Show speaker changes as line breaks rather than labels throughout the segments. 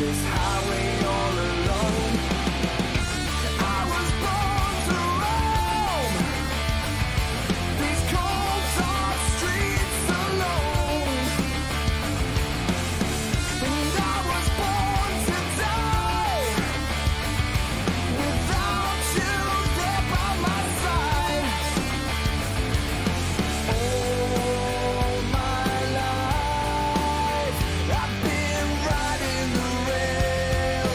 this highway all alone. I was born to roam these cold, dark streets alone. And I was born to die without you there by my side. All my life I've been riding the rail.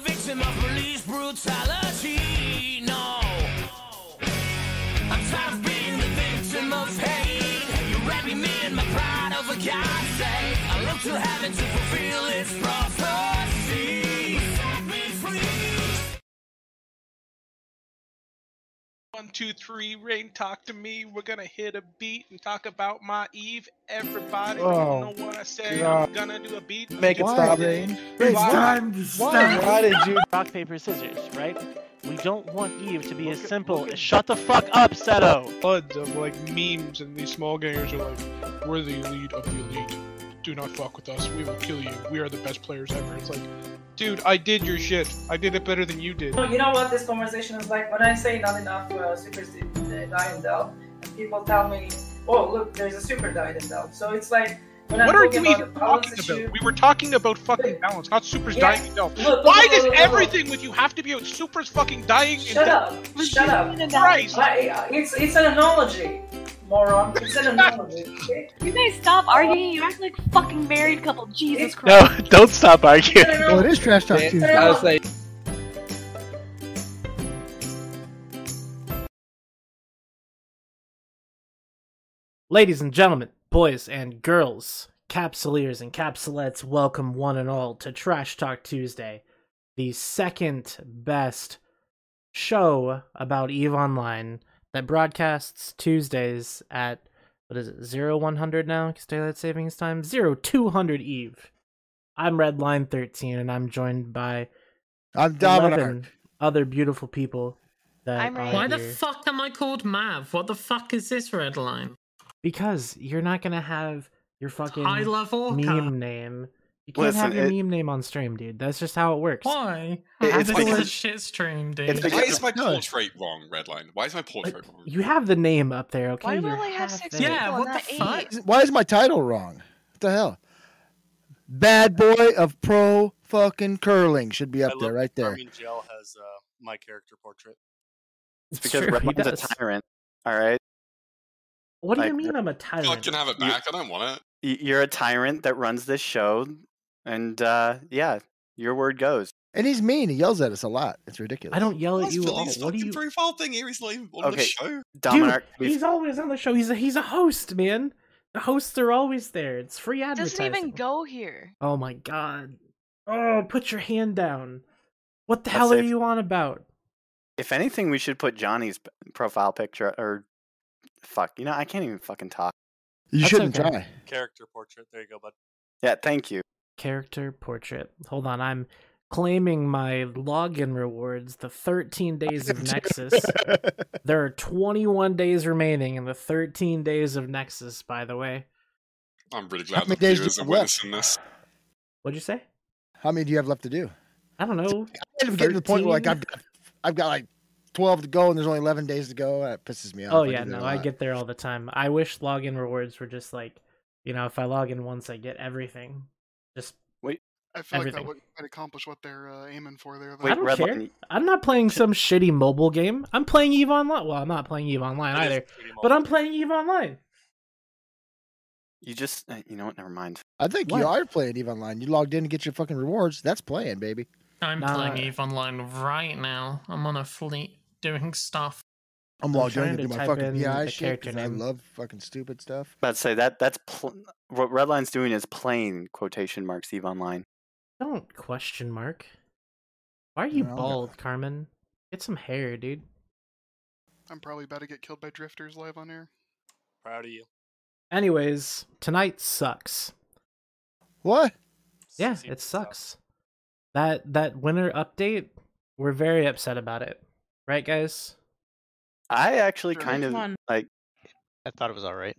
victim of police brutality. No, I'm tired of being the victim of hate. You're wrapping me in my pride over God's sake. I look to heaven to fulfill its prophecy. Set me free.
One, two, three, rain, talk to me. We're gonna hit a beat and talk about my Eve. Everybody,
Oh,
you know what I say.
God.
I'm gonna do a beat.
Make it
Why,
stop.
Zane?
Make it
Why?
stop.
Time to stop.
Why did you?
rock paper scissors, right? We don't want Eve to be as simple as shut the fuck up, Seto.
floods of like memes, and these small gangers are like, "We're the elite of the elite. Do not fuck with us. We will kill you. We are the best players ever." It's like, dude, I did your shit. I did it better than you did.
You know what this conversation is like? When I say not enough uh, supers did uh, die in Delft, and people tell me, oh, look, there's a super died in Delft. So it's like, when I'm
What are
talking
you even
about the balance
talking
issue,
about? We were talking about fucking balance, not supers
Yeah.
dying in Delft.
Look, look,
Why
look,
does
look, look, look.
everything with you have to be about supers fucking dying in
shut
Delft?
up, shut up.
Christ!
I, it's, it's an analogy, moron. It's an analogy. okay?
You guys stop arguing. You act like a fucking married couple. Jesus Christ.
No, don't stop
It's
arguing.
an
Well,
analogy.
Oh, it is trash talk Tuesday.
I was
like,
Ladies and gentlemen, boys and girls, capsuleers and capsulettes, welcome one and all to Trash Talk Tuesday, the second best show about EVE Online that broadcasts Tuesdays at what is it, zero one hundred now? 'Cause daylight savings time? Zero two hundred EVE. I'm Redline thirteen and I'm joined by
I'm Dominar.
eleven other beautiful people that
I'm
are
Ray.
Why the
here.
fuck am I called Mav? What the fuck is this red line?
Because you're not gonna have your fucking
High level?
meme name. You can't
Listen,
have your
it-
meme name on stream, dude. That's just how it works.
Why?
It-
this
it's like-
is a shit stream, dude.
If they
Why
get
is
the-
my
no.
pull trait wrong, Redline? Why is my pull
Like,
trait wrong?
you have the name up there, okay?
Why do we
You're
only have
half
six
there.
people?
yeah, what
not
the fuck?
eight.
Why is my title wrong? What the hell? Bad boy of pro fucking curling should be up
I
there,
love that
right there.
Armin Gel has uh, my character portrait.
It's
because
true, he
Redline's a
does.
tyrant. All right,
What do you
Like,
mean I'm a
I
tyrant?
can have it
You-
back. I don't want it.
Y- you're a tyrant that runs this show, and uh, yeah, your word goes.
And he's mean. He yells at us a lot. It's ridiculous.
I don't yell at
What's
you all.
Billy's
What
fucking
do you, dude?
profile thing here? He's not even on the
Okay.
show.
Dominar, we've-
He's always on the show. He's a, he's a host, man. The hosts are always there. It's free
It
advertising.
doesn't even go here.
Oh my god. Oh, put your hand down. What the
That's
hell are
safe.
you on about?
if anything, we should put Johnny's p- profile picture or fuck. You know, I can't even fucking talk.
You
That's
shouldn't
okay.
try.
Character portrait. There you go, bud.
Yeah, thank you.
character portrait. Hold on, I'm claiming my login rewards, the 13 days of Nexus. there are 21 days remaining in the 13 days of Nexus, by the way.
I'm really
How
glad
many
the
days do
viewers
you
are
have
witnessing this.
What'd you say?
How many do you have left to do?
I don't know.
I'm getting to the point where like
13?
I've got, I've got like twelve to go, and there's only eleven days to go. That pisses me off.
Oh
do
yeah,
that a
no, I
lot.
get there all the time. I wish login rewards were just like, you know, if I log in once, I get everything. Just
I feel
Everything.
like that wouldn't quite accomplish what they're uh, aiming for there. Though.
Wait,
I don't care.
Redline,
I'm not playing some shitty mobile game. I'm playing Eve Online. Well, I'm not playing Eve Online
It is
either,
pretty
but
much-
I'm playing Eve Online.
you just uh, you know what? Never mind.
I think
What?
you are playing Eve Online. You logged in to get your fucking rewards. That's playing, baby.
I'm
Nah.
playing Eve Online right now. I'm on a fleet doing stuff.
I'm,
I'm
logged
trying
in to
to
do my
type in
fucking BI
the
shit
character
because I
name.
love fucking stupid stuff.
But say that that's pl- what Redline's doing is playing quotation marks Eve Online.
Don't question mark. Why are you
No, I'm not.
bald, Carmen? Get some hair, dude.
I'm probably about to get killed by drifters live on air.
Proud of you.
Anyways, tonight sucks.
What?
Yeah,
Sexy
it
stuff.
sucks. That that winter update, we're very upset about it. Right, guys?
I actually
Sure.
kind of like
I thought it was alright.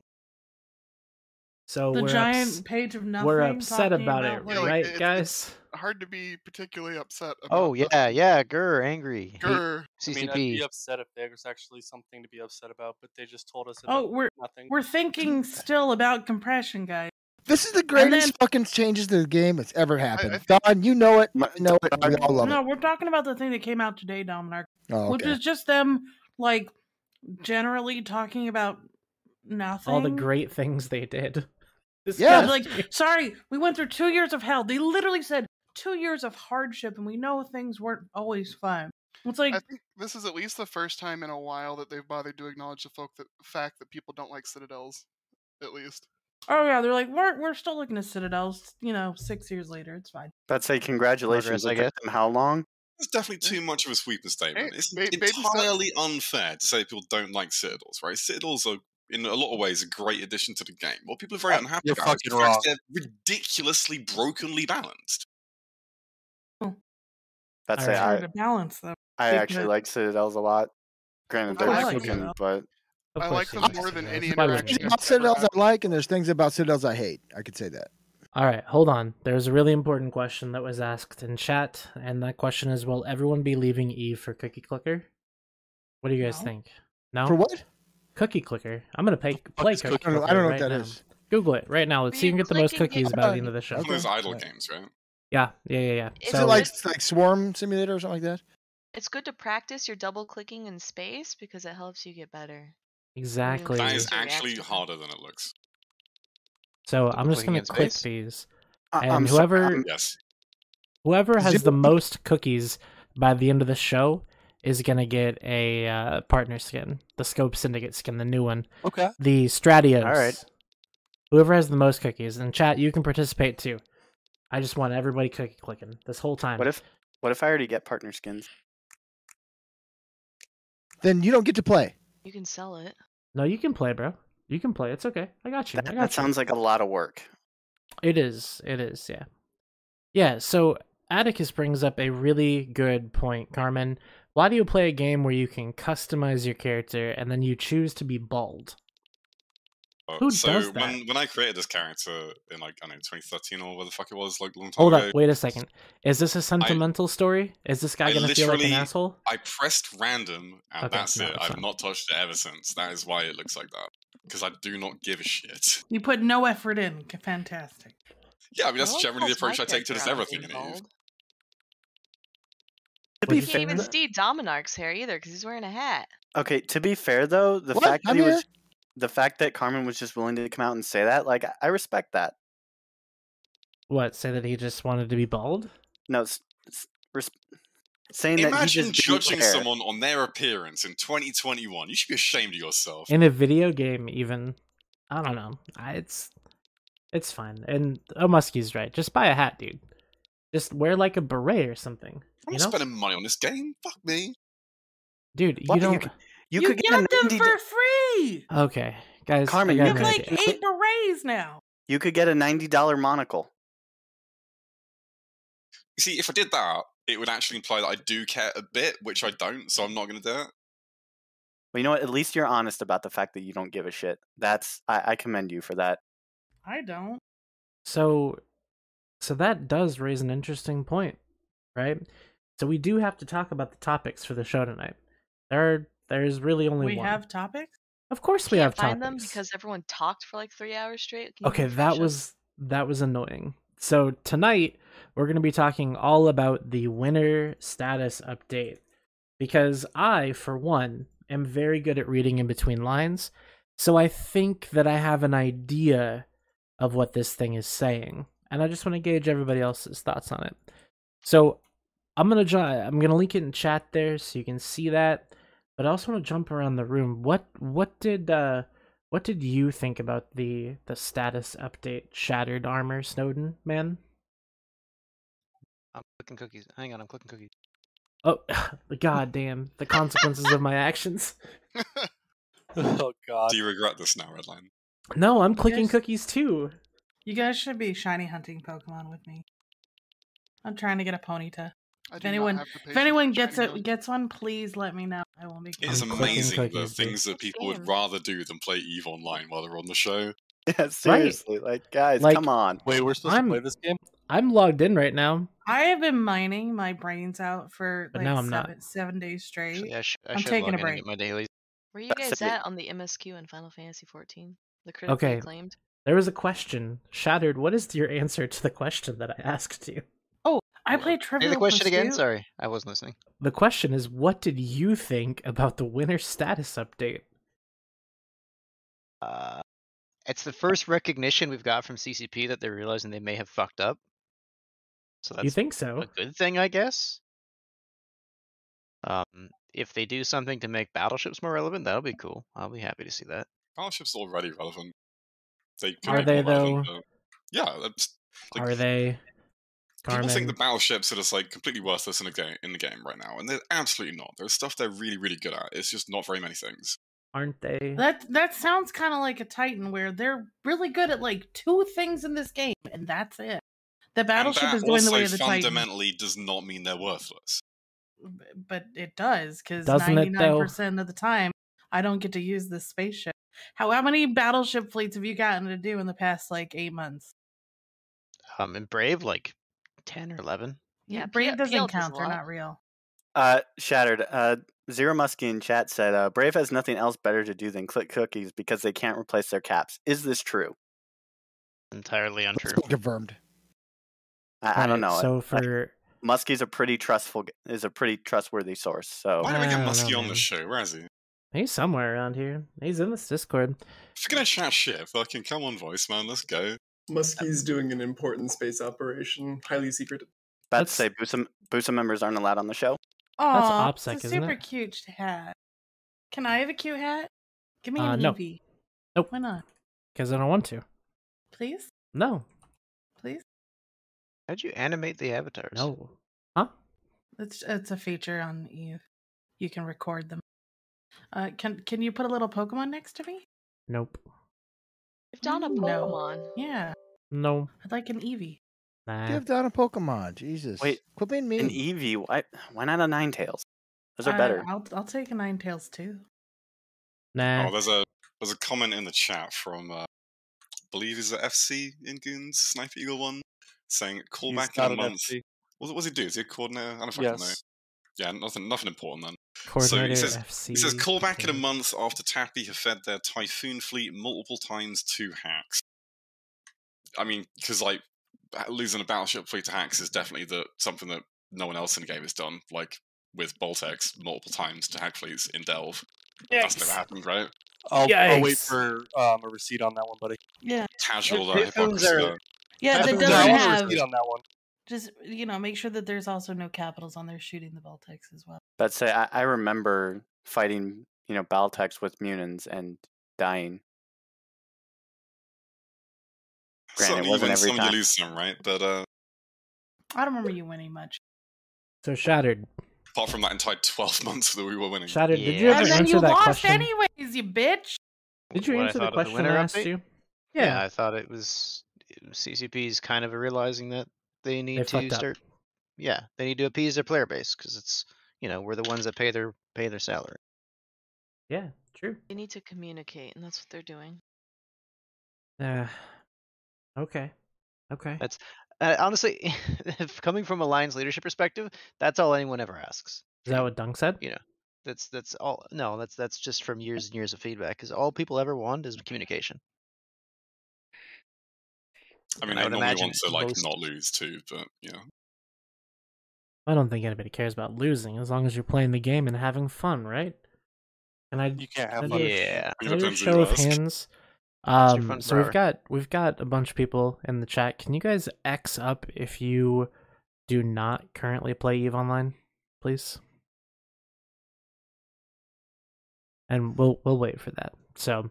So
The
we're
giant
ups-
page of
we're upset about, it,
like,
right,
it's-
guys?
Hard to be particularly upset. About
Oh yeah, yeah, grr, angry. Hate
Grr.
I mean, I'd
CCP.
be upset if there was actually something to be upset about, but they just told us.
Oh,
about
we're-
nothing.
thinking still about compression, guys.
This is the
then-
greatest fucking changes to the game that's ever happened.
I-
Don, you know it.
My-
I know it. We
I-
all love it.
we're talking about the thing that came out today, Dominar,
Oh, okay.
just them like generally talking about nothing.
All the great things they did. This
Yeah.
guy-
Like, sorry, we went through two years of hell. They literally said two years of hardship, and we know things weren't always fun. It's like
I think this is at least the first time in a while that they've bothered to acknowledge the folk that, fact that people don't like citadels, at least.
Oh yeah, they're like we're we're still looking at citadels. You know, six years later, it's fine.
I'd say congratulations.
Progress, I
it took
guess.
them how long?
It's definitely too much of a sweeping statement.
Hey,
It's
ba- baby steps.
entirely unfair to say people don't like citadels, right? Citadels are, in a lot of ways, a great addition to the game. What people are very
Oh,
unhappy
you're
about is the
fucking
fact
wrong.
they're ridiculously brokenly balanced.
That's
It's
it.
hard
I,
to balance them.
I
They-
actually
they-
like citadels a lot. Granted,
I
they're
like
broken,
them.
but
I like them more than any
Why would
interaction.
you?
I've
There's citadels I like, and there's things about citadels I hate. I could say that.
All right, hold on. There's a really important question that was asked in chat, and that question is: Will everyone be leaving Eve for Cookie Clicker? What do you guys
No.
think? No.
For what?
Cookie Clicker. I'm gonna pay, play
is
Cookie
Cookie
Clicker.
Clicker? I don't know
right
what that
now.
is.
Google it right now. Let's see who can get the most
clicking
cookies
it?
by the end of the show.
One of those idle games, right?
Yeah, yeah, yeah, yeah.
Is
so,
it like like Swarm Simulator or something like that?
It's good to practice your double clicking in space because it helps you get better.
exactly?
That is actually harder than it looks.
So I'm just
clicking
gonna
in
click
space?
these,
I-
and
I'm so-
whoever
I'm- Yes.
whoever has the most cookies by the end of the show is gonna get a uh, partner skin, the Scope Syndicate skin, the new one.
Okay.
The Stratios.
All right.
Whoever has the most cookies, and chat, you can participate too. I just want everybody cookie clicking this whole time.
what if what if I already get partner skins?
Then you don't get to play.
You can sell it.
No, you can play, bro. You can play. It's okay. I got you.
That,
I
that
got you.
sounds like a lot of work.
It is. It is. Yeah. Yeah. So Atticus brings up a really good point, Carmen. Why do you play a game where you can customize your character and then you choose to be bald?
Uh,
Who
so
does that?
when when I created this character in like I don't know 2013 or whatever the fuck it was, like a long time
Hold
ago,
up. Wait a second. Is this a sentimental story? Is this guy
I
gonna feel like an
literally-
asshole?
I pressed random, and
Okay,
that's
no,
it.
it's
I've not touched it ever since. That is why it looks like that. Because I do not give a shit.
You put no effort in. c- Fantastic.
Yeah, I mean that's
Well,
generally the
that's my
approach I take to this
character,
everything in Eve.
To
You
be
can't even
fair,
see Dominarch's hair either because he's wearing a hat.
okay. To be fair though, the
What?
fact that
I'm
he
here.
was, the fact that Carmen was just willing to come out and say that, like I- I respect that.
What? Say that he just wanted to be bald?
No, s- s- res- saying that he
Imagine
just
judging
didn't care.
someone on their appearance in 2021. You should be ashamed of yourself.
in a video game even i don't know I, it's it's fine and omuski's right just buy a hat dude just wear like a beret or something
I'm
you
not
know
spending money on this game. Fuck me.
dude
Why
you
you
don't
c-
you,
You got them for free.
okay guys
Carmen,
I got
you
an
could-
idea.
Eight berets now.
You could get a ninety dollar monocle.
You see, if I did that, it would actually imply that I do care a bit, which I don't. So I'm not going to do it.
Well, you know what? At least you're honest about the fact that you don't give a shit. That's I, I commend you for that.
I don't.
so so that does raise an interesting point right so we do have to talk about the topics for the show tonight there are, there's really only
We
one
have topics.
of course we have
Find
topics
them because everyone talked for like three hours straight. Can you
Okay,
refresh
that
us?
was that was annoying. So tonight we're going to be talking all about the winner status update because I for one am very good at reading in between lines. So I think that I have an idea of what this thing is saying and I just want to gauge everybody else's thoughts on it. So I'm going to ju- I'm going to link it in chat there so you can see that. But I also want to jump around the room. What what did uh what did you think about the the status update shattered armor Snowden man?
I'm clicking cookies. Hang on, I'm clicking cookies.
Oh god damn, the consequences of my actions.
Oh God. Do you regret this now, Redline?
No, I'm clicking
Yes.
cookies too.
You guys should be shiny hunting Pokemon with me. I'm trying to get a Ponyta.
I do
If
not
anyone,
have the
if
patience
anyone
for
gets
shiny
it, gets one, please let me know. I will make.
It
one.
is amazing the
cookies, dude.
things that people would rather do than play Eve online while they're on the show.
Yeah, seriously, like guys,
Like-
come on.
Wait, we're supposed
I'm
to play this game?
I'm logged in right now.
I have been mining my brains out for
But
like
now I'm not.
seven, seven days straight.
Actually, I, sh- I
am
should
taking
log in
a
and
break.
get my dailies.
Where you guys
That's it.
at on the MSQ in Final Fantasy XIV? The critically
Okay.
acclaimed.
There was a question. Shattered, what is your answer to the question that I asked you?
Oh, I played
Say
Trivial
the question again.
Pursuit.
Sorry, I wasn't listening.
The question is what did you think about the winner status update?
Uh, it's the first recognition we've got from CCP that they're realizing they may have fucked up. So that's
you think so?
a good thing, I guess. Um, if they do something to make battleships more relevant, that'll be cool. I'll be happy to see that.
Battleships already relevant. They could
Are
make
they,
more relevant,
though?
uh, yeah, that's, like,
Are they?
People
Carmen?
think the battleships are just like completely worthless in a game in the game right now, and they're absolutely not. There's stuff they're really, really good at. It's just not very many things.
Aren't they?
That that sounds kind of like a Titan, where they're really good at like two things in this game, and that's it. The battleship
and
is
that
going
also
the way of the Titan,
fundamentally does not mean they're worthless.
but it does because
Doesn't
ninety
it, though?
nine percent of the time, I don't get to use this spaceship. How how many battleship fleets have you gotten to do in the past like eight months?
Um, and Brave like ten or eleven.
Yeah,
Yeah,
Brave
P-
doesn't
PL does a
count; they're
lot.
not real.
Uh, shattered. Uh, Zero Muskie in chat said, uh, "Brave has nothing else better to do than click cookies because they can't replace their caps." Is this true?
Entirely untrue.
Confirmed.
I, I don't
Right,
know.
So
I-
for
Muskie's a pretty trustful g- is a pretty trustworthy source. So
Why do we
I
get
don't
Muskie
know,
on
man.
the show? Where is he?
he's somewhere around here. He's in this Discord.
If you're gonna chat shit, fucking come on, voice man, let's go. Um,
Muskie's doing an important space operation, highly secret.
about to say Boosa, Boosa members aren't allowed on the show.
Oh,
OPSEC,
it's a
isn't it?
super cute hat. Can I have a cute hat? Give me
Uh,
an E
no.
Eevee.
Nope.
Why not?
Because I don't want to.
Please,
No.
please.
How'd you animate the avatars?
No.
It's it's a feature on Eve. You can record them. Uh, can can you put a little Pokemon next to me?
Nope.
I've done a
No.
Pokemon.
Yeah,
No.
I'd like an E Eevee.
Nah.
Give down a Pokemon. Jesus.
Wait,
quit being mean.
An Eevee. Why? Why not a Nine Tails? Those are
Uh,
better.
I'll I'll take a Nine Tails too.
Nah.
Oh, there's a there's a comment in the chat from uh, I believe is the FC in Goons Sniper Eagle one saying call
He's
back in
not
a
an
month.
FC.
What was he do? Is he a coordinator? I don't fucking
Yes.
know. Yeah, nothing nothing important then. so
Coordinator
he says he says
FC,
call back in a
okay.
month after Tappy have fed their Typhoon fleet multiple times to hacks. I mean, because like losing a battleship fleet to hacks is definitely the something that no one else in the game has done. Like with Boltex multiple times to hack fleets in Delve. That's never happened, right?
I'll, I'll wait
Yikes.
for um, a receipt on that one, buddy.
Yeah.
Casual uh,
Typhoons
hypocrisy.
are-
though.
Yeah, that
Typhoons are-
doesn't
I want a
have.
receipt on that one.
Just you know, make sure that there's also no capitals on there shooting the Voltex as well.
But say I, I remember fighting, you know, Baltex with Munins and dying. Granted,
Certainly
it
you
wasn't
win
every
some,
time.
you lose some, right? But uh,
I don't remember you winning much.
So shattered.
apart from that entire 12 months that we were winning.
Shattered, did you Yeah. ever-
And then
Answer
you
that
lost
question.
anyways, you bitch.
Did you
what I
answer the
thought of
question
winner
I asked
update?
you?
Yeah.
Yeah.
I thought it was it was CCP's kind of realizing that they need to
fucked up.
start. Yeah, they need to appease their player base because it's you know we're the ones that pay their pay their salary.
Yeah. True.
They need to communicate, and that's what they're doing.
Uh, okay. Okay.
That's uh, honestly, if coming from a Lions leadership perspective, that's all anyone ever asks.
Is that what Dunk said?
You know, that's that's all. No, that's that's just from years and years of feedback. Because all people ever want is communication.
I mean,
I
I
would
normally
imagine
want to like
most-
not lose too, but you know,
I don't think anybody cares about losing as long as you're playing the game and having fun, right? And I
You can't have
can I
fun.
do a-
Yeah.
can I do a
Depends who
show
you
of
ask.
hands.
It's your
Um,
front
so we've
rower.
got we've got a bunch of people in the chat. Can you guys X up if you do not currently play Eve Online, please? And we'll we'll wait for that. So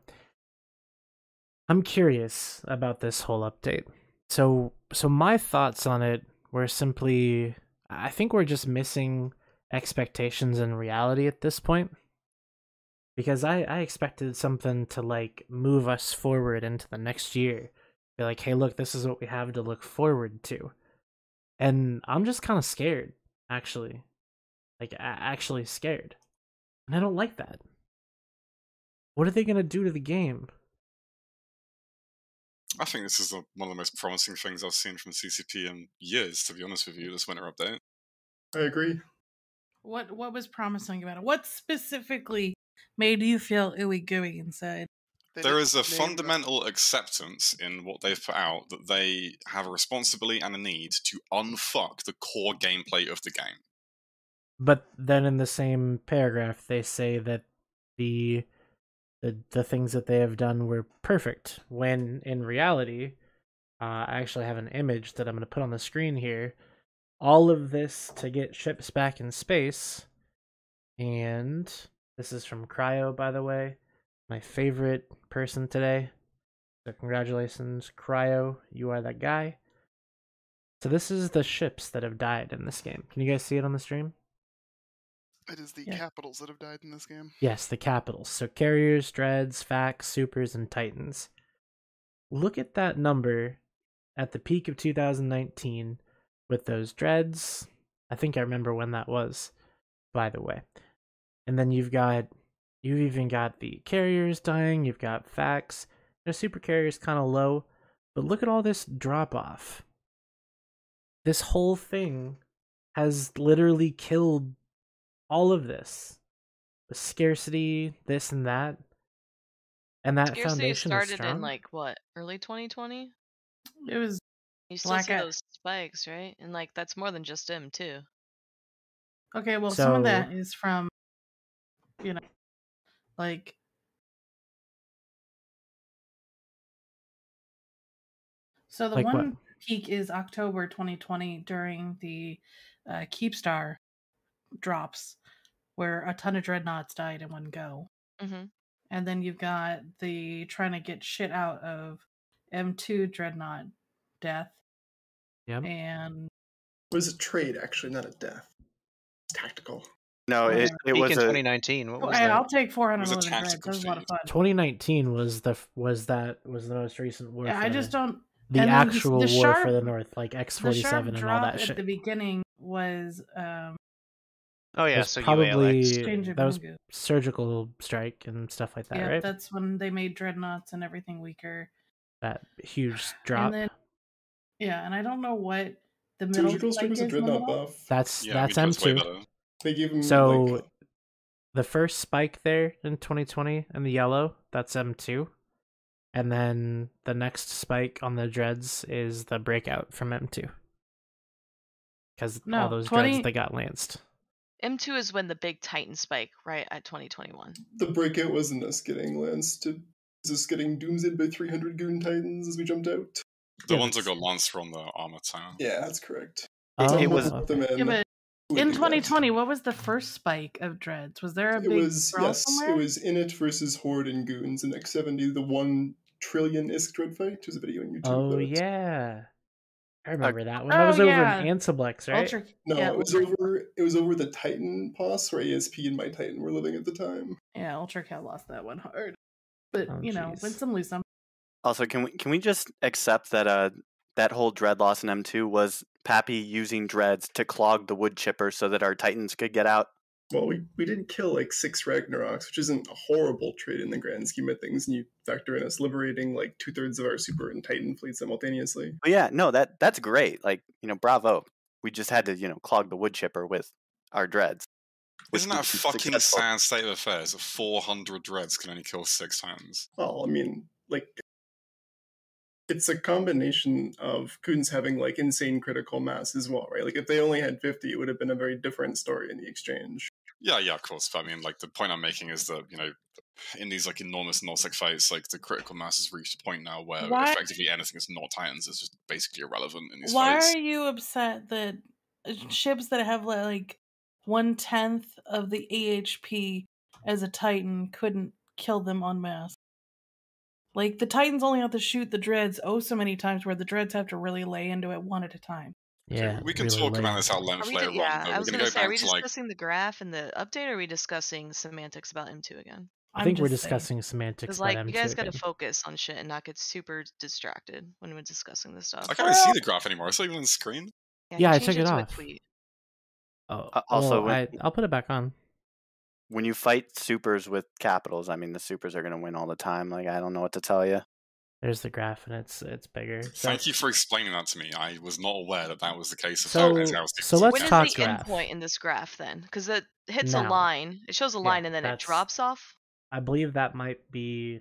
I'm curious about this whole update. So so my thoughts on it were simply I think we're just missing expectations and reality at this point. Because I, I expected something to like move us forward into the next year. Be like, hey look, this is what we have to look forward to. And I'm just kinda scared, actually. Like a- actually scared. And I don't like that. What are they gonna do to the game?
I think this is the, one of the most promising things I've seen from CCP in years, to be honest with you, this winter update.
I agree.
What what was promising about it? What specifically made you feel ooey gooey inside?
there is a fundamental acceptance in what they've put out that they have a responsibility and a need to unfuck the core gameplay of the game.
But then in the same paragraph they say that the the the things that they have done were perfect when in reality uh, I actually have an image that I'm going to put on the screen here all of this to get ships back in space. And this is from Cryo, by the way, my favorite person today. So, congratulations, Cryo. You are that guy. So, this is the ships that have died in this game. Can you guys see it on the stream?
It is the capitals that have died in this game.
Yes, the capitals. So carriers, dreads, facs, supers, and titans. Look at that number at the peak of 2019 with those dreads. I think I remember when that was, by the way. And then you've got, you've even got the carriers dying, you've got facs. The super carriers kind of low, but look at all this drop off. This whole thing has literally killed all of this the scarcity this and that and that
Scarcely
foundation is
started
strong
in like what early 2020.
It was
You still
Black
see
Ops.
those spikes, right? And like that's more than just him too.
Okay, well, some of that
So-
is from, you know, like. So the
Like what?
one peak is October 2020 during the uh, Keepstar drops, where a ton of dreadnoughts died in one go.
Mm-hmm.
And then you've got the trying to get shit out of M2 dreadnought death.
Yep.
And
It was a trade, actually, not a death. It's tactical.
No, it, it
Peak
was
in
a-
2019. What
Well,
was
hey,
that?
I'll take
It was a
411 dreads. That
tactical
was a lot of fun.
2019 was the f- was that was the most recent war
Yeah, I
for
just
the-
don't-
the
and then the-
actual
the
war for
sharp-
the north like
the sharp
x47 and all
drop
that
at
shit
the beginning was um
Oh yeah,
was
so UALX.
probably
Change of
that was
venue.
surgical strike and stuff like that
yeah
right
that's when they made dreadnoughts and everything weaker
that huge drop
and then yeah and i don't know what the middle
Surgical Strike
spike
was a
is
dreadnought
middle.
buff.
that's
Yeah, I
that's
mean, that's way
m2
better. They gave him,
so
like-
the first spike there in 2020 in the yellow that's m2 and then the next spike on the dreads is the breakout from m2 because all
No,
those
20
dreads they got lanced
M2 is when the big Titan spike, right at 2021.
The breakout wasn't us getting lanced. It was us getting doomsayed by 300 Goon Titans as we jumped out.
The ones that got launched from the armor tower.
Yeah, that's correct.
Oh,
Um,
Some
was-
of them in-
yeah, but
we
in
do that.
2020 what was the first spike of dreads was there a
It
big
was
brawl
yes,
somewhere
it was Init versus Horde and Goons in X70, the one trillion ISK dread fight. There's a video on YouTube.
oh
about it.
yeah i remember that
Oh,
one that
Oh,
was over in ansiblex right
No, it was over. It was over the Titan pos where ASP and my Titan were living at the time.
yeah ultra cat lost that one hard but
Oh,
you know win
jeez.
some lose some
Also, can we can we just accept that uh that whole dread loss in M2 was Pappy using dreads to clog the wood chipper so that our Titans could get out?
Well, we, we did kill like six Ragnaroks, which isn't a horrible trade in the grand scheme of things, and you factor in us liberating like two thirds of our super and Titan fleet simultaneously.
But yeah, no, that that's great. Like you know, bravo. We just had to you know clog the wood chipper with our dreads. which
Isn't that a
was
fucking
successful.
sad state of affairs? that 400 dreads can only kill six titans.
Well, I mean, like it's a combination of Coons having like insane critical mass as well, right? Like if they only had fifty, it would have been a very different story in the exchange.
Yeah, yeah, of course. But I mean, like, the point I'm making is that, you know, in these, like, enormous Norsec fights, like, the critical mass has reached a point now where
Why-
effectively anything that's not Titans is just basically irrelevant in these
Why
fights. Mm.
are you upset that uh, ships that have li- like one tenth of the AHP as a Titan couldn't kill them en masse? Like the Titans only have to shoot the dreads oh so many times, where the dreads have to really lay into it one at a time.
yeah
we can
really
talk about
lame.
this at
Are
length
Oh, we
later
di- yeah,
on, but
I
we're
was
going
gonna
to
say,
go
are
back
we
to, like,
discussing the graph and the update, or are we discussing semantics about M2 again?
i think we're discussing semantics
Because
about
like
m2
you guys got
again.
to focus on shit and not get super distracted when we're discussing this stuff.
I can't really see the graph anymore. It's not even on the screen.
he
Yeah, I
changed
took it
to a
off.
tweet.
Oh,
Uh, also,
well,
when-
I, I'll put it back on.
When you fight supers with capitals, I mean the supers are going to win all the time. Like I don't know what to tell you.
There's the graph, and it's it's bigger. So,
Thank you for explaining that to me. I was not aware that that was the case. Of
So-
Titans House
so
Supersonics.
let's
When is
talk
the
graph.
end point in this graph then? Because it hits a
Now.
line. It shows a
Yeah,
line and then it
that's-
drops off.
I believe that might be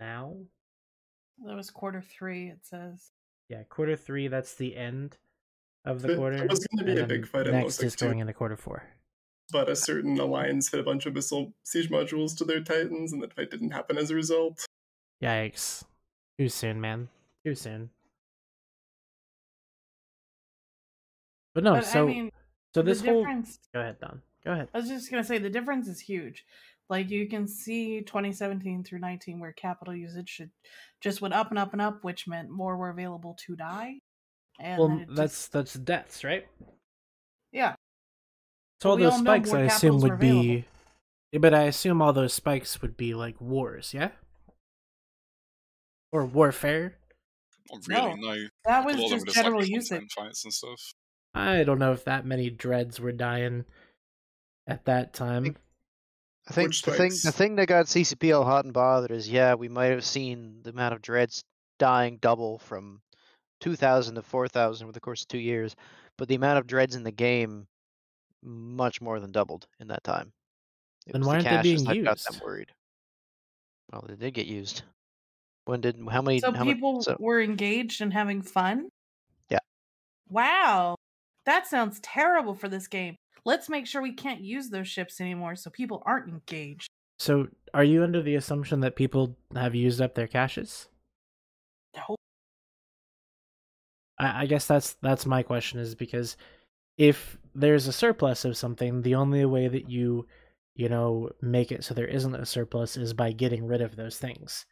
now.
That was quarter three. It says
Yeah, quarter three. That's the end of the
But
quarter.
there was gonna be
and
a big
then
fight in
Next
Losec
is
too.
going into quarter four.
But a certain alliance hit a bunch of missile siege modules to their Titans, and that fight didn't happen as a result.
Yikes! Too soon, man. Too soon. But no,
But I
so
mean,
so
the
this whole
difference-
go ahead, Don. Go ahead.
I was just gonna say the difference is huge. Like you can see 2017 through 19 where capital usage should just went up and up and up, which meant more were available to die. And then
Well,
it just-
that's that's deaths, right?
yeah.
So
But
all
we
those
all know
spikes,
more
I assume,
capitals were
would be. Yeah, But I assume all those spikes would be like wars, yeah, or warfare.
Not really,
No,
no.
that
A
was
lot of them
just
were
general
like,
usage.
result in Fights and stuff.
I don't know if that many dreads were dying at that time.
I think the thing the thing that got CCPL hot and bothered is yeah, we might have seen the amount of dreads dying double from 2000 to 4000 over the course of 2 years, but the amount of dreads in the game much more than doubled in that time. It
Then
was
why
the
aren't they
caches
being
that got them
used?
worried. Well, they did get used. When did how many
So
how
people
many so
were engaged and having fun.
Yeah.
Wow, that sounds terrible for this game. Let's make sure we can't use those ships anymore, so people aren't engaged.
So, are you under the assumption that people have used up their caches?
No.
I, I guess that's that's my question is because if there's a surplus of something, the only way that you you know make it so there isn't a surplus is by getting rid of those things,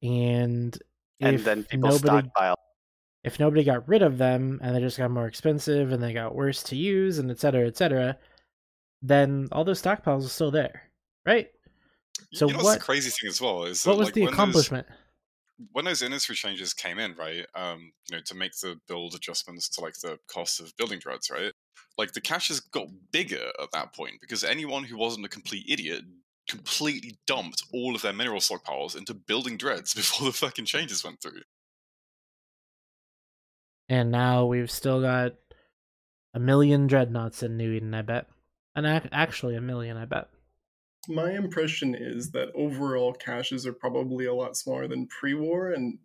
and
And
if
then people
nobody
stockpile.
if nobody got rid of them and they just got more expensive and they got worse to use and et cetera, et cetera, then all those stockpiles are still there, right? So
you know what's
what
the crazy thing as well is that,
what was
like,
the
when those-
accomplishment?
when those industry changes came in, right, um, you know, to make the build adjustments to like the cost of building dreads, right? Like the caches got bigger at that point because anyone who wasn't a complete idiot completely dumped all of their mineral stockpiles into building dreads before the fucking changes went through.
And now we've still got a million dreadnoughts in New Eden, I bet. And ac- actually, a million, I bet.
My impression is that overall caches are probably a lot smaller than pre-war, and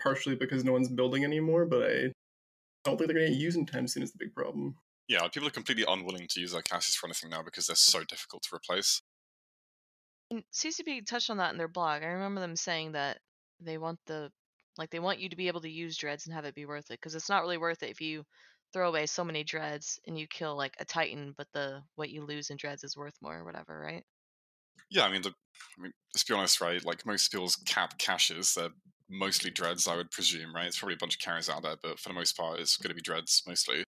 partially because no one's building anymore. But I don't think they're going to get used in time soon. Is the big problem.
Yeah, people are completely unwilling to use their caches for anything now because they're so difficult to replace.
And CCP touched on that in their blog. I remember them saying that they want the like they want you to be able to use dreads and have it be worth it because it's not really worth it if you throw away so many dreads and you kill like a titan, but the what you lose in dreads is worth more or whatever, right?
Yeah, I mean, the, I mean, let's be honest, right? Like most people's cap caches, they're mostly dreads, I would presume, right? It's probably a bunch of carries out there, but for the most part, it's going to be dreads mostly.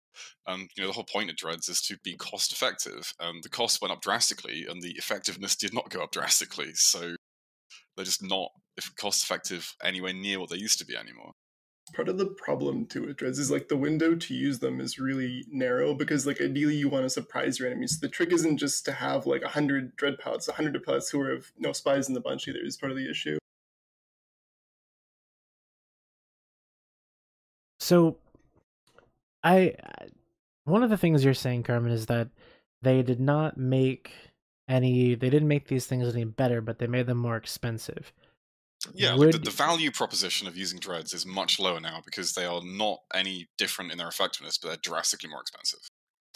Um, you know, the whole point of dreads is to be cost effective, and the cost went up drastically, and the effectiveness did not go up drastically. So they're just not if cost effective anywhere near what they used to be anymore.
part of the problem too with dreads is like the window to use them is really narrow because like ideally you want to surprise your enemies. The trick isn't just to have like hundred dread pilots, hundred pilots who have no spies in the bunch either is part of the issue.
So, I. I- One of the things you're saying, Carmen, is that they did not make any. They didn't make these things any better, but they made them more expensive.
Yeah, like
Would-
the, the value proposition of using dreads is much lower now because they are not any different in their effectiveness, but they're drastically more expensive.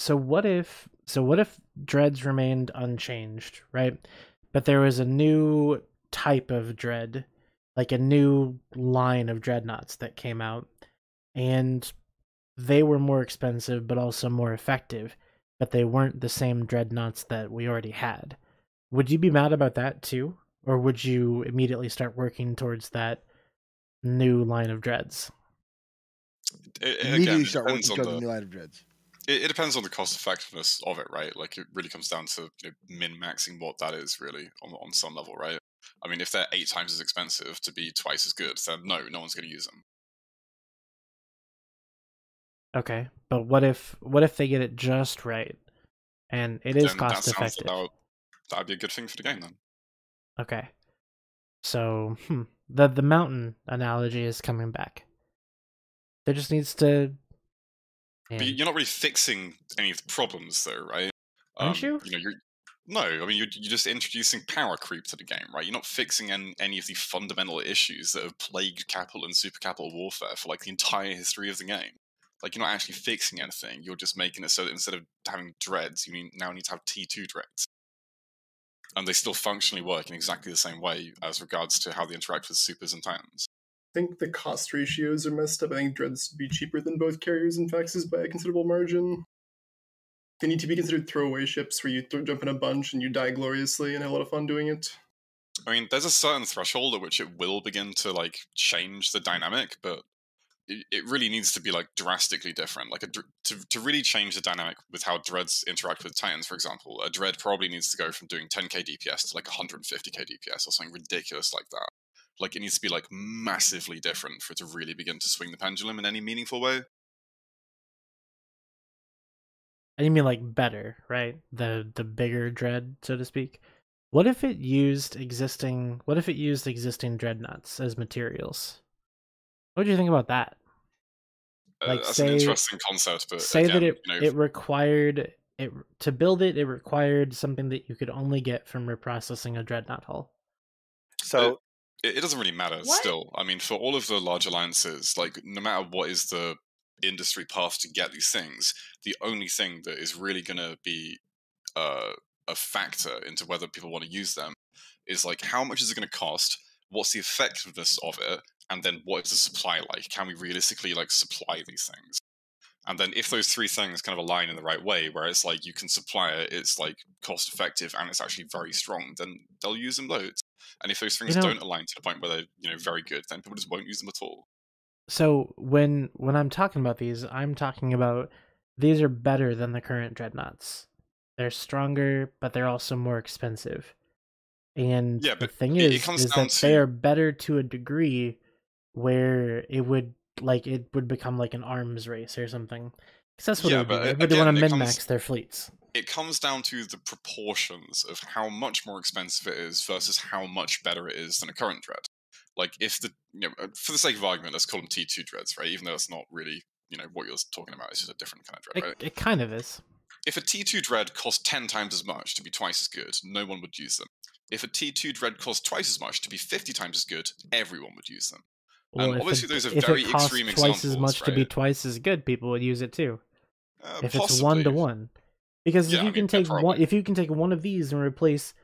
So what if so what if dreads remained unchanged, right? But there was a new type of dread, like a new line of dreadnoughts that came out and they were more expensive but also more effective, but they weren't the same dreadnoughts that we already had. Would you be mad about that too? Or would you immediately start working towards that new line of dreads?
It, it- again,
Immediately
it
start
depends
working
on
towards the
the
new line of dreads.
it, it depends on the cost effectiveness of it, right? Like it really comes down to you know, min maxing what that is really on on some level, right? I mean, if they're eight times as expensive to be twice as good, then no, no one's going to use them.
Okay, but what if what if they get it just right, and it
Then
is
that
cost
sounds
effective?
about that'd be a good thing for the game then.
Okay, so hmm, the the mountain analogy is coming back. There just needs to.
But you're not really fixing any of the problems, though, right? Um,
Aren't
you? You know, you're no. I mean, you're, you're just introducing power creep to the game, right? You're not fixing an, any of the fundamental issues that have plagued capital and super capital warfare for like the entire history of the game. Like, you're not actually fixing anything. You're just making it so that instead of having dreads, you need, now need to have T2 dreads, and they still functionally work in exactly the same way as regards to how they interact with supers and titans.
think the cost ratios are messed up. I think dreads would be cheaper than both carriers and faxes by a considerable margin. They need to be considered throwaway ships where you th- jump in a bunch and you die gloriously and have a lot of fun doing it.
I mean, there's a certain threshold at which it will begin to like change the dynamic, but it, it really needs to be like drastically different. Like a, dr- to to really change the dynamic with how dreads interact with titans, for example, a dread probably needs to go from doing 10k DPS to like 150k DPS or something ridiculous like that. Like it needs to be like massively different for it to really begin to swing the pendulum in any meaningful way.
And you mean like better, right? The the bigger dread, so to speak. What if it used existing what if it used existing dreadnoughts as materials? What do you think about that?
Uh, that's an interesting concept, but
say
again,
that it
you know,
it required it to build it it required something that you could only get from reprocessing a dreadnought hull.
So it, it doesn't really matter
What?
still. I mean, for all of the large alliances, like no matter what is the industry path to get these things, the only thing that is really going to be uh, a factor into whether people want to use them is like how much is it going to cost? What's the effectiveness of it? And then what is the supply like? Can we realistically like supply these things? And then if those three things kind of align in the right way, where it's like you can supply it, it's like cost effective and it's actually very strong, then they'll use them loads. And if those things
know-
don't align to the point where they're you know very good, then people just won't use them at all.
So when when I'm talking about these, I'm talking about these are better than the current dreadnoughts. They're stronger, but they're also more expensive. And
Yeah,
the
but
thing
it- it
is,
comes
is
down
that they are better to a degree where it would like it would become like an arms race or something. 'Cause that's what
Yeah,
it would be.
but
Right?
a-
But they want
again,
to
it
min
comes-
max their fleets.
It comes down to the proportions of how much more expensive it is versus how much better it is than a current dread. Like if the you know uh, for the sake of argument, let's call them T two dreads, right? Even though it's not really you know what you're talking about, it's just a different kind of dread,
It,
right?
it kind of is.
If a T2 Dread cost 10 times as much to be twice as good, no one would use them. If a T2 Dread cost twice as much to be 50 times as good, everyone would use them.
Well,
and Um,
if
obviously,
it,
those are
if
very
it costs
extreme
twice as
examples,
much to
right?
be twice as good, people would use it too.
Uh,
if it's one to one, because
Yeah,
if
I
you
mean,
can
yeah,
take one,
probably.
if you can take one of these and replace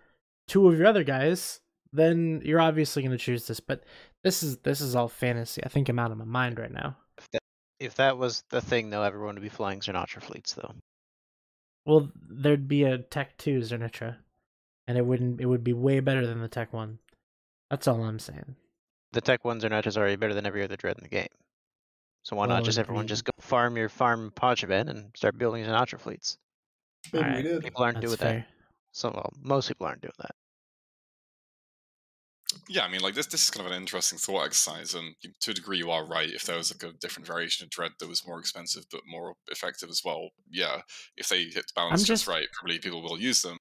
two of your other guys, then you're obviously going to choose this. But this is this is all fantasy. I think I'm out of my mind right now.
If that, if that was the thing, though, everyone would be flying Sinatra fleets, though.
Well, there'd be a Tech Two Zernitra, and it wouldn't. It would be way better than the Tech One. That's all I'm saying.
The tech ones are not just already better than every other dread in the game. So why
Well,
not just
I
everyone
mean-
just go farm your farm Ponchabin and start building Sinatra fleets?
Maybe we Alright. did.
People aren't
That's
doing
fair.
that. So well, most people aren't doing that.
Yeah, I mean, like this, this is kind of an interesting thought exercise, and you- to a degree, you are right. If there was like a different variation of dread that was more expensive but more effective as well, yeah, if they hit the balance
I'm
just,
just-
right, probably people will use them.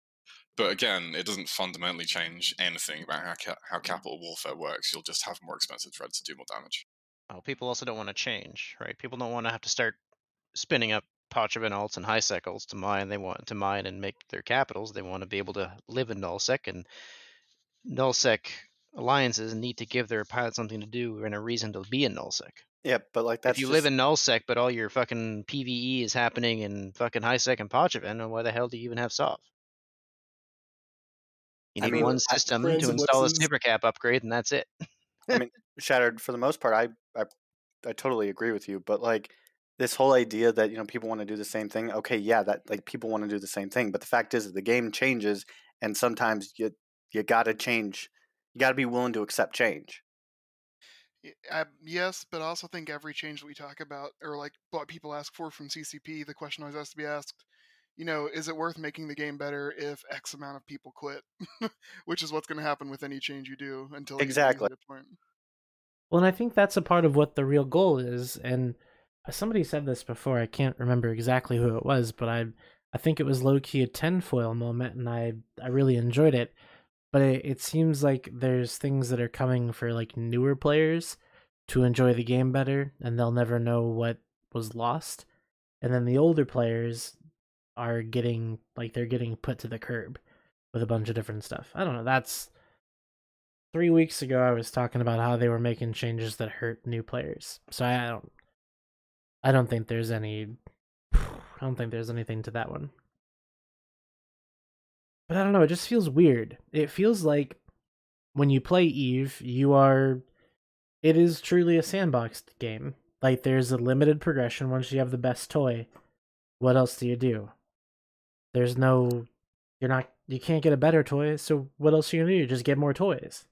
But again, it doesn't fundamentally change anything about how, ca- how capital warfare works. You'll just have more expensive dread to do more damage.
Oh, people also don't want to change, right? People don't want to have to start spinning up Pachamama alts and high ults to mine. They want to mine and make their capitals. They want to be able to live in nullsec and nullsec alliances need to give their pilots something to do and a reason to be in nullsec.
Yeah, but like that's
if you
just-
live in nullsec, but all your fucking PVE is happening in fucking high sec and Pachamama, then why the hell do you even have soft? You
I
need
mean,
one
I-
system
Friends
to
and
install a
Blessings-
supercap upgrade, and that's it.
I mean, shattered for the most part. I, I I totally agree with you, but like this whole idea that you know people want to do the same thing. Okay, yeah, that like people want to do the same thing, but the fact is that the game changes, and sometimes you you gotta change. You gotta be willing to accept change.
Y- I, yes, but I also think every change that we talk about, or like what people ask for from CCP, the question always has to be asked. You know, is it worth making the game better if X amount of people quit? Which is what's going to happen with any change you do until you
Exactly.
Get a point.
Well, and I think that's a part of what the real goal is. And uh, somebody said this before. I can't remember exactly who it was, but I I think it was low key a tinfoil moment, and I I really enjoyed it. But it, it seems like there's things that are coming for like newer players to enjoy the game better, and they'll never know what was lost. And then the older players are getting like they're getting put to the curb with a bunch of different stuff. I don't know. That's three weeks ago I was talking about how they were making changes that hurt new players. So I don't I don't think there's any I don't think there's anything to that one. But I don't know, it just feels weird. It feels like when you play Eve, you are it is truly a sandboxed game. Like there's a limited progression once you have the best toy. What else do you do? There's no you're not you can't get a better toy, so what else are you gonna do? Just get more toys.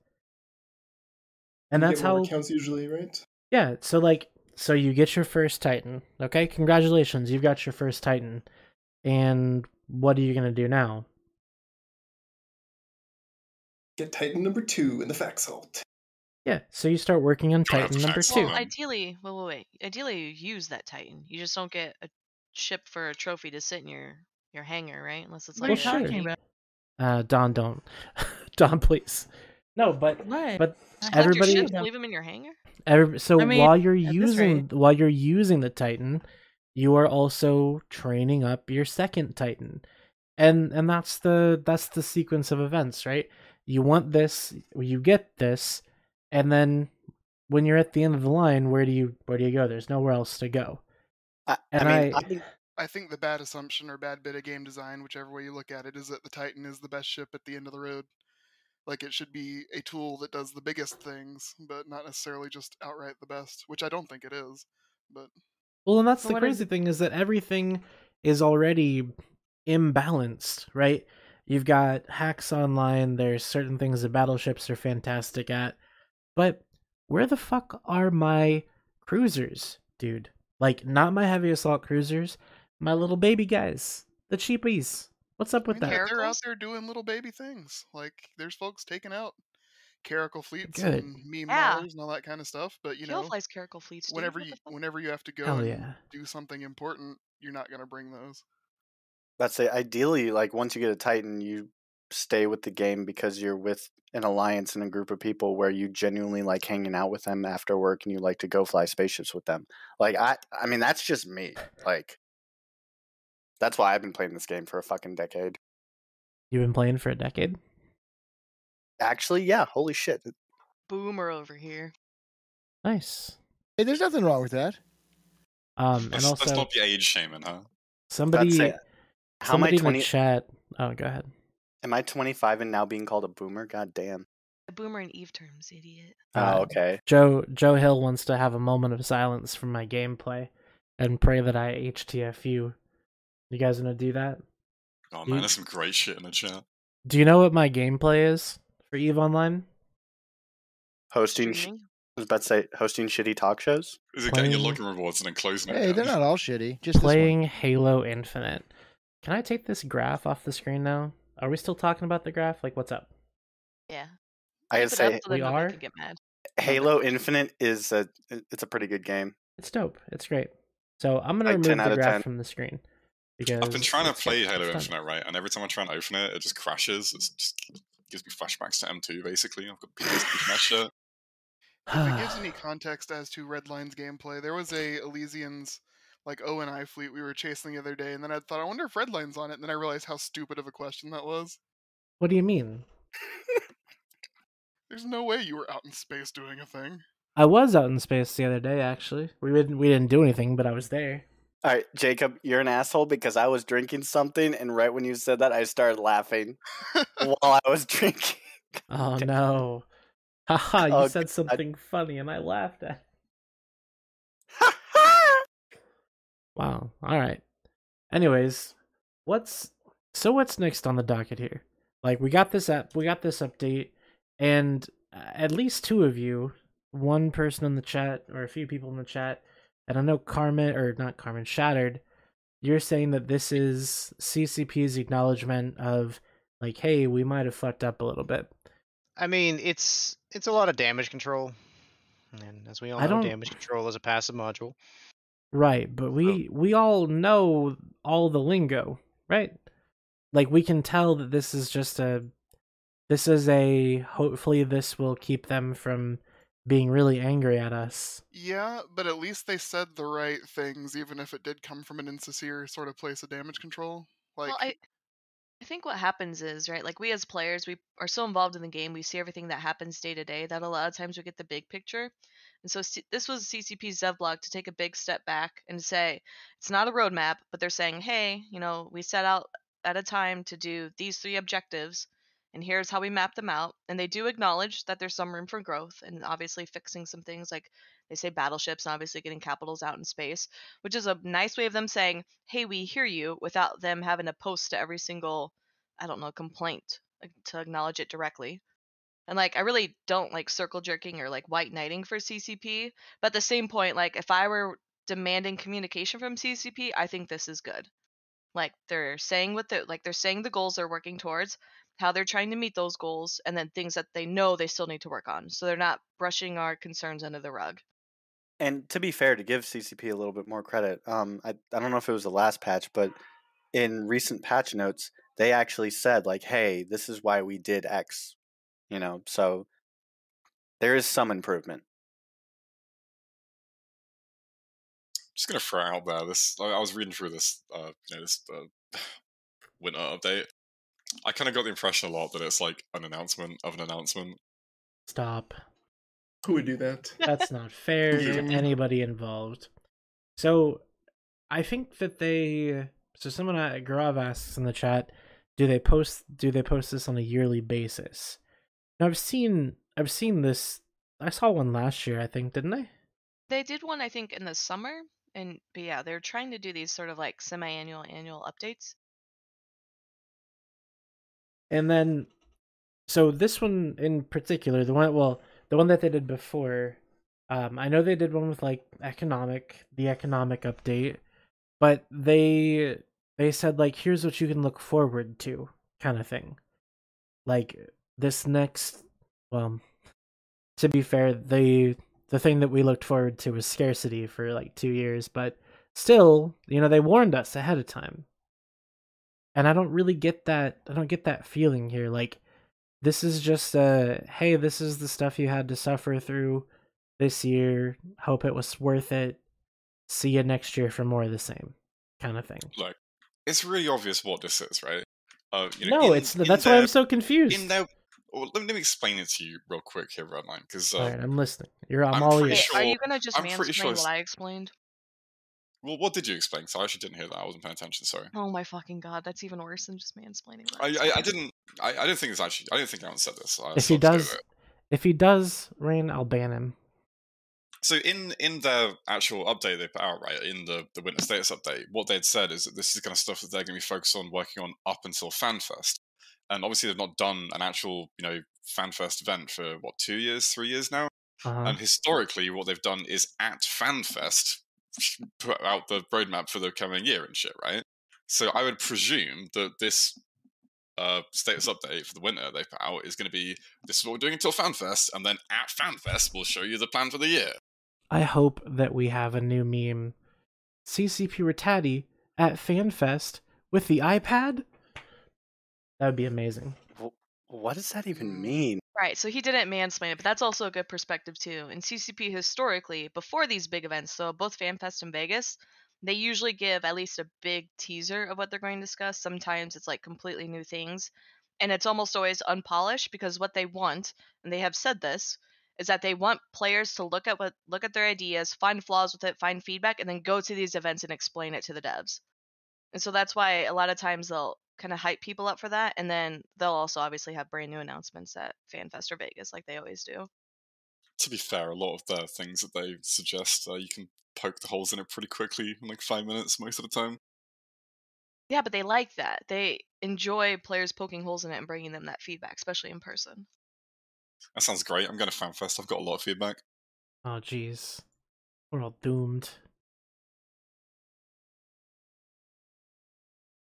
And
You
that's
get more
how
accounts usually, right?
yeah, so like so you get your first Titan, okay? Congratulations, you've got your first Titan. And what are you gonna do now?
Get Titan number two in the fax vault.
Yeah, so you start working on Titan number two.
Well, ideally, wait, wait, wait. Ideally, you use that Titan. You just don't get a ship for a trophy to sit in your your hangar, right? Unless it's like
Well,
a
sure.
unique-
Uh, Don, don't. Don, please. No, but
What?
but
Just collect your
everybody.
ships, leave them in your hangar.
Every, so
I mean,
while you're
at this
using while you're using the Titan, you are also training up your second Titan, and and that's the that's the sequence of events, right? You want this, you get this, and then when you're at the end of the line, where do you where do you go? There's nowhere else to go. and I,
I think the bad assumption or bad bit of game design, whichever way you look at it, is that the Titan is the best ship at the end of the road. Like it should be a tool that does the biggest things, but not necessarily just outright the best, which I don't think it is. But
Well, and that's
But
the
what is-
crazy thing is that everything is already imbalanced, right? You've got hacks online. There's certain things that battleships are fantastic at, but where the fuck are my cruisers, dude? Like, not my heavy assault cruisers, my little baby guys, the cheapies. What's up
I
with
mean,
that?
they're- they're out there doing little baby things. Like there's folks taking out caracal fleets
Good.
and meme
Yeah.
models and all that kind of stuff. But you know,
Killflies caracal fleets. Dude.
whenever
What
you
the fuck?
whenever you have to go
Hell
and
yeah.
do something important, you're not gonna bring those.
That's it. Ideally, like once you get a Titan, you stay with the game because you're with an alliance and a group of people where you genuinely like hanging out with them after work and you like to go fly spaceships with them. Like I, I mean, that's just me. Like that's why I've been playing this game for a fucking decade.
You've been playing for a decade.
Actually, yeah. Holy shit.
Boomer over here.
Nice.
Hey, there's nothing wrong with that.
Um, and
Let's, let's
also
not be age shaming, huh?
somebody,
it. How am I
somebody in
20
the chat. Oh, go ahead.
Am I 25 and now being called a boomer? God damn.
A boomer in Eve terms, idiot.
Oh, okay.
Uh, Joe Joe Hill wants to have a moment of silence for my gameplay, and pray that I HTF you. You guys want to do that?
Oh
You-
man, there's some great shit in the chat.
Do you know what my gameplay is for Eve Online?
Hosting. Sh- I was about to say hosting shitty talk shows.
Is it getting your
Playing-
login rewards and then closing it?
Hey, they're
down?
not all shitty. Just this one.
Playing Halo Infinite. Can I take this graph off the screen now? Are we still talking about the graph? Like, what's up?
Yeah.
I
Flip it up
gotta say,
so that
We
nobody
are?
can get mad.
Halo Infinite is a it's a pretty good game.
It's dope. It's great. So I'm gonna
Like 10
remove
out
the
of
graph
10.
from the screen because
I've been trying to
it's-
play Halo
it's done.
Infinite, right? And every time I try and open it, it just crashes. It just gives me flashbacks to M2, basically. I've got PTSD from that shit.
if it gives any context as to Red Line's gameplay, there was a Elysian's like O and I fleet we were chasing the other day, and then I thought, I wonder if Red Line's on it, and then I realized how stupid of a question that was.
What do you mean?
There's no way you were out in space doing a thing.
I was out in space the other day. Actually, we didn't we didn't do anything, but I was there.
All right, Jacob, you're an asshole because I was drinking something, and right when you said that, I started laughing while I was drinking.
Oh no. Haha, you
Oh,
said something funny and I laughed at. wow. All right. Anyways, what's so what's next on the docket here? Like we got this app, we got this update and uh, at least two of you, one person in the chat or a few people in the chat, and I know Carmen or not Carmen Shattered, you're saying that this is CCP's acknowledgement of like hey, we might have fucked up a little bit.
I mean, it's it's a lot of damage control, and as we all
I
know,
don't-
damage control is a passive module.
Right, but we we all know all the lingo, right? Like we can tell that this is just a this is a hopefully this will keep them from being really angry at us.
Yeah, but at least they said the right things, even if it did come from an insincere sort of place of damage control. Like,
well, I, I think what happens is right, like we as players, we are so involved in the game, we see everything that happens day to day that a lot of times we get the big picture. And so C- this was CCP's dev blog to take a big step back and say it's not a roadmap, but they're saying, hey, you know, we set out at a time to do these three objectives, and here's how we map them out. And they do acknowledge that there's some room for growth and obviously fixing some things like they say battleships and obviously getting capitals out in space, which is a nice way of them saying, hey, we hear you without them having to post to every single, I don't know, complaint like, to acknowledge it directly. And like, I really don't like circle jerking or like white knighting for CCP. But at the same point, like, if I were demanding communication from CCP, I think this is good. Like, they're saying what they're like, they're saying the goals they're working towards, how they're trying to meet those goals, and then things that they know they still need to work on. So they're not brushing our concerns under the rug.
And to be fair, to give CCP a little bit more credit, um, I, I don't know if it was the last patch, but in recent patch notes, they actually said, like, hey, this is why we did X, you know, so there is some improvement.
just gonna throw out there. This I I was reading through this, uh, you know, this uh, winter update. I kind of got the impression a lot that it's like an announcement of an announcement.
Stop.
Who would do that?
That's not fair to
Yeah.
anybody involved. So, I think that they. So someone at Grav asks in the chat, do they post? Do they post this on a yearly basis? Now I've seen. I've seen this. I saw one last year. I think didn't I?
They did one, I think, in the summer. And but yeah, they're trying to do these sort of like semi annual, annual updates.
And then, so this one in particular, the one well, the one that they did before, um, I know they did one with like economic, the economic update, but they they said like, here's what you can look forward to, kind of thing. Like this next, well, to be fair, the the thing that we looked forward to was scarcity for like two years, but still, you know, they warned us ahead of time and i don't really get that i don't get that feeling here like this is just a hey this is the stuff you had to suffer through this year hope it was worth it see you next year for more of the same kind of thing
Like, it's really obvious what this is, right? Uh, you know,
no
in-
it's
in
that's why i'm
their-
so confused
In their, well, let, me, let me explain it to you real quick here, Redline, because
all
uh,
right i'm listening you're i'm,
I'm
all
pretty
ears.
sure-
Are you gonna just
I'm pretty
mansplain
sure
what
it's-
I explained?
well, what did you explain? So I actually didn't hear that. I wasn't paying attention. Sorry.
Oh my fucking god, that's even worse than just mansplaining. What
I, I, I didn't. I, I didn't think it's actually. I didn't think anyone said this. I
if he
sort of
does if he does rain i'll ban him
So in in their actual update they put out, right, in the, the winter status update, what they'd said is that this is the kind of stuff that they're gonna be focused on working on up until FanFest. And obviously they've not done an actual, you know, FanFest event for what, two years, three years now?
Uh-huh.
And historically what they've done is at FanFest put out the roadmap for the coming year and shit, right? So I would presume that this uh, status update for the winter they put out is going to be this is what we're doing until FanFest, and then at FanFest we'll show you the plan for the year.
i hope that we have a new meme ccp Rattati at fanfest with the ipad that would be amazing
What does that even mean?
Right, so he didn't mansplain it, but that's also a good perspective too. And CCP historically, before these big events, so both FanFest and Vegas, they usually give at least a big teaser of what they're going to discuss. Sometimes it's like completely new things, and it's almost always unpolished because what they want, and they have said this, is that they want players to look at what look at their ideas, find flaws with it, find feedback, and then go to these events and explain it to the devs. And so that's why a lot of times they'll kind of hype people up for that. And then they'll also obviously have brand new announcements at FanFest or Vegas, like they always do.
to be fair, a lot of the things that they suggest, uh, you can poke the holes in it pretty quickly in like five minutes most of the time.
Yeah, but they like that. They enjoy players poking holes in it and bringing them that feedback, especially in person.
That sounds great. I'm going to FanFest. I've got a lot of feedback.
Oh jeez. We're all doomed.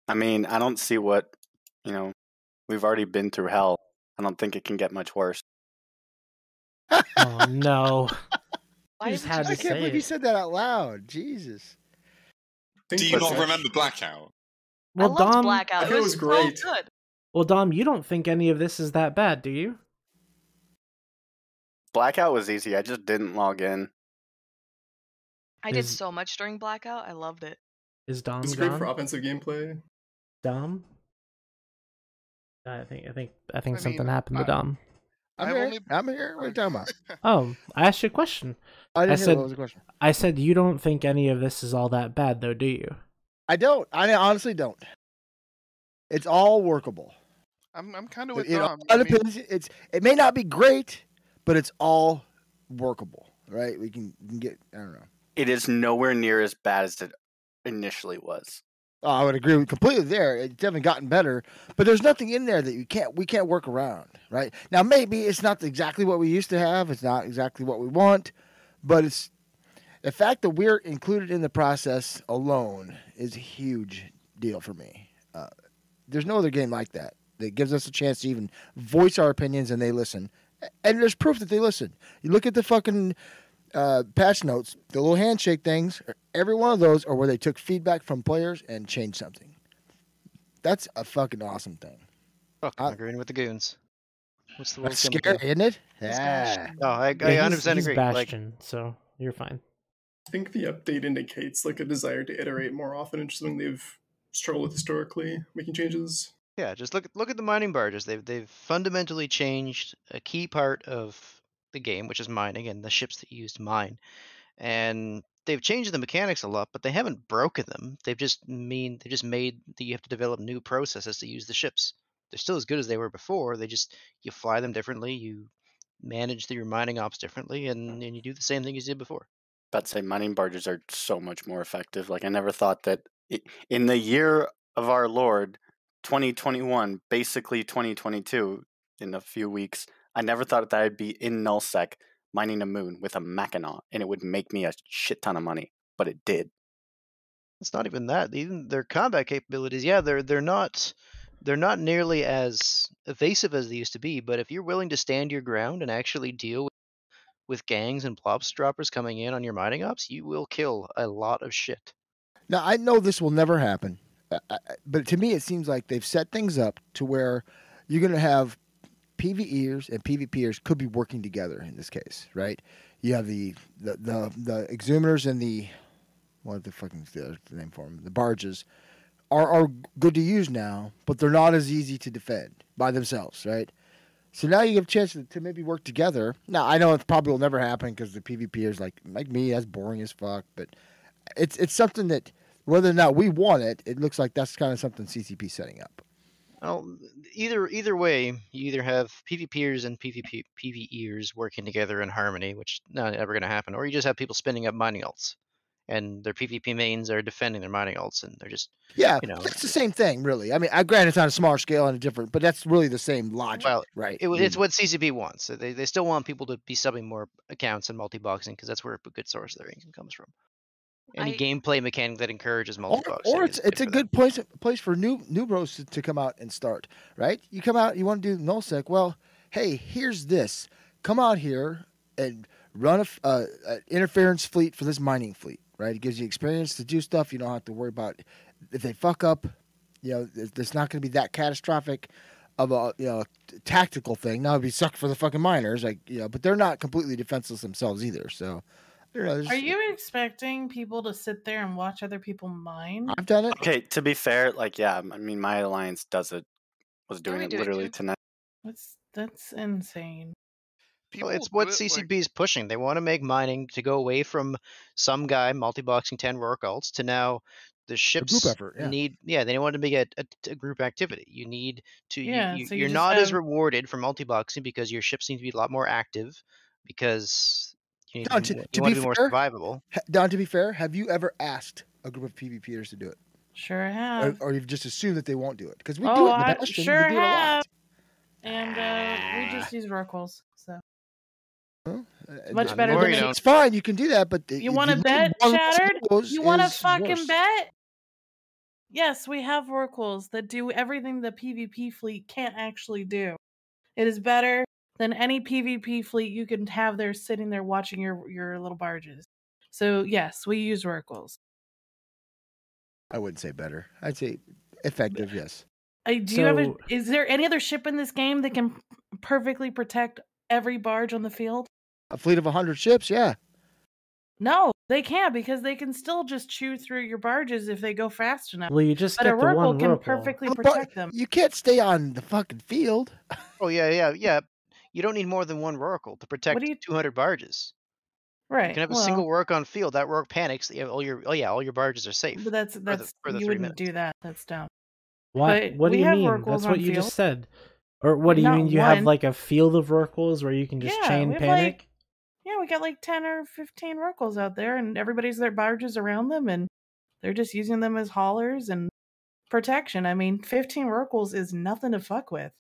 I mean, I don't see what, you know, we've already been through hell. I don't think it can get much worse.
Oh no.
I
You just had to
can't
say
believe you
it.
said that out loud. Jesus.
Do you not remember Blackout?
Well, Dom,
Blackout. It was great. good.
well, Dom, you don't think any of this is that bad, do you?
Blackout was easy. I just didn't log in.
I did
Is-
so much during Blackout. I loved it.
Is Dom
It's great
gone?
for offensive gameplay.
Dom? I think I think I think
I
something
mean,
happened to
I-
Dom.
I'm
I've
here.
only-
I'm here. What are you talking about?
Oh, I asked you a question.
I didn't hear
said
what was the question.
I said you don't think any of this is all that bad though, do you?
I don't. I honestly don't. It's all workable.
I'm I'm kind of
It,
with
it all
Dom. I mean,
depends. It's it may not be great, but it's all workable, right? We can, we can get. I don't know.
It is nowhere near as bad as it initially was.
Oh, I would agree with completely there. It's definitely gotten better, but there's nothing in there that you can't we can't work around, right? Now maybe it's not exactly what we used to have. It's not exactly what we want, but it's the fact that we're included in the process alone is a huge deal for me. Uh, there's no other game like that that gives us a chance to even voice our opinions and they listen. A- And there's proof that they listen. You look at the fucking uh, patch notes, the little handshake things, every one of those are where they took feedback from players and changed something. That's a fucking awesome thing.
Fuck, I'm agreeing with the goons. What's the world's
That's
gonna
scary,
do?
isn't it?
It's
Yeah.
No, I, I
Yeah, he's-
100%
he's
agree. Like,
Bastion, so you're fine.
I think the update indicates like a desire to iterate more often, and something they've struggled with historically, making changes.
yeah, just look at look at the mining barges. They've they've fundamentally changed a key part of the game, which is mining and the ships that you use to mine. And they've changed the mechanics a lot, but they haven't broken them. They've just mean they just made that you have to develop new processes to use the ships. They're still as good as they were before. They just you fly them differently, you manage the, your mining ops differently, and, and you do the same thing as you did before.
About to say mining barges are so much more effective. Like I never thought that i- in the year of our Lord, 2021, basically 2022, in a few weeks, I never thought that I'd be in Nullsec mining a moon with a Mackinaw, and it would make me a shit ton of money. But it did.
it's not even that. Even their combat capabilities, yeah, they're they're not they're not nearly as evasive as they used to be. But if you're willing to stand your ground and actually deal with, with gangs and plobstroppers coming in on your mining ops, you will kill a lot of shit.
Now I know this will never happen, uh, uh, but to me it seems like they've set things up to where you're going to have PVEers and PVPers could be working together in this case, right? You have the the the, the exhumers and the what the fucking the other name for them the barges are are good to use now, but they're not as easy to defend by themselves, right? So now you have a chance to, to maybe work together. Now I know it probably will never happen because the PvPers like like me, that's boring as fuck. But it's it's something that whether or not we want it, it looks like that's kind of something CCP setting up.
Well, either either way, you either have PvPers and PvP PvEers working together in harmony, which not ever going to happen, or you just have people spinning up mining alts, and their PvP mains are defending their mining alts, and they're just
Yeah,
you know
it's the same thing, really. I mean, I grant it's on a smaller scale and a different, but that's really the same logic,
Well,
right?
it, wa-
I
it's
mean,
what CCP wants. So they, they still want people to be subbing more accounts and multi-boxing because that's where a good source of their income comes from. Any
I-
gameplay mechanic that encourages
or,
multi-boxing
or
is
it's it's a
good for them.
good place place for new new bros to, to come out and start, right? You come out, you want to do nullsec. Well, hey, here's this. Come out here and run a f- uh, an interference fleet for this mining fleet, right? It gives you experience to do stuff. You don't have to worry about if they fuck up. You know, th- it's not going to be that catastrophic of a you know t- tactical thing. Now it'd be suck for the fucking miners, like you know, but they're not completely defenseless themselves either. So, I don't know, there's-
Are you expecting people to sit there and watch other people mine?
I've done it.
Okay, to be fair, like yeah, I mean my alliance does it. Was doing
we
it
do it
literally
too.
tonight.
That's that's insane.
Well, it's what CCP is pushing. They want to make mining to go away from some guy multi-boxing ten work alts to now the ships
effort, yeah.
need. Yeah, they want to make it a, a group activity. You need to.
Yeah,
You,
so
you,
you
you're
just
not as
have-
rewarded for multi-boxing because your ships need to be a lot more active because you need
Don,
to,
to,
be, mo- you
to
want
be
to be more
fair,
survivable.
ha- Don, to be fair, have you ever asked a group of PvPers to do it?
Sure
Or,
have.
or you've just assumed that they won't do it because we
oh,
do it in the
I
Bastion.
sure
we do
have. And uh, we just use Rorquals, so
it a lot. Uh,
Much
uh,
better
it's-
than me.
it's fine. You can do that, but
You want to bet, Shattered? You want to fucking bet? Yes, we have Oracles that do everything the PvP fleet can't actually do. It is better than any PvP fleet you can have there sitting there watching your, your little barges. So, yes, we use Oracles.
I wouldn't say better. I'd say effective. Yes.
I do you have a,
So-
is there any other ship in this game that can perfectly protect every barge on the field?
A fleet of hundred ships. Yeah.
No, they can't because they can still just chew through your barges if they go fast enough.
Well, you just
but
get
a
the
Rorqual
one
can
Rorqual.
perfectly
Well, but
protect them.
You can't stay on the fucking field.
Oh yeah, yeah, yeah. You don't need more than one Roracle to protect
you-
200 barges.
Right.
You can have a
well,
single work on field. That work panics. that you have all your oh yeah, all your barges are safe.
But that's
for the-
that's
for the
you
three
wouldn't do that. That's dumb.
What?
But
what do
we
you
have
mean?
work goals
That's what
on
you just
field.
said. Or what do you
Not
mean? You have
one.
like a field of Urkels where you can just
Yeah,
chain
we have,
panic?
like- yeah, we got like ten or fifteen Rurkles out there, and everybody's their barges around them, and they're just using them as haulers and protection. I mean, fifteen Rurkles is nothing to fuck with.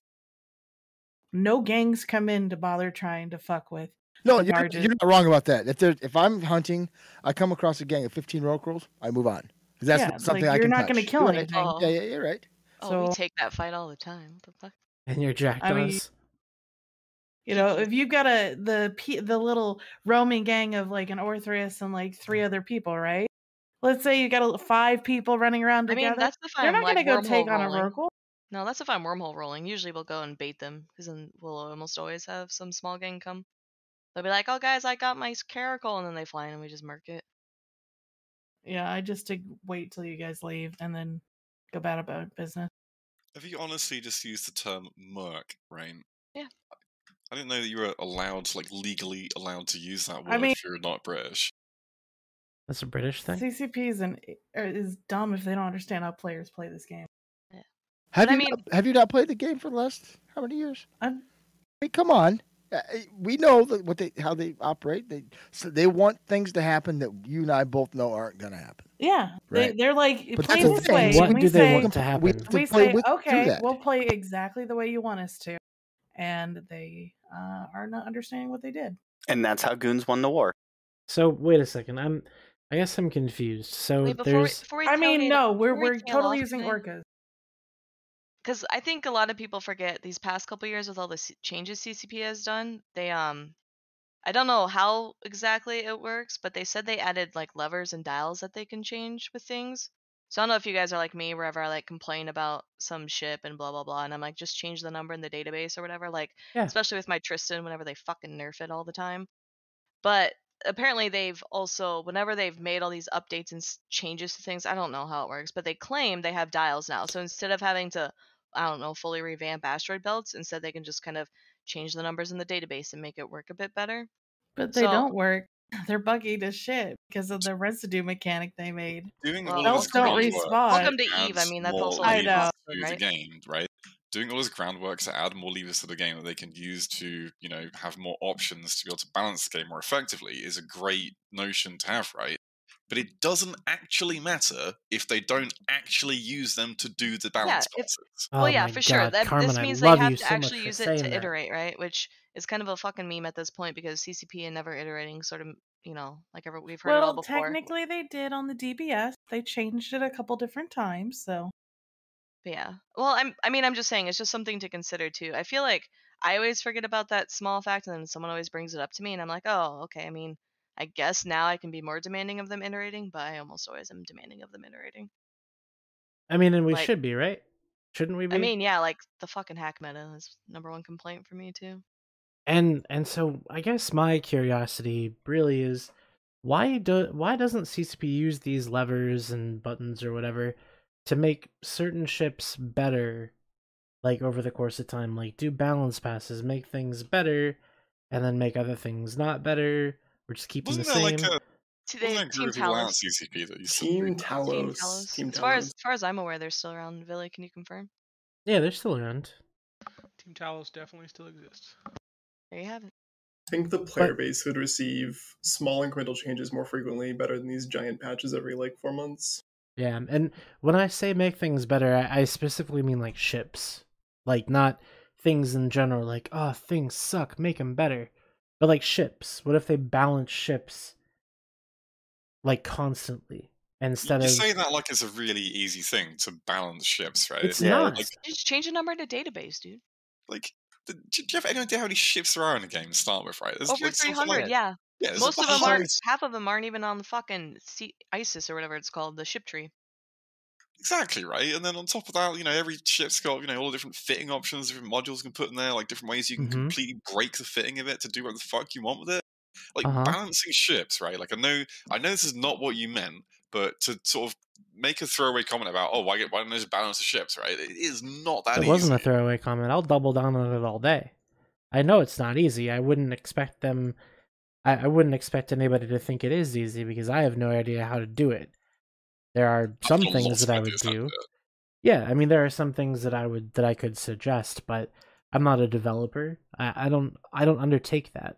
No gangs come in to bother trying to fuck with.
No,
the
you're,
barges.
you're not wrong about that. If there, if I'm hunting, I come across a gang of 15 road girls, I move on. 'Cause That's
Yeah,
not
it's
something
like,
I
you're
can
not gonna
touch.
kill
You're right.
anything.
Oh.
Yeah, yeah, you're right.
Oh,
So-
we take that fight all the time. What the fuck?
And your jackdaws.
I mean, You know, if you've got a the pe- the little roaming gang of like an Orthrus and like three other people, right? Let's say you got a, five people running around
I mean,
together.
that's if
They're
I'm,
not
like,
gonna go
wormhole
take on a
rolling.
Urkel.
No, that's if I'm wormhole rolling. Usually we'll go and bait them because then we'll almost always have some small gang come. They'll be like, "Oh, guys, I got my s- caracal," and then they fly in and we just murk it.
Yeah, I just to wait till you guys leave and then go about about business.
Have you honestly just used the term "merc," Rain?
Yeah.
I didn't know that you were allowed, like legally allowed, to use that word
I mean-
if you're not British.
That's a British thing.
CCP is an er, is dumb if they don't understand how players play this game.
Have
But I
you
mean-
not, have you not played the game for the last how many years?
i
mean, come on. Uh, We know that what they how they operate. They so they want things to happen that you and I both know aren't going to happen.
Yeah,
Right.
they, they're like
But
play
that's the
this
thing.
way.
What
and we
do they
say,
want to happen? We have to play
We say
with- do
okay,
that."
we'll play exactly the way you want us to, and they uh, are not understanding what they did.
And that's how goons won the war.
So wait a second. I'm. I guess I'm confused. So there's.
I mean, no, we're
before we
we're
tail
totally
off
using
thing-
orcas.
because I think a lot of people forget these past couple years with all the c- changes CCP has done. They um, I don't know how exactly it works, but they said they added like levers and dials that they can change with things. So I don't know if you guys are like me, wherever I like complain about some ship and blah blah blah, and I'm like just change the number in the database or whatever. Like
Yeah.
especially with my Tristan, whenever they fucking nerf it all the time. But apparently they've also whenever they've made all these updates and s- changes to things, I don't know how it works, but they claim they have dials now. So instead of having to I don't know, fully revamp asteroid belts. Instead, they can just kind of change the numbers in the database and make it work a bit better.
But they
So-
don't work. They're buggy as shit because of the residue mechanic they made.
Doing
Well,
all of
belts
this
don't
groundwork
respawn.
Welcome to Eve. I
adds
mean, that's
more
also
I
levers
know,
to the
right?
game, right? Doing all this groundwork to add more levers to the game that they can use to, you know, have more options to be able to balance the game more effectively is a great notion to have, right? But it doesn't actually matter if they don't actually use them to do the balance
if-
boxes.
Oh
well, yeah,
my
for sure.
God,
That
Carmen,
this
I
means
love
they have
you
to
so much
actually
for
use it
saying
to
that.
iterate, right? Which is kind of a fucking meme at this point because CCP and never iterating, sort of, you know, like ever we've heard it all
Well,
before.
technically they did on the DBS. They changed it a couple different times, so
But yeah. Well, I'm. I mean, I'm just saying it's just something to consider too. I feel like I always forget about that small fact, and then someone always brings it up to me, and I'm like, oh, okay. I mean, I guess now I can be more demanding of them iterating, but I almost always am demanding of them iterating.
I mean, and we
like-
should be right. Shouldn't we be?
I mean, yeah, like the fucking hack meta is number one complaint for me too.
and and so I guess my curiosity really is why do why doesn't CCP use these levers and buttons or whatever to make certain ships better like over the course of time like do balance passes make things better and then make other things not better or just keep
Wasn't
them
there
the
like
same
a
Today,
wasn't
Team
there a group of people out at
Talos.
CCP that used to
Team
do-
Team
Talos.
Talos.
Team
As far as,
Talos.
as far as I'm aware, they're still around. Villy, can you confirm?
yeah they're still around
Team Talos definitely still exists.
There you have it.
I think the player base would receive small incremental changes more frequently, better than these giant patches every like four months.
Yeah, and when I say make things better, I, I specifically mean like ships, like not things in general. Like, oh, things suck, make them better. But like ships, what if they balance ships like constantly instead
You
of?
say that like it's a really easy thing to balance ships, right?
It's Yeah, not.
Like,
Just change the number in a database, dude.
like do do you have any idea how many ships there are in the game to start with, right? There's
Over
like something
300,
like-
yeah.
Yeah, there's
Most of
about
them aren't.
100.
Half of them aren't even on the fucking sea- ISIS or whatever it's called, the ship tree.
Exactly, right? And then on top of that, you know, every ship's got, you know, all the different fitting options, different modules you can put in there, like different ways you can
Mhm.
completely break the fitting of it to do what the fuck you want with it. Like
Uh-huh.
balancing ships, right? Like I know I know this is not what you meant, but to sort of make a throwaway comment about, oh, why, get- why don't they just balance the ships, right? It is not that
It
easy.
wasn't a throwaway comment. I'll double down on it all day. I know it's not easy. I wouldn't expect them. I, I wouldn't expect anybody to think it is easy because I have no idea how to do it. There are some
got lots
things that
of
I would
ideas how to
do. yeah, I mean there are some things that I would that I could suggest, but I'm not a developer. I, I don't I don't undertake that.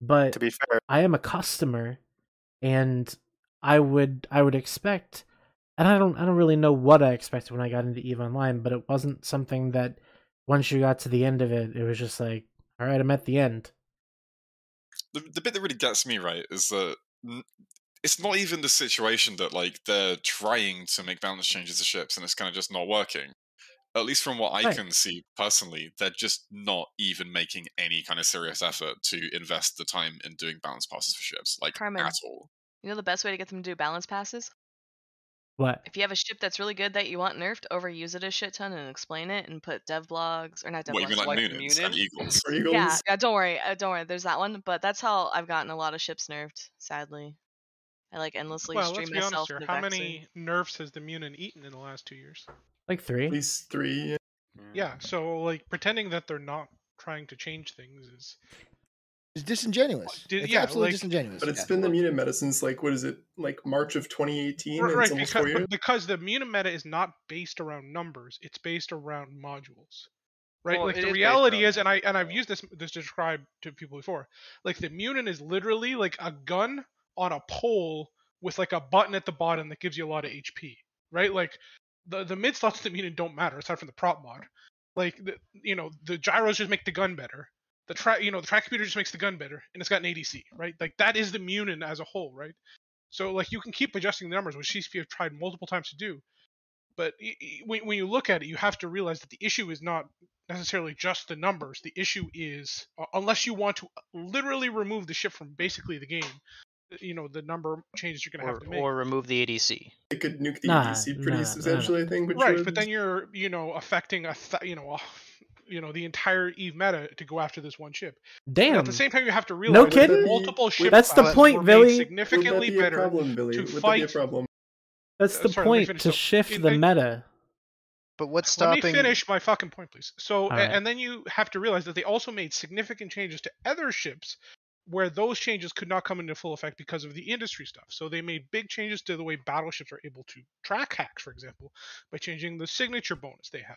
But
to be fair,
I am a customer and I would I would expect and I don't I don't really know what I expected when I got into Eve Online, but it wasn't something that once you got to the end of it, it was just like, all right, I'm at the end.
the, the bit that really gets me right is that n- it's not even the situation that like they're trying to make balance changes to ships and it's kind of just not working. At least from what I
Right.
can see personally, they're just not even making any kind of serious effort to invest the time in doing balance passes for ships, like
Carmen.
at all.
You know the best way to get them to do balance passes?
What?
If you have a ship that's really good that you want nerfed, overuse it a shit ton and explain it and put dev blogs or not dev
What, you
blogs.
mean like Noonans and Eagles?
Yeah, yeah, don't worry, uh, don't worry. There's that one, but that's how I've gotten a lot of ships nerfed. Sadly, I like endlessly
Well,
stream
let's be honest
myself.
here.
to
How
Vexy.
many nerfs has the Munin eaten in the last two years?
Like three? At
least three.
Yeah, so like pretending that they're not trying to change things is
It's disingenuous.
Did-
it's
yeah,
absolutely
like-
disingenuous.
But it's
yeah.
been the mutant meta since like what is it like March of 2018?
right,
and
right,
it's almost
because,
four years.
but because the Munin meta is not based around numbers; it's based around modules. Right,
Well,
like
it
the
is based
reality
around
is, and I and I've used this this to describe to people before. Like the Munin is literally like a gun on a pole with like a button at the bottom that gives you a lot of HP. Right, like the the mid slots of the Munin don't matter aside from the prop mod. Like the, you know the gyros just make the gun better. The track you know the track computer just makes the gun better, and it's got an ADC. Right, like that is the Munin as a whole. Right. So like you can keep adjusting the numbers, which CCP have tried multiple times to do. But y- y- when when you look at it, you have to realize that the issue is not necessarily just the numbers. The issue is uh, unless you want to literally remove the ship from basically the game, uh, you know the number changes you're going to have
or,
to make.
or remove the ADC.
It could nuke
the
nah,
ADC
pretty substantially, I think. Which
right,
would-
but then you're you know affecting a th- you know. A, you know the entire Eve meta to go after this one ship.
Damn.
And at the same time, you have to
No
realize that
kidding?
multiple ship
That's the
classes
point,
were made
Billy.
Significantly
Would that be a
better
problem, Billy?
to
Would that be
fight
a problem?
That's the
Uh, sorry, let me
point
finish.
to
So,
shift
in-
the
in-
meta.
But what's
Let me
stopping?
finish my fucking point, please. So, a-
All right.
and then you have to realize that they also made significant changes to other ships where those changes could not come into full effect because of the industry stuff. So they made big changes to the way battleships are able to track hacks, for example, by changing the signature bonus they had.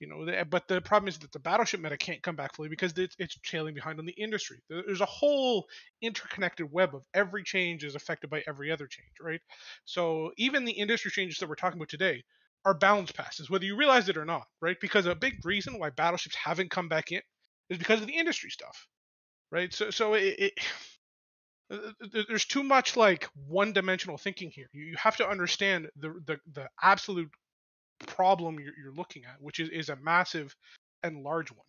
You know, the- but the problem is that the battleship meta can't come back fully because it's, it's tailing behind on the industry. There- There's a whole interconnected web of every change is affected by every other change, right? So even the industry changes that we're talking about today are balance passes, whether you realize it or not, right? Because a big reason why battleships haven't come back in is because of the industry stuff, right? So, so it, it th- th- there's too much like one-dimensional thinking here. You, you have to understand the the, the absolute problem you're, you're looking at, which is, is a massive and large one.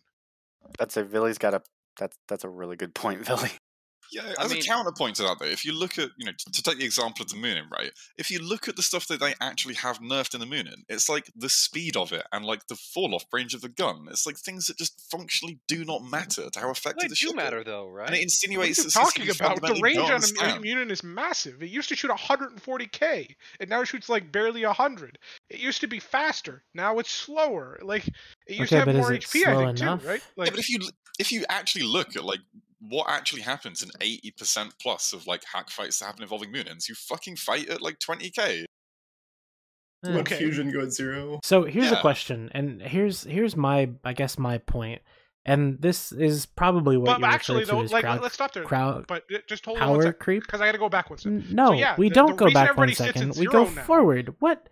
That's a Billy's got a that's that's a really good point, Billy.
Yeah,
I
as
mean-
a counterpoint to that, though, if you look at, you know, t- to take the example of the Moonin, right? If you look at the stuff that they actually have nerfed in the Moonin, it's like the speed of it and like the fall off range of the gun. It's like things that just functionally do not matter to how effective
They
the
do
ship
matter,
is.
though, right?
And it insinuates
What
that
are
CCP
you talking about? The
fundamentally
range
don't
on a
understand.
Munin is massive. It used to shoot 140k, and now it shoots like barely 100. It used to be faster, now it's slower. Like it used
Okay,
to
but
have more
is it
HP, I
slow
think,
enough?
too, right?
yeah, but if you if you actually look at like what actually happens in eighty percent plus of like hack fights that happen involving Moonins, you fucking fight at like twenty k.
Eh.
Would fusion go at zero?
So here's a
Yeah.
question, and here's here's my I guess my point, and this is probably what
But
you
actually,
refer to
though,
as
like
crowd,
let's stop there.
crowd
but uh, just hold on one
power
sec,
creep.
because I got to go back one second.
No,
so, yeah,
we
the-
don't
the
go
reason
back one
everybody sits
second.
at
We
zero
go
now-
forward. What?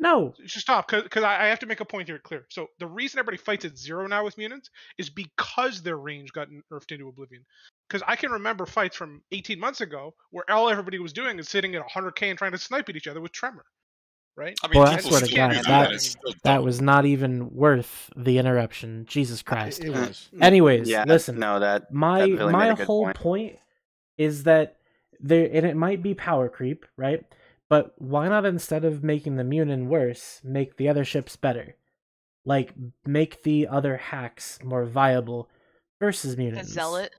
No.
just stop because I, I have to make a point here clear so the reason everybody fights at zero now with munins is because their range got nerfed into oblivion because i can remember fights from 18 months ago where all everybody was doing is sitting at 100k and trying to snipe at each other with tremor right
I
Well, I swear to
still
God,
do that, and it's
that,
still
that was not even worth the interruption. Jesus Christ.
Uh, it was.
Anyways,
Mm. Yeah,
listen.
no, that-
my
that really
my
made a good
whole
point.
point is that there, and it might be power creep, right? But why not instead of making the Munin worse, make the other ships better? Like make the other hacks more viable versus
A
Munins.
zealot.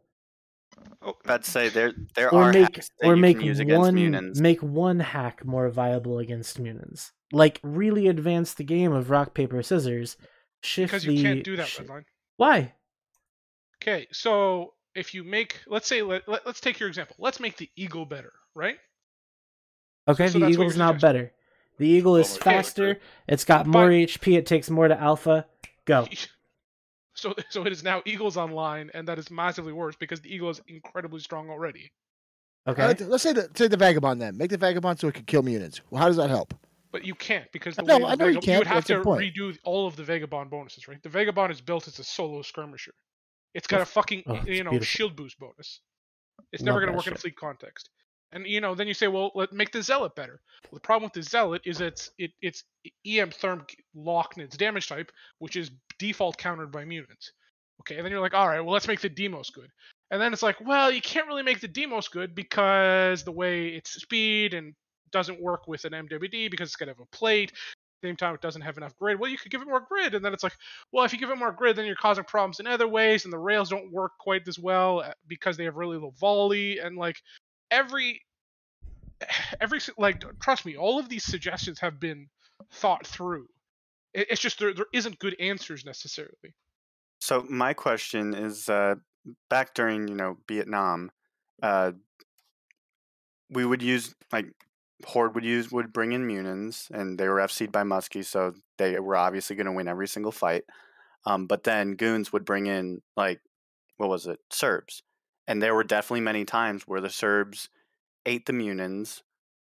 I'd Oh, say there there
or
are
make
hacks that
or
you
make
can use against
one
Munins.
make one hack more viable against Munins. Like really advance the game of rock paper scissors. Shift
because
the
you can't do that
shi-
redline
Why?
okay so if you make let's say let, let, let's take your example let's make the eagle better right
Okay,
So
the
that's what
eagle's
you're
now better. The eagle is faster. It's got more HP. It takes more to alpha. Go.
So, so it is now Eagles online, and that is massively worse because the Eagle is incredibly strong already.
Okay.
let's say the, say the vagabond then. Make the vagabond so it can kill mutants. Well, how does that help?
But you can't because the
No,
way
I
the
know you
Vagab-
can't,
would have
that's the
to
point.
redo all of the Vagabond bonuses, right? The Vagabond is built as a solo skirmisher. It's got a fucking
Oh, it's
you know
beautiful.
shield boost bonus. It's
Love
never going to
that
work in a
shit.
fleet context. And you know, then you say, well, let make the zealot better. Well, the problem with the zealot is it's it, it's EM therm locked in its damage type, which is default countered by mutants. Okay, and then you're like, all right, well, let's make the Demos good. And then it's like, well, you can't really make the Demos good because the way it's speed and doesn't work with an MWD because it's going to have a plate. Same time, it doesn't have enough grid. Well, you could give it more grid, and then it's like, well, if you give it more grid, then you're causing problems in other ways, and the rails don't work quite as well uh, because they have really low volley, and like every every s- like trust me, all of these suggestions have been thought through. It, it's just there there isn't good answers necessarily.
So my question is, uh, back during you know Vietnam, uh, we would use like Horde would use would bring in Munins, and they were FC'd by Muskie, so they were obviously going to win every single fight. Um, but then goons would bring in like what was it Serbs, and there were definitely many times where the Serbs ate the Munins.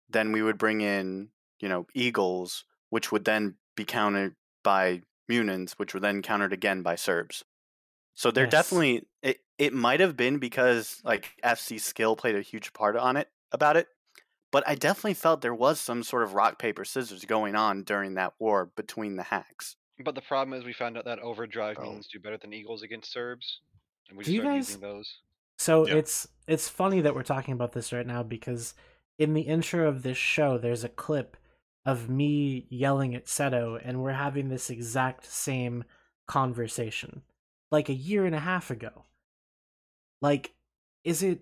Then we would bring in you know Eagles, which would then be countered by Munins, which were then countered again by Serbs. So they're
Yes.
definitely it, it might have been because like FC skill played a huge part on it about it, but I definitely felt there was some sort of rock paper scissors going on during that war between the hacks.
But the problem is, we found out that overdrive
Oh.
means do better than Eagles against Serbs, and we
Do
just
you
started
guys-
using those.
So it's it's funny that we're talking about this right now because in the intro of this show there's a clip of me yelling at Seto and we're having this exact same conversation like a year and a half ago. Like is it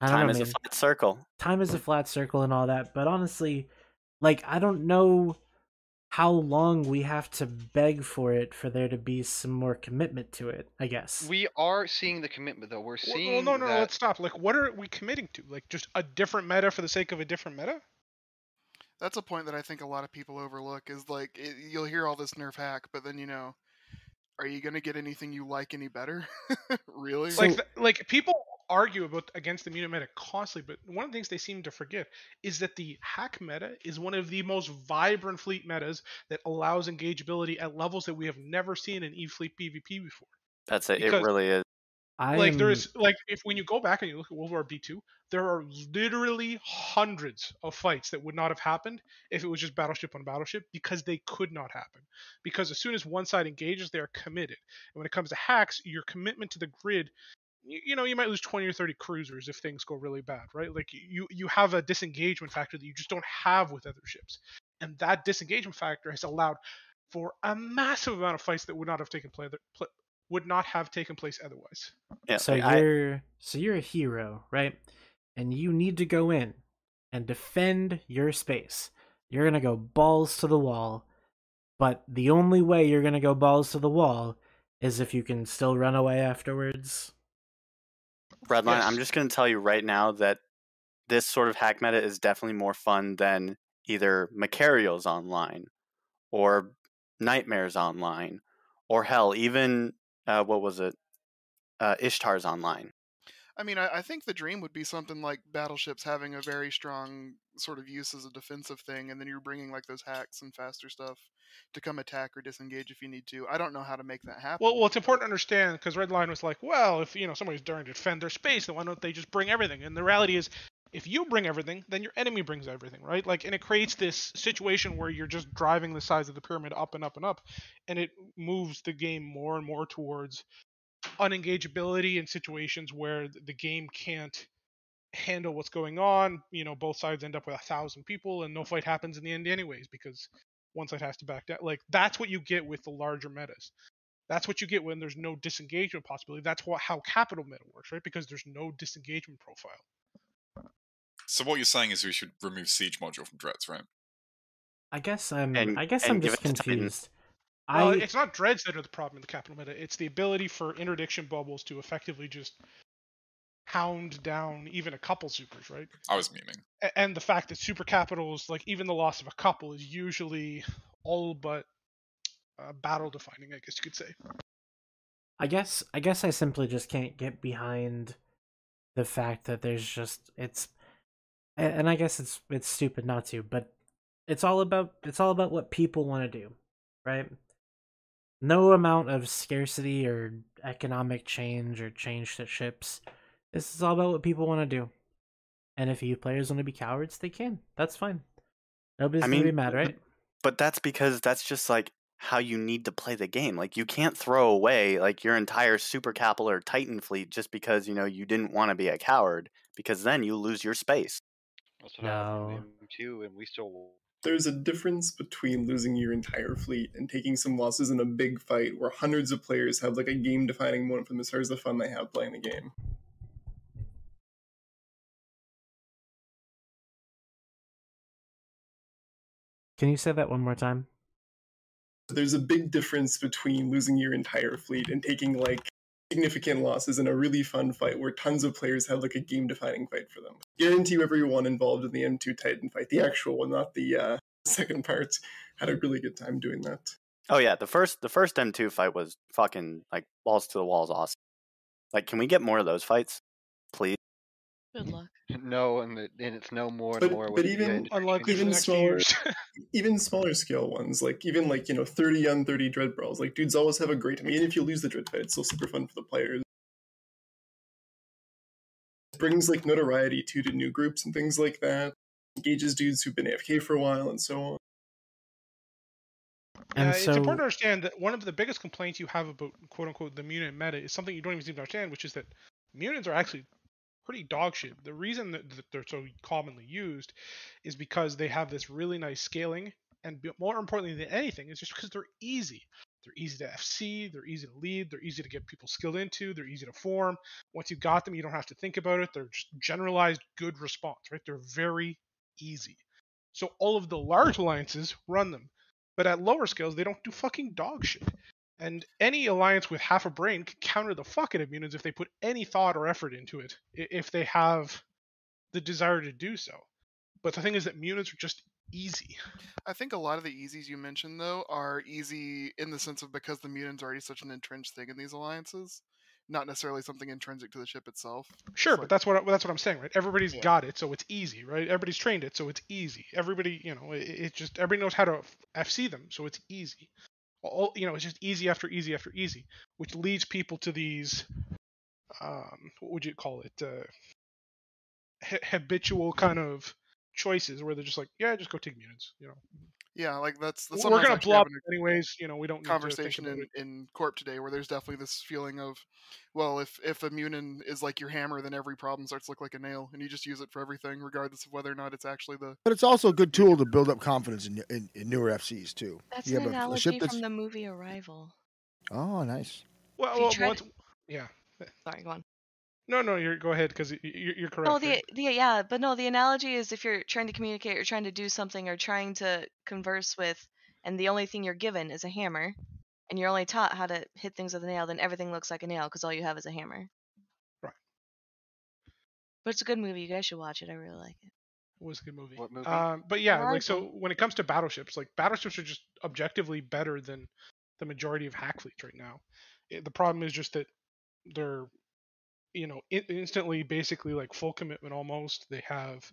I don't
Time
know,
is a mm-hmm.
man.
flat circle.
time is a flat circle and all that, but honestly like I don't know how long we have to beg for it for there to be some more commitment to it, I guess.
We are seeing the commitment, though. We're
Well,
seeing
well, no, no,
that
let's stop. Like, what are we committing to? Like, just a different meta for the sake of a different meta?
That's a point that I think a lot of people overlook. Is like it, you'll hear all this nerf hack, but then you know, are you gonna get anything you like any better? really?
Like, th- like people argue about against the mutant meta constantly, but one of the things they seem to forget is that the hack meta is one of the most vibrant fleet metas that allows engageability at levels that we have never seen in E fleet PvP before.
That's it.
Because-
it really is.
like there is like if when you go back and you look at World War B two, there are literally hundreds of fights that would not have happened if it was just battleship on battleship because they could not happen. Because as soon as one side engages, they are committed. And when it comes to hacks, your commitment to the grid, you, you know, you might lose twenty or thirty cruisers if things go really bad, right? Like you you have a disengagement factor that you just don't have with other ships, and that disengagement factor has allowed for a massive amount of fights that would not have taken place. Would not have taken place otherwise.
so you're so you're a hero, right? And you need to go in and defend your space. You're gonna go balls to the wall, but the only way you're gonna go balls to the wall is if you can still run away afterwards.
Redline, I'm just going to tell you right now that this sort of hack meta is definitely more fun than either Macarials Online or Nightmares Online or hell, even uh, what was it? Uh, Ishtar's Online.
I mean, I, I think the dream would be something like battleships having a very strong sort of use as a defensive thing, and then you're bringing like those hacks and faster stuff to come attack or disengage if you need to. I don't know how to make that happen.
Well, well, it's important to understand because Red Line was like, well, if you know somebody's daring to defend their space, then why don't they just bring everything? And the reality is, if you bring everything, then your enemy brings everything, right? Like, and it creates this situation where you're just driving the size of the pyramid up and up and up, and it moves the game more and more towards unengageability in situations where th- the game can't handle what's going on. You know, both sides end up with a thousand people, and no fight happens in the end, anyways, because one side has to back down. Like, that's what you get with the larger metas. That's what you get when there's no disengagement possibility. That's what how capital meta works, right? Because there's no disengagement profile.
So what you're saying is we should remove siege module from Dreads, right?
I guess I'm
And-
I guess
and
I'm
give
just
it to Titan.
confused.
Well,
I
it's not dreads that are the problem in the capital meta. It's the ability for interdiction bubbles to effectively just hound down even a couple supers, right?
I was memeing.
A- And the fact that super capitals, like even the loss of a couple, is usually all but uh, battle defining, I guess you could say.
I guess I guess I simply just can't get behind the fact that there's just it's a- and I guess it's it's stupid not to, but it's all about it's all about what people want to do, right? No amount of scarcity or economic change or change to ships. This is all about what people want to do. And if you players want to be cowards, they can. That's fine. Nobody's
I
gonna be
mean, uh,
mad, right?
but that's because that's just like how you need to play the game. Like you can't throw away like your entire super capital or titan fleet just because you know you didn't want to be a coward because then you lose your space.
That's what happened in Doom 2, and we still won.
Uh-huh. There's a difference between losing your entire fleet and taking some losses in a big fight where hundreds of players have like a game defining moment for them as far as the fun they have playing the game.
Can you say that one more time?
There's a big difference between losing your entire fleet and taking like significant losses in a really fun fight where tons of players have like a game defining fight for them. Guarantee everyone involved in the M2 Titan fight, the actual one, not the uh, second part, had a really good time doing that.
Oh yeah, the first the first M two fight was fucking like balls to the walls awesome. Like, can we get more of those fights, please?
Good luck.
No, and, the, and it's no more and
But,
more.
but
with the
even
end.
even smaller even smaller scale ones like even like you know 30 on 30 dread brawls like dudes always have a great time even if you lose the dread fight it's still super fun for the players it brings like notoriety too to new groups and things like that engages dudes who've been afk for a while and so on
And
uh,
so
it's important to understand that one of the biggest complaints you have about "quote unquote" the Munin meta is something you don't even seem to understand, which is that Munins are actually pretty dog shit. The reason that, that they're so commonly used is because they have this really nice scaling, and be- more importantly than anything, is just because they're easy. They're easy to FC, they're easy to lead, they're easy to get people skilled into, they're easy to form. Once you've got them, you don't have to think about it. They're just generalized good response, right? They're very easy. So all of the large alliances run them. But at lower scales, they don't do fucking dog shit. And any alliance with half a brain could counter the fuck out of Munins if they put any thought or effort into it, i- if they have the desire to do so. But the thing is that Munins are just easy.
I think a lot of the easies you mentioned though are easy in the sense of because the mutant's already such an entrenched thing in these alliances, not necessarily something intrinsic to the ship itself.
Sure, but that's what I- that's what I'm saying, right? Everybody's got it, so it's easy, right? Everybody's trained it, so it's easy. Everybody, you know, it, it just everybody knows how to FC them, so it's easy. All you know, it's just easy after easy after easy, which leads people to these, um, what would you call it? Uh, ha- habitual kind of choices where they're just like, yeah, just go take mutants, you know.
Yeah, like that's, that's something
We're
I was
gonna
actually
blow up
having a
anyways, you know. We don't need
conversation
to think
in,
about it.
in corp today where there's definitely this feeling of well if if a munin is like your hammer then every problem starts to look like a nail and you just use it for everything regardless of whether or not it's actually the
But it's also a good tool to build up confidence in, in, in newer FCs too.
That's
You
an
have a- a
analogy
ship
from
that's-
the movie Arrival.
Oh, nice.
Well,
If you
well,
tried
once- yeah.
Sorry, go on.
No, no, you're go ahead because you're, you're correct.
No, the,
right?
the yeah, but no, the analogy is if you're trying to communicate or trying to do something or trying to converse with, and the only thing you're given is a hammer, and you're only taught how to hit things with a nail, then everything looks like a nail because all you have is a hammer.
Right.
But it's a good movie. You guys should watch it. I really like it.
It was a good movie.
What movie?
Um, but yeah, like so
Arrival.
when it comes to battleships, like battleships are just objectively better than the majority of hack fleets right now. It, the problem is just that they're, you know, in- instantly basically like full commitment almost. They have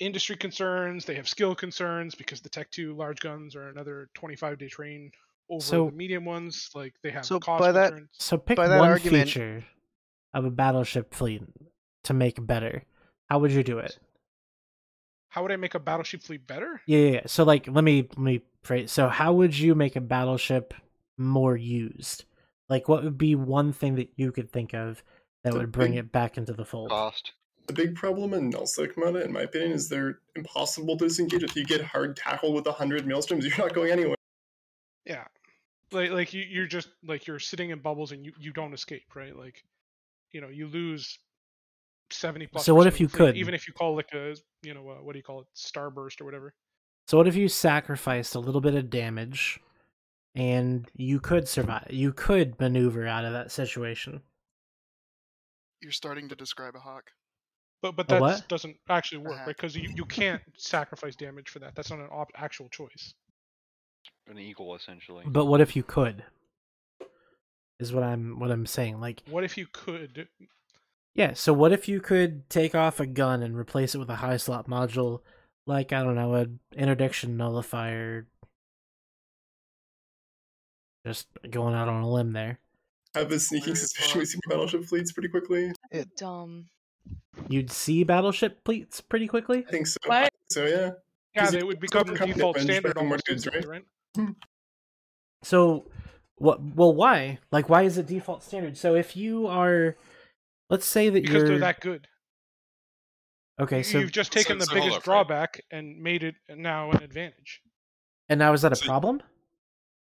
industry concerns, they have skill concerns because the Tech 2 large guns are another 25 day train over
So-
the medium ones. Like they have
So
cost
by that-
concerns.
So pick
By that
one
argument-
feature of a battleship fleet to make better. How would you do it?
How would I make a battleship fleet better?
Yeah, yeah, yeah. So like, let me let me phrase. So how would you make a battleship more used? Like, what would be one thing that you could think of that would bring it back into the fold?
Cost.
the big problem in Nullsec meta, in my opinion, is they're impossible to disengage. If you get hard tackle with 100 maelstroms, you're not going anywhere.
Yeah. Like like you you're just like you're sitting in bubbles and you you don't escape, right? Like you know, you lose 70 plus.
So what
percent
if
of
you
the fleet,
could?
even if you call like a you know, uh, what do you call it? Starburst or whatever.
So what if you sacrificed a little bit of damage, and you could survive? You could maneuver out of that situation.
you're starting to describe a hawk.
But but
A
that
what?
doesn't actually
Uh-huh.
work, right?
hack.
Because you, you can't sacrifice damage for that. That's not an op- actual choice.
An eagle, essentially.
But what if you could? Is what I'm what I'm saying. Like,
What if you could?
yeah. So what if you could take off a gun and replace it with a high slot module, like I don't know, an interdiction nullifier. Just going out on a limb there.
I have a sneaking suspicion we see more battleship fleets pretty quickly.
Dumb.
You'd see battleship fleets pretty quickly.
I think so. I think so yeah.
Yeah,
'Cause
they
you
would become
can
the
overcome it
default
when you
standard
put more
almost
dudes,
instantly,
right?
right?
So, what? Well, why? Like, why is it default standard? So if you are, let's say that
Because
you're
they're that good.
okay. So
You've just taken
So-
the
so hold
biggest
up, right?
drawback and made it now an advantage.
and now is that a
so-
problem?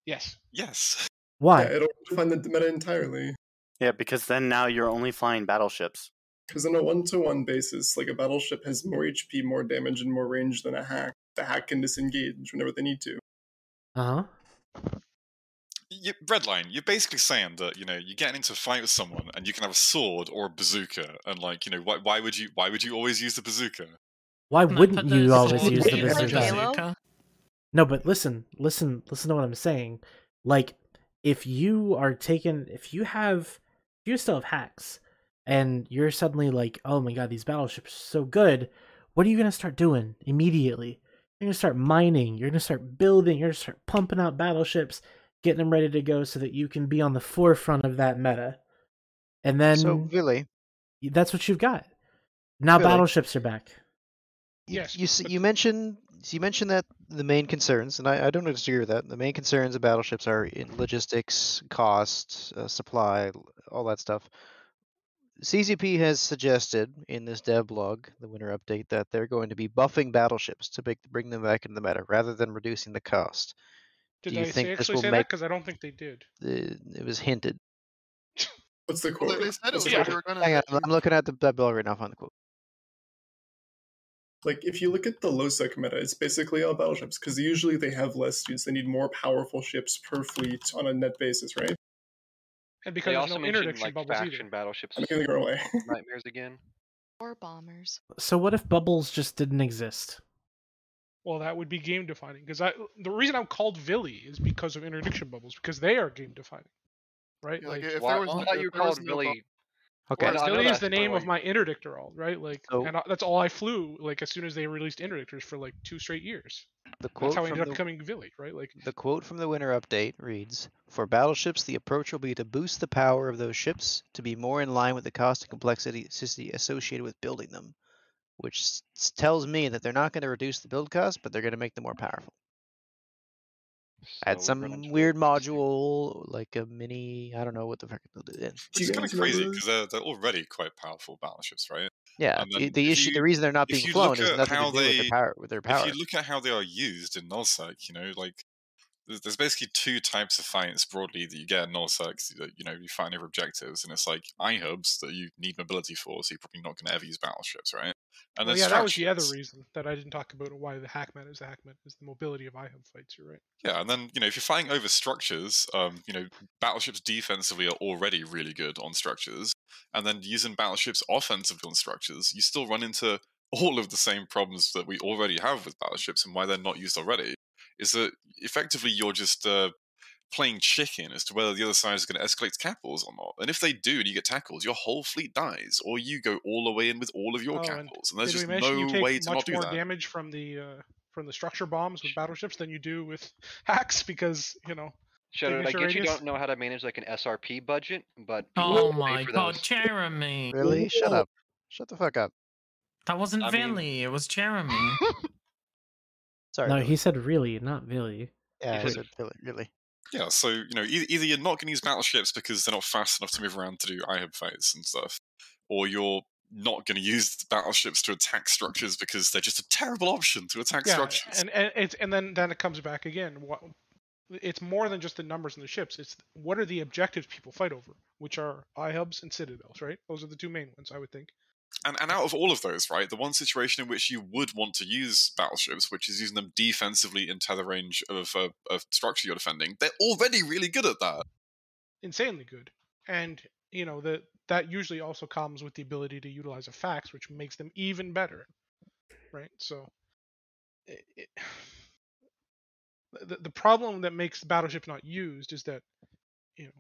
Yes.
Yes.
Why?
Yeah, it'll define the meta entirely.
Yeah, because then now you're only flying battleships.
Because on a one-to-one basis, like a battleship has more HP, more damage, and more range than a hack. The hack can disengage whenever they need to.
Uh huh.
You, Redline, you're basically saying that you know you're getting into a fight with someone, and you can have a sword or a bazooka, and like you know why, why would you why would you always use the bazooka?
Why wouldn't
thought
you
those
always
were
use the
like Halo?
bazooka? No, but listen, listen, listen to what I'm saying. Like, if you are taken, if you have, if you still have hacks, and you're suddenly like, oh my god, these battleships are so good. What are you gonna start doing immediately? You're gonna start mining. You're gonna start building. You're gonna start pumping out battleships, getting them ready to go, so that you can be on the forefront of that meta. And then
so really,
that's what you've got. Now
Really?
battleships are back.
You,
Yes,
you, s- you mentioned you mentioned that the main concerns, and I, I don't disagree with that. The main concerns of battleships are in logistics, cost, uh, supply, l- all that stuff. CCP has suggested in this dev blog, the winter update, that they're going to be buffing battleships to make, bring them back into the meta rather than reducing the cost.
Did
Do you
I
think
say,
this
actually
will
say that?
make
Because I don't think they did.
the, it was hinted?
What's the
Well,
quote?
they said
What's
it was
the
they
quote?
were gonna.
Hang on, I'm- I'm looking at the dev blog right now. Find the quote.
Like if you look at the low sec meta, it's basically all battleships because usually they have less dudes. They need more powerful ships per fleet on a net basis, right?
And because
they
there's
also
no
mentioned
interdiction
like
bubbles
faction
either.
battleships.
I'm gonna go away.
Nightmares again.
Or bombers.
So what if bubbles just didn't exist?
Well, that would be game defining. Because I, the reason I'm called Villy is because of interdiction bubbles, because they are game defining, right?
Yeah, like,
like,
if
Why,
there was
I
no-
thought
if
you
there was
called
no
really.
Okay.
Well, no, I know
Villy is
that's
the
probably
name
why
of
you-
my interdictor alt, right? Like,
So-
and I, that's all I flew. Like as soon as they released interdictors for like two straight years,
The quote
that's how I
from
ended up
the-
becoming Villy, right? Like,
The quote from the winter update reads For battleships, the approach will be to boost the power of those ships to be more in line with the cost and complexity sissy associated with building them, which s- s- tells me that they're not going to reduce the build cost, but they're going to make them more powerful. Add
So we're running
some weird module, like a mini, I don't know what the fuck they'll do. then.
Do
Which is
you
kind of
guys
crazy
remember-
because they're, they're already quite powerful battleships, right?
Yeah,
And
the,
then
the
if
issue, the
you-
reason they're not
if
being
you
flown
look
is
at
nothing
how
to do with their
they-
power. With their
if
power.
you look at how they are used in nullsec, you know, like there's, there's basically two types of fights broadly that you get in nullsec. You you know, you fight over objectives, and it's like i hubs that you need mobility for, so you're probably not going to ever use battleships, right? And
well,
then
yeah, that was the other
strategies.
reason that I didn't talk about why the hackman is the hackman is the mobility of IHUB fights. You're right.
Yeah, and then you know if you're fighting over structures, um, you know battleships defensively are already really good on structures, and then using battleships offensively on structures, you still run into all of the same problems that we already have with battleships, and why they're not used already is that effectively you're just uh, playing chicken as to whether the other side is going to escalate capitals or not. And if they do, and you get tackled, your whole fleet dies, or you go all the way in with all of your
Oh, and
capitals, and there's
Did we
just
mention you
no
take
way to
much
not do
more
that.
damage from the uh, from the structure bombs with battleships than you do with hacks? Because you know,
Shadow, I
Signature
guess you
radius?
don't know how to manage like an SRP budget, but people
Oh
will pay
my
for
god,
those.
Jeremy!
Really? Shut up. Shut the fuck up.
That wasn't
I mean-
Vinny, it was Jeremy.
Sorry.
no,
Billy.
he said really, not Villy.
yeah, I
Billy.
said Billy, really.
Yeah, so you know, e-, either, either you're not going to use battleships because they're not fast enough to move around to do IHUB fights and stuff, or you're not going to use battleships to attack structures because they're just a terrible option to attack
yeah,
structures.
and, and it's and then then it comes back again. What it's more than just the numbers and the ships. It's what are the objectives people fight over, which are IHUBs and citadels, right? Those are the two main ones I would think.
And, and out of all of those, right, the one situation in which you would want to use battleships, which is using them defensively into the range of a of structure you're defending, they're already really good at that.
Insanely good, and you know the that usually also comes with the ability to utilize effects, which makes them even better. Right? So it, it, the, the problem that makes battleships not used is that you know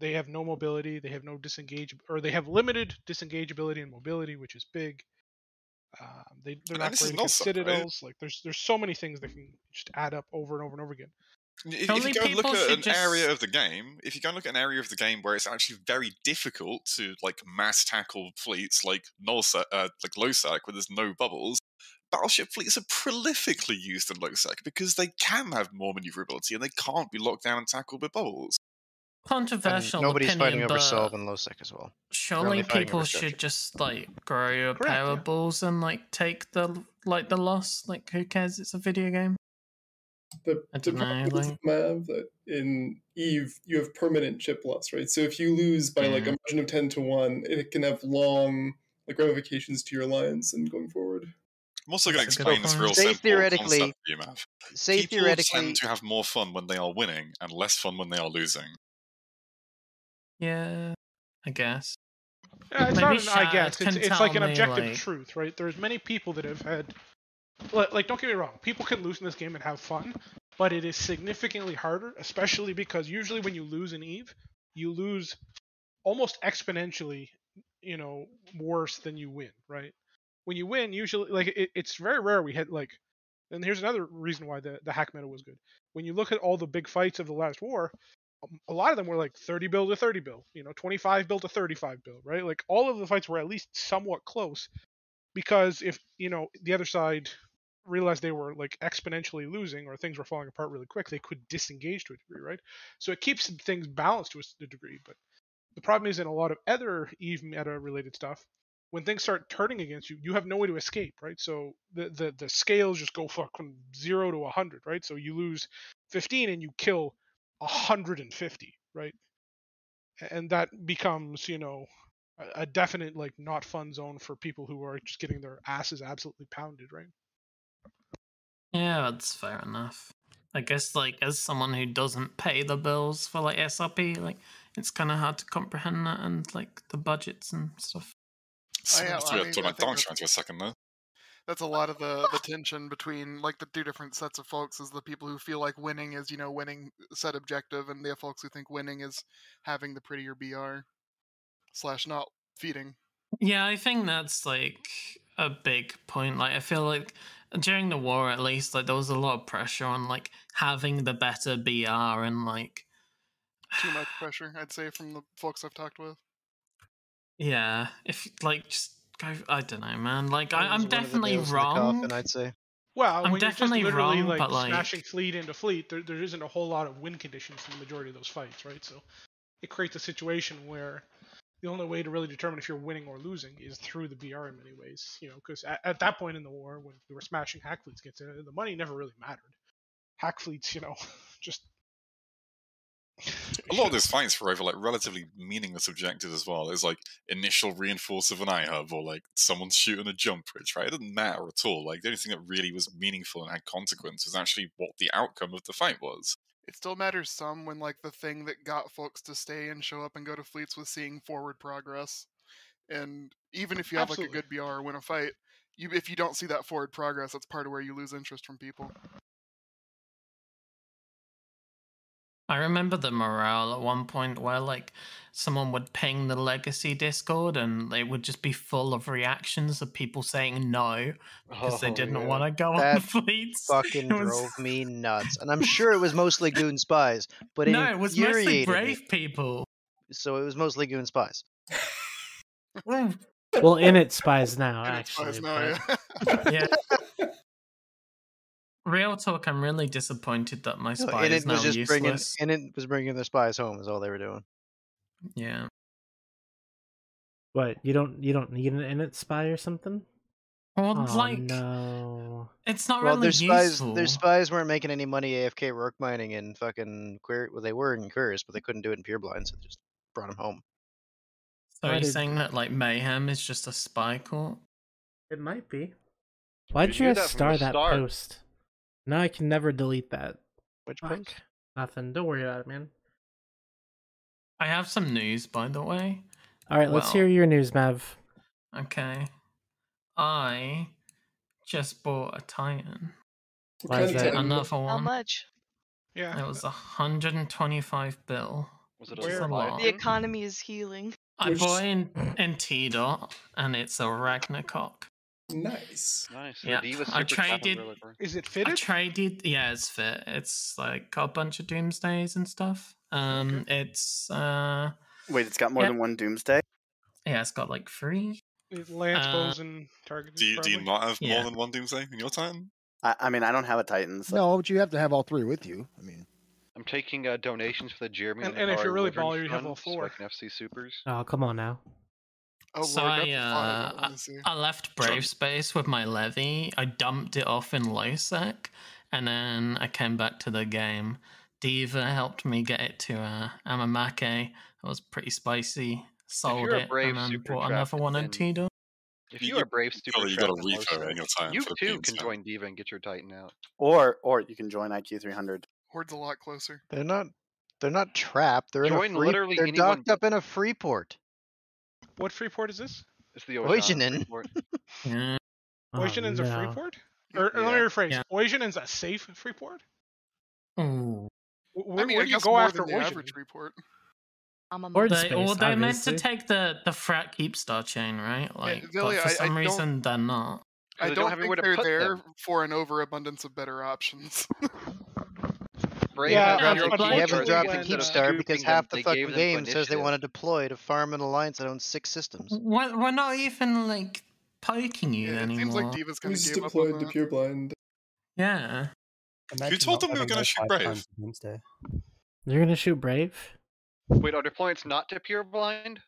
they have no mobility, they have no disengage or they have limited disengageability and mobility, which is big. Um, they they're
And
not
this is
great against
Nelson, right?
citadels. Like there's there's so many things that can just add up over and over and over again.
If, if you go and look at an area of the game, if you go and look at an area of the game where it's actually very difficult to like mass tackle fleets like Nullsec, uh, like Losec, where there's no bubbles, battleship fleets are prolifically used in Losec because they can have more maneuverability and they can't be locked down and tackled with bubbles.
Controversial
Nobody's fighting
opinion,
over
but
Solve and Losec as well. They're only
surely
fighting
people
over
should
Structure.
just like grow a
Correct,
pair of balls and like take the like the loss. Like who cares? It's a video game.
The,
I
the
don't know,
problem is
like-
with Mav that in Eve you have permanent chip loss, right? So if you lose by like a margin of ten to one, it can have long like ramifications to your alliance and going forward.
I'm also going to
That's a good
explain this
point.
real
Say
simple
theoretically-
concept to you, Mav.
say
People
theoretically-
tend to have more fun when they are winning and less fun when they are losing.
Yeah, I guess.
Yeah, it's
Maybe
not an I
Shad
guess. It's,
can
it's like
tell
an
me,
objective
like-
truth, right? There's many people that have had, like, like, don't get me wrong, people can lose in this game and have fun, but it is significantly harder, especially because usually when you lose in Eve, you lose almost exponentially, you know, worse than you win, right? When you win, usually, like, it, it's very rare we had, like, and here's another reason why the, the hack meta was good. When you look at all the big fights of the last war, um, a lot of them were like 30 bill to 30 bill, you know, 25 bill to 35 bill, right? Like all of the fights were at least somewhat close because if, you know, the other side realized they were like exponentially losing or things were falling apart really quick, they could disengage to a degree, right? So it keeps things balanced to a s- a degree, but the problem is in a lot of other Eve meta related stuff, when things start turning against you, you have no way to escape, right? So the the, the scales just go fucking zero to hundred, right? So you lose fifteen and you kill hundred and fifty, right? A- And that becomes, you know, a- a definite like not fun zone for people who are just getting their asses absolutely pounded, right?
Yeah, that's fair enough. I guess like as someone who doesn't pay the bills for like SRP, like it's kind of hard to comprehend that and like the budgets and stuff.
I- I
Sorry, I
mean,
threw
I
my
think
dog
that's-
into a second there.
that's a lot of the, the tension between like the two different sets of folks is the people who feel like winning is you know winning set objective and the folks who think winning is having the prettier br slash not feeding
Yeah, I think that's like a big point. Like, I feel like during the war, at least, like there was a lot of pressure on like having the better BR and like
too much pressure i'd say from the folks i've talked with
yeah, if like just go. I don't know, man. Like, I, I'm
One of the
definitely
nails in the
wrong.
coffin, I'd say.
Well,
I'm
when you're
definitely
just literally
wrong,
like,
but, like-
smashing fleet into fleet, there, there isn't a whole lot of win conditions for the majority of those fights, right? So it creates a situation where the only way to really determine if you're winning or losing is through the BR in many ways, you know, because at, at that point in the war, when we were smashing hack fleets against it, the money never really mattered. Hack fleets, you know, just
a lot of those fights were over like relatively meaningless objectives as well. There's like initial reinforce of an eye hub or like someone shooting a jump bridge, right? It didn't matter at all. Like the only thing that really was meaningful and had consequence was actually what the outcome of the fight was.
it still matters some when like the thing that got folks to stay and show up and go to fleets was seeing forward progress and even if you have
Absolutely.
like a good br win a fight you if you don't see that forward progress that's part of where you lose interest from people
I remember the morale at one point where like someone would ping the legacy Discord and it would just be full of reactions of people saying no because they
Oh,
didn't
yeah.
want to go on
That
fleets.
fucking
It was-
drove me nuts. And I'm sure it was mostly goon spies, but it
no, it was mostly
infuriated me.
brave people.
So it was mostly goon spies.
Well, in it spies now, actually.
Spies now,
but-
yeah.
yeah. Real talk, I'm really disappointed that my
No,
spy
and
is
it
now
was just bringing
useless.
and it was bringing their spies home is all they were doing.
Yeah.
What you don't you don't need an init spy or something?
Well,
oh,
like,
no,
it's not
well,
really
their spies
useful.
their spies weren't making any money AFK rook mining in fucking queer. Well, they were in queers, but they couldn't do it in pureblind, so they just brought them home.
so are you
did-
saying that like mayhem is just a spy corp?
It might be. Why'd
You
you,
knew
guys
that from
star
the
that
start.
post? Now I can never delete that.
Which
Fuck.
post?
Nothing. Don't worry about it, man.
I have some news, by the way.
All right, let's
Well.
hear your news, Mav.
Okay. I just bought a Titan.
Why is that?
Another one.
How much?
It was a hundred and twenty-five bill.
Was
which is a lot.
The economy is healing.
I bought in in T dot, and it's a Ragnacock.
Nice.
Nice.
Yeah, I traded.
Is it
fitted? I traded. Yeah, it's fit. It's like got a bunch of Doomsdays and stuff. Um, it's uh,
Wait, it's got more
Yeah.
than one Doomsday.
yeah, it's got like three.
Lance
Uh,
eh, bows and targeted.
Do you, do you
probably.
not have
Yeah.
more than one Doomsday in your time?
I, I mean, I don't have a Titan. So.
No, but you have to have all three with you. I mean,
I'm taking uh, donations for the Jeremy
And-
the
and if
Kari
you're really
Wyverns
baller, you have
Fund,
all
so I
four.
can FC supers.
Oh, come on now.
Oh,
so
Lord,
I, uh, I, I left Brave Space with my levy. I dumped it off in Losec, and then I came back to the game. Diva helped me get it to uh, Amamake. It was pretty spicy. Sold
you're a
it,
Brave
and then
super
bought
trap,
another one in Tido.
If
You-
you, are
you-
brave, stupid,
surely you
trapped
got a
in
repo
Larsa,
in your time
You
for
too
being
can
trapped.
join Diva and get your Titan out.
Or or you can join IQ 300.
Horde's a lot closer.
They're not. They're not trapped. They're in
Join
a free,
literally
They're
anyone
docked up in a free port.
What Freeport is this?
It's the
Oishanen.
Oishanen. report.
Oh,
Oishanen's a
no.
Freeport? Or, or let me
Yeah.
rephrase.
Yeah.
Oishanen's a safe Freeport?
Ooh.
Wh- Where,
I mean,
where
I
do you
guess
go
more
after
than the
Oishanen?
average report.
I'm a
Board
they,
space,
well, they're meant to
obviously.
take the the frat keep star chain, right? Like,
Billy,
but for
I- I
some
don't-
reason they're not.
I
they
don't
don't have
think
anywhere to
they're
put
there
them.
for an overabundance of better options.
Brave
Yeah,
has
that's
your
what
own
they haven't
Charizard
dropped the
instead of
Keepstar because
scooping them,
half the
they
fucking
gave them
game says they
initiative.
want to deploy to farm an alliance that owns six systems.
We're, we're not even like poking you anymore.
Seems like Diva's
We
gonna
just
give up on
deployed to
that.
Pure Blind.
yeah.
Who told them they were going to shoot Brave?
You're gonna shoot Brave?
Wait, are deployments not to pure blind?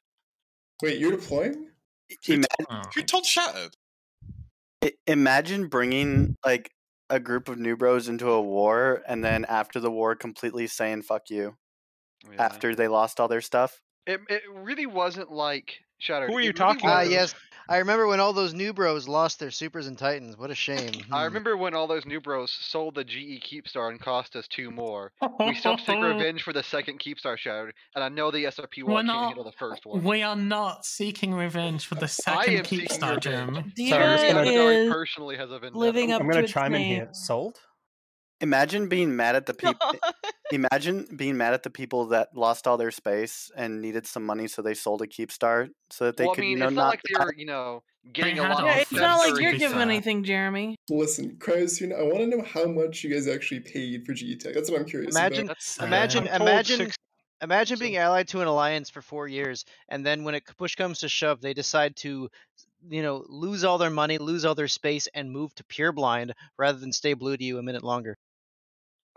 Wait, you're deploying?
Ima-
Who told Shattered?
i- imagine bringing like a group of new bros into a war, and then after the war, completely saying "fuck you"
Yeah.
after they lost all their stuff.
It, it really wasn't like Shattered.
Who are
It
you
really
talking
Ah,
was-
yes. I remember when all those new bros lost their supers and titans. What a shame.
I
Hmm.
remember when all those new bros sold the GE Keepstar and cost us two more. We still have to take revenge for the second Keepstar Shattered, and I know the SRP
We're
one can't
not-
handle the first one.
We are not seeking revenge for the
I
second
am seeking
Keepstar
revenge.
Jeremy.
Diva
Sorry, I'm just gonna-
is
personally has a vendetta.
living up
I'm
to
gonna
its
chime in
name.
here.
Sold?
Imagine being mad at the people. imagine being mad at the people that lost all their space and needed some money, so they sold a Keepstar so that they
well, I
could
mean,
you know
it's
not.
not like they're you know getting a
had
lot.
all
Yeah,
of
it's not like
to
you're
be
giving
fair.
anything, Jeremy.
Listen, Cryos, you know, I want to know how much you guys actually paid for GE Tech. That's what I'm curious
Imagine,
about.
That's, uh,
imagine,
I'm told
imagine,
six-
imagine being allied to an alliance for four years, and then when it push comes to shove, they decide to, you know, lose all their money, lose all their space, and move to pure blind rather than stay blue to you a minute longer.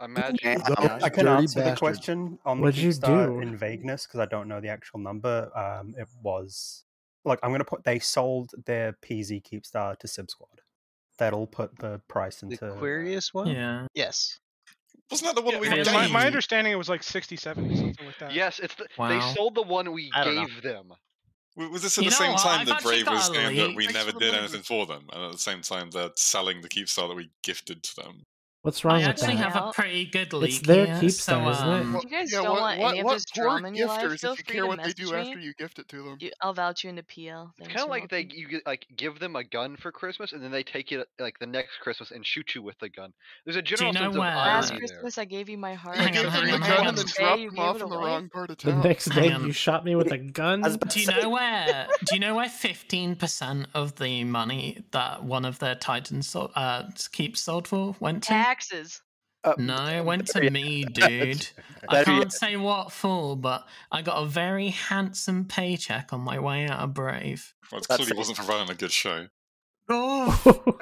Imagine.
Those
Yeah, I can
dirty
answer
bastards.
the question on
What'd
the
you
Keepstar
do?
in vagueness because I don't know the actual number. Um, it was like I'm gonna put they sold their PZ Keepstar to Sib Squad. That'll put the price into
Aquarius one.
Yeah.
Yes.
Wasn't that the one we
Yeah,
gave?
my, my understanding it was like 60, 70, something like that.
Yes, it's the, they
Wow.
sold the one we
I don't know.
gave them.
W- Was this at
You
the
know
same
what,
time
I've
that
actually
Brave was
got a
saying that we
leak.
never
the
did
money.
anything for them, and at the same time they're selling the Keepstar that we gifted to them?
What's
I
wrong with
actually
that?
have a pretty good leak
It's their
here. so,
Keepstar, isn't it?
um,
Well,
you guys
yeah,
don't
what,
want
what,
any of
what
this
poor
drama in your life,
gifters
feel
if you
free
care
to
what they
message
do
me.
after you gift it to them?
You, I'll vouch you into PL.
It's
Thanks,
kind of
you're
like they
welcome.
you get, like give them a gun for Christmas and then they take it like the next Christmas and shoot you with the gun. There's a general
know
sense of
where-
Last
irony there.
Christmas, I gave you my heart.
You
Hang
give
on,
them
hang
the
on,
gun
hang
and
on.
then
Today
drop
you
them
gave
off
it
in the
away.
wrong part of
The
town.
next
Hang
day
on.
you shot me with a gun?
I was about
Do
to
you
say,
know where? Do you know where fifteen percent of the money that one of their titans sold, uh, keeps sold for went to?
Taxes.
uh,
No, it went to
yeah,
me, dude. I
Better yet.
can't say what for, but I got a very handsome paycheck on my way out of Brave.
Well, it
That's
clearly
it.
wasn't for running a good show.
Oh,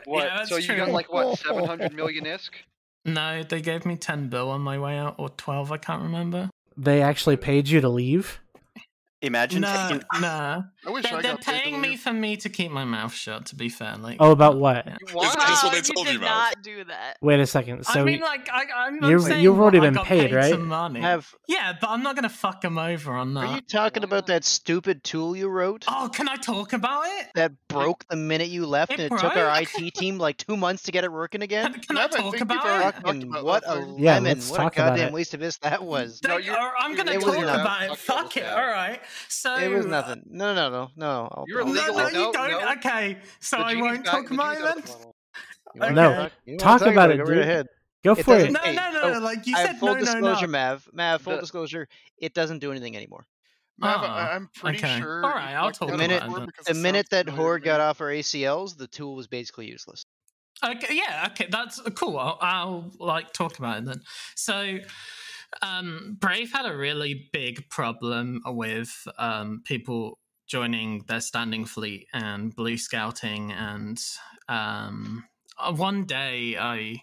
What?
yeah, that's
so you
true.
got like what 700 million isk?
No, they gave me ten bill on my way out, or twelve. I can't remember.
They actually paid you to leave?
imagine
no,
taking
no.
I wish
they're,
I
they're
got paid to
paying me
leave.
for me to keep my mouth shut. To be fair, like
Oh, about what?
yeah.
Wow, you did not do that.
Wait a second. So
I mean, like, I, I'm,
you're-
I'm saying
you've already
what I
been
got
paid,
paid
right?
Some money.
Have-
Yeah, but I'm not gonna fuck them over on that.
Are you talking about that stupid tool you wrote?
Oh, can I talk about it?
That broke the minute you left,
It
and it took our
broke?
IT team like two months to get it working again.
Can I talk about it?
Fucking what a lemon!
Yeah, let's
what
talk
a
about
goddamn
it.
waste of this that was.
They- or I'm gonna
it was
talk
nothing.
about it. Fuck it. All right. So
It was nothing. No, no, no, no. I'll,
You're
I'll-
illegal. No,
I'll-
you don't. Okay, so
The
I
genie's
won't
back-
talk
the
about it.
genie's out
then?
of
Okay.
You wanna
No,
talk- you wanna
talk about it,
Go right
dude.
ahead.
Go for
doesn't-
it.
No,
hey,
no, no,
oh,
like, you
I-
said
full
no, no, no.
disclosure, Mav. Mav, full
The-
disclosure. It doesn't do anything anymore.
Mav, I, am pretty sure. you fucked
The
up
minute,
before because
the
it sounds
minute that
familiar to
Horde
me.
got off our ACLs, the tool was basically useless.
Okay, yeah, okay, that's cool. I'll, I'll like talk about it then. So, um, Brave had a really big problem with um, people joining their standing fleet and blue scouting, and um, uh, one day I.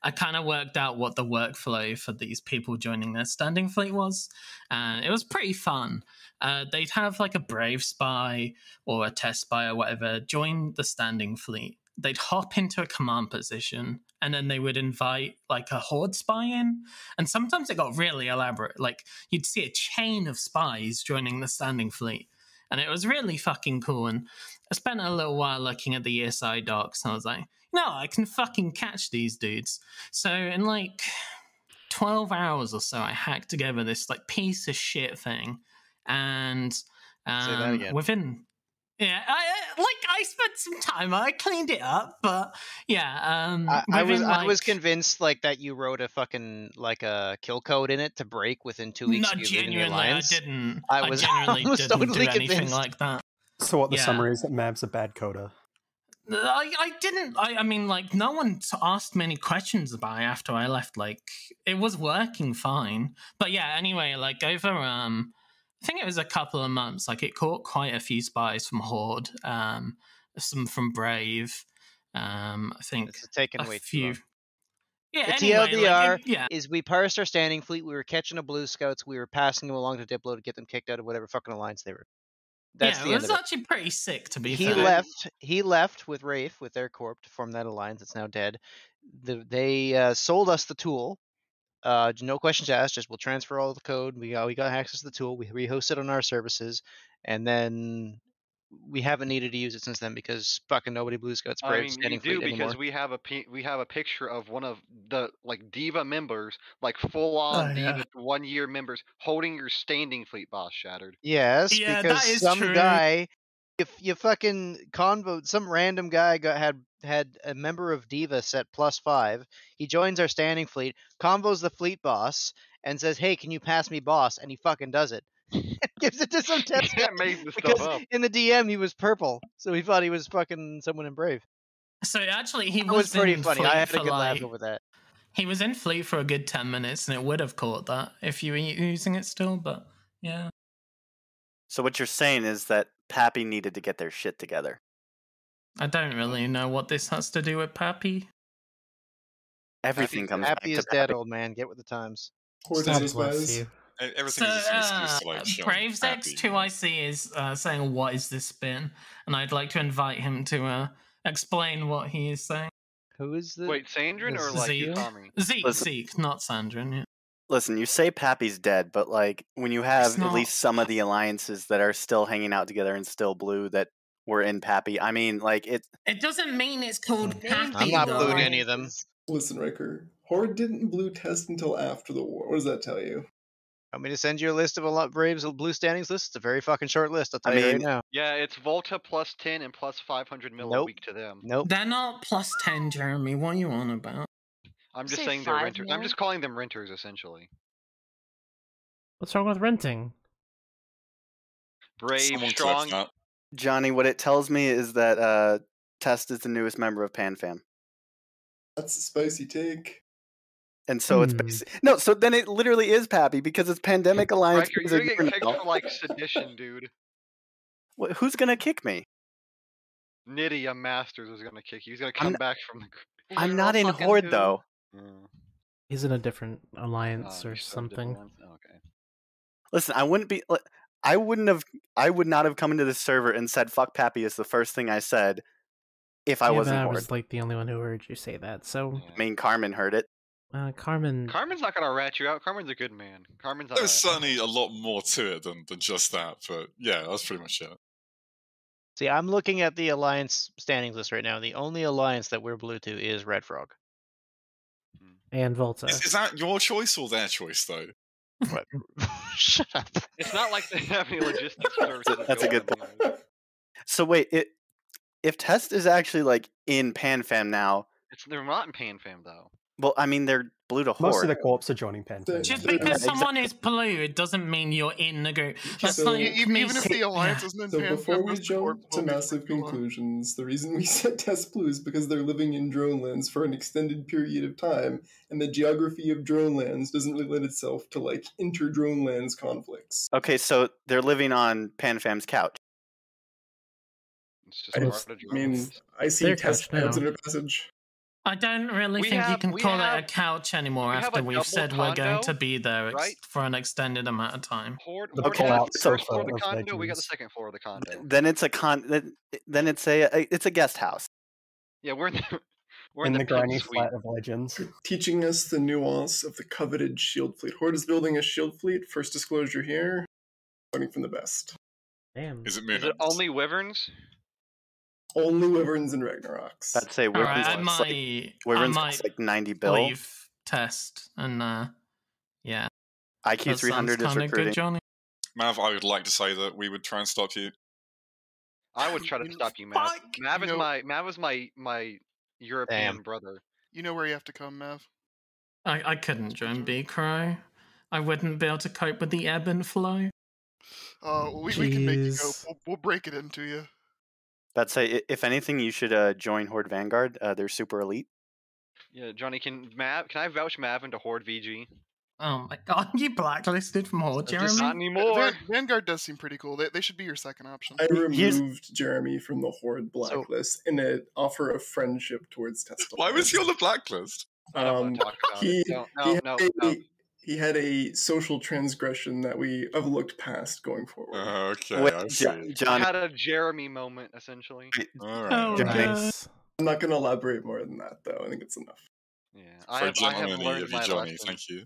I kind of worked out what the workflow for these people joining their standing fleet was, and it was pretty fun. Uh, they'd have like a brave spy or a test spy or whatever join the standing fleet. They'd hop into a command position, and then they would invite like a horde spy in. And sometimes it got really elaborate. Like you'd see a chain of spies joining the standing fleet, and it was really fucking cool. And I spent a little while looking at the ESI docs, and I was like, no, I can fucking catch these dudes. So in like 12 hours or so, I hacked together this like piece of shit thing. And
Say that
um,
again.
within, yeah, I, I- like I spent some time, I cleaned it up, but yeah, um,
I, I was
within,
I
like-
was convinced like that you wrote a fucking like a kill code in it to break within two weeks.
No,
of you leaving the
genuinely, I
alliance.
didn't.
I
I
was
genuinely
I was
didn't do
totally
anything
convinced.
like that.
So what the
Yeah.
summary is that Mav's a bad coder.
I, I didn't I, I mean like no one t- asked many questions about it after I left like it was working fine but yeah anyway like over um I think it was a couple of months like it caught quite a few spies from Horde um some from Brave um I think it's
taken
a
way too
few yeah
the
anyway, like, it-
uh,
TLDR
yeah
is we parsed our standing fleet. We were catching the blue scouts. We were passing them along to Diplo to get them kicked out of whatever fucking alliance they were. That's
yeah
the
it
end
was
of it.
actually pretty sick to be
he
fair.
left. He left with Rafe with their corp to form that alliance that's now dead. The, they uh, sold us the tool. Uh, j- no questions asked. Just we'll transfer all the code. We got we got access to the tool. We rehost it on our services, and then we haven't needed to use it since then because fucking nobody blue scouts
I
brave
mean, you
standing
do
fleet
because
anymore.
we have a pi- we have a picture of one of the like diva members, like full on
Oh, yeah.
diva one year members holding your standing fleet boss shattered.
Yes,
Yeah, that
because
is
some
true.
guy, if you fucking convo, some random guy got had had a member of Diva set plus five. He joins our standing fleet, convos the fleet boss, and says, "Hey, can you pass me, boss?" And he fucking does it. Gives it to some test guy
made the stuff
because
up.
in the DM he was purple, so he thought he was fucking someone in Brave.
so actually he
That was pretty
in
funny. I
fleet
had a
for,
good laugh
like-
over that.
He was in fleet for a good 10 minutes and it would have caught that if you were using it still, but yeah.
So what you're saying is that Pappy needed to get their shit together.
I don't really know what this has to do with Pappy.
Everything comes back
Happy
to
is dead,
Pappy.
old man. Get with the times.
Poor
God
Jesus bless was. you.
E-
So,
Everything is just an excuse
uh,
to like show
Braves
happy.
X2IC is uh, saying, What is this spin? And I'd like to invite him to uh, explain what he is saying.
Who is the.
Wait, Sandrin or like
Zeke?
Tommy?
Zeke,
Listen.
Zeke, not Sandrin. Yeah.
Listen, you say Pappy's dead, but like when you have at
not.
least some of the alliances that are still hanging out together and still blue that were in Pappy, I mean, like it.
It doesn't mean it's called Pappy. though.
them.
Listen, Ricker, Horde didn't blue test until after the war. What does that tell you?
Want me to send you a list of a lot Braves blue standings list? It's a very fucking short list. I'll tell you right now.
yeah, it's Volta plus ten and plus five hundred mil a
Nope.
week to them.
Nope.
They're not plus 10, Jeremy. What are you on about?
I'm
You
just
say
saying they're
five
renters.
mil?
I'm just calling them renters essentially.
What's wrong with renting?
Brave,
Someone clip
strong.
that.
Johnny, what it tells me is that uh, Test is the newest member of PanFam.
That's a spicy take.
And so
Hmm.
it's basi- no, so then it literally is Pappy because it's pandemic alliance.
Riker,
members
you're
are
gonna get
doing it
kicked
all.
for like sedition, dude.
Wh- Who's gonna kick me?
Nitty, a masters is gonna kick you. He's gonna come
not-
back from the.
I'm not in Horde though.
He's in Mm. a different alliance
Oh,
or something.
Listen, I wouldn't be. li- I wouldn't have. I would not have come into this server and said "fuck Pappy" is the first thing I said if I
Yeah, but
wasn't
I
bored.
was like the only one who heard you say that. So
I mean, Carmen heard it.
uh, Carmen,
Carmen's not gonna rat you out. Carmen's a good man. Carmen's not.
There's certainly a lot more to it than, than just that, but yeah, that's pretty much it.
See, I'm looking at the alliance standings list right now. The only alliance that we're blue to is Red Frog.
and Volta.
Is, is that your choice or their choice, though?
Shut up.
It's not like they have any logistics
Oh
services.
That's a
going.
good point. So wait, it, if Test is actually like in PanFam now,
It's, they're not in PanFam though.
well, I mean they're blue to
Most of
horde.
the corps are joining Pen.
Just
Yeah,
because
exactly.
someone is blue, it doesn't mean you're in the group. That's
So-
like
E- even-
me
even if the
saying-
alliance
yeah.
isn't in
So
Pan-
before-
Yeah, before we jump to massive conclusions, the reason we set test blue is because they're living in drone lands for an extended period of time, and the geography of drone lands doesn't really lend itself to like inter drone lands conflicts.
Okay, so they're living on PanFam's couch.
It's
I, just- I mean, I see
Their
test
couch
plans in
now.
a passage.
I don't really
We
think you
have-
can
we
call it a
have-
couch anymore
we have
after
a
we've
double
said we're going to
condo,
be there ex-
right?
for an extended amount of time.
Horde,
The
Horde has
pull-out
the first floor of
sofa
the
of
condo. We got the
legends.
second floor of the condo.
Then it's a con. Then, then it's a, a- it's a guest house.
Yeah, we're in the we're
in the,
pimp
granny
suite.
flat of legends.
Teaching us the nuance of the coveted shield fleet. Horde is building a shield fleet. First disclosure here. Learning from the best.
Damn.
Is it
Is it only wyverns?
Only Wyverns and Ragnaroks.
I'd say
All right,
Wyvern's
I
cost
might-
like, Wyvern's
I
cost
might
like ninety bill.
Leave test and uh, yeah.
IQ 300 is
kind of good,
recruiting.
Johnny.
Mav, I would like to say that we would try and stop you.
I would try to stop you, Mav. Mav is
No.
my Mav is my my European
Damn.
brother.
You know where you have to come, Mav.
I, I couldn't join B Crow. I wouldn't be able to cope with the ebb and flow.
Uh, we, we can make you go.
Jeez.
We'll, we'll break it into you.
That's a, i- if anything, you should uh, join Horde Vanguard. Uh, they're super elite.
Yeah, Johnny, can Mav can I vouch Mav into Horde VG?
Oh my god, you blacklisted from Horde,
That's just not
Jeremy.
anymore.
Van- Vanguard does seem pretty cool. They, they should be your second option. I
Here's-
removed Jeremy from the Horde blacklist in an offer of friendship towards Tesla.
Why was he on the blacklist?
I don't wanna
Um,
talk about
he,
it. No,
he,
no,
had
no,
a,
no.
he had a social transgression that we have looked past going forward.
Okay,
Wait,
I
Jo-
see.
Johnny,
I had a Jeremy moment essentially.
All
Oh,
right.
Johnny,
yes.
I'm not going to elaborate more than that, though. I think it's enough.
Yeah,
For
I
a
have, I have
gentleman
learned
of you,
my
Johnny.
lesson.
Thank you.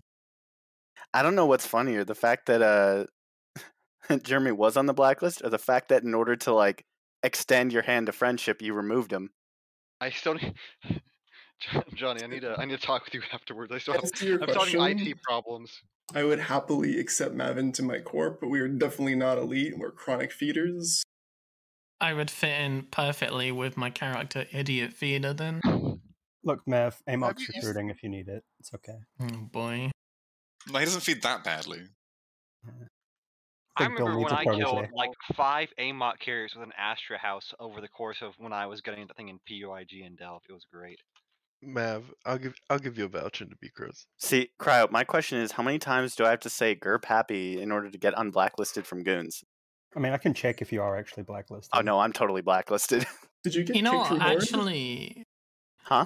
I don't know what's funnier, the fact that uh, Jeremy was on the blacklist, or the fact that in order to like extend your hand to friendship, you removed him.
I still need Jo- Johnny. I need to I need to talk with you afterwards. I still have,
As to your
I'm still having
question,
IT problems.
I would happily accept Mav into my corp, but we are definitely not elite. We're chronic feeders.
I would fit in perfectly with my character, Idiot Feeder, then.
Look, Mav,
Have
Amok's
you used-
recruiting if you need it. It's okay.
Oh boy.
No, he doesn't feed that badly.
I
Big Bill
remember when
needs a
I
protege.
killed like five AMOC carriers with an Astra house over the course of when I was getting that thing in PUIG and Delve. It was great.
Mav, I'll give I'll give you a voucher to be Chris.
See, Cryo, my question is how many times do I have to say Gerp happy in order to get unblacklisted from goons?
I mean, I can check if you are actually blacklisted.
Oh no, I'm totally blacklisted.
Mm. Did you get
You know,
kicked from
what,
Horde?
actually,
huh?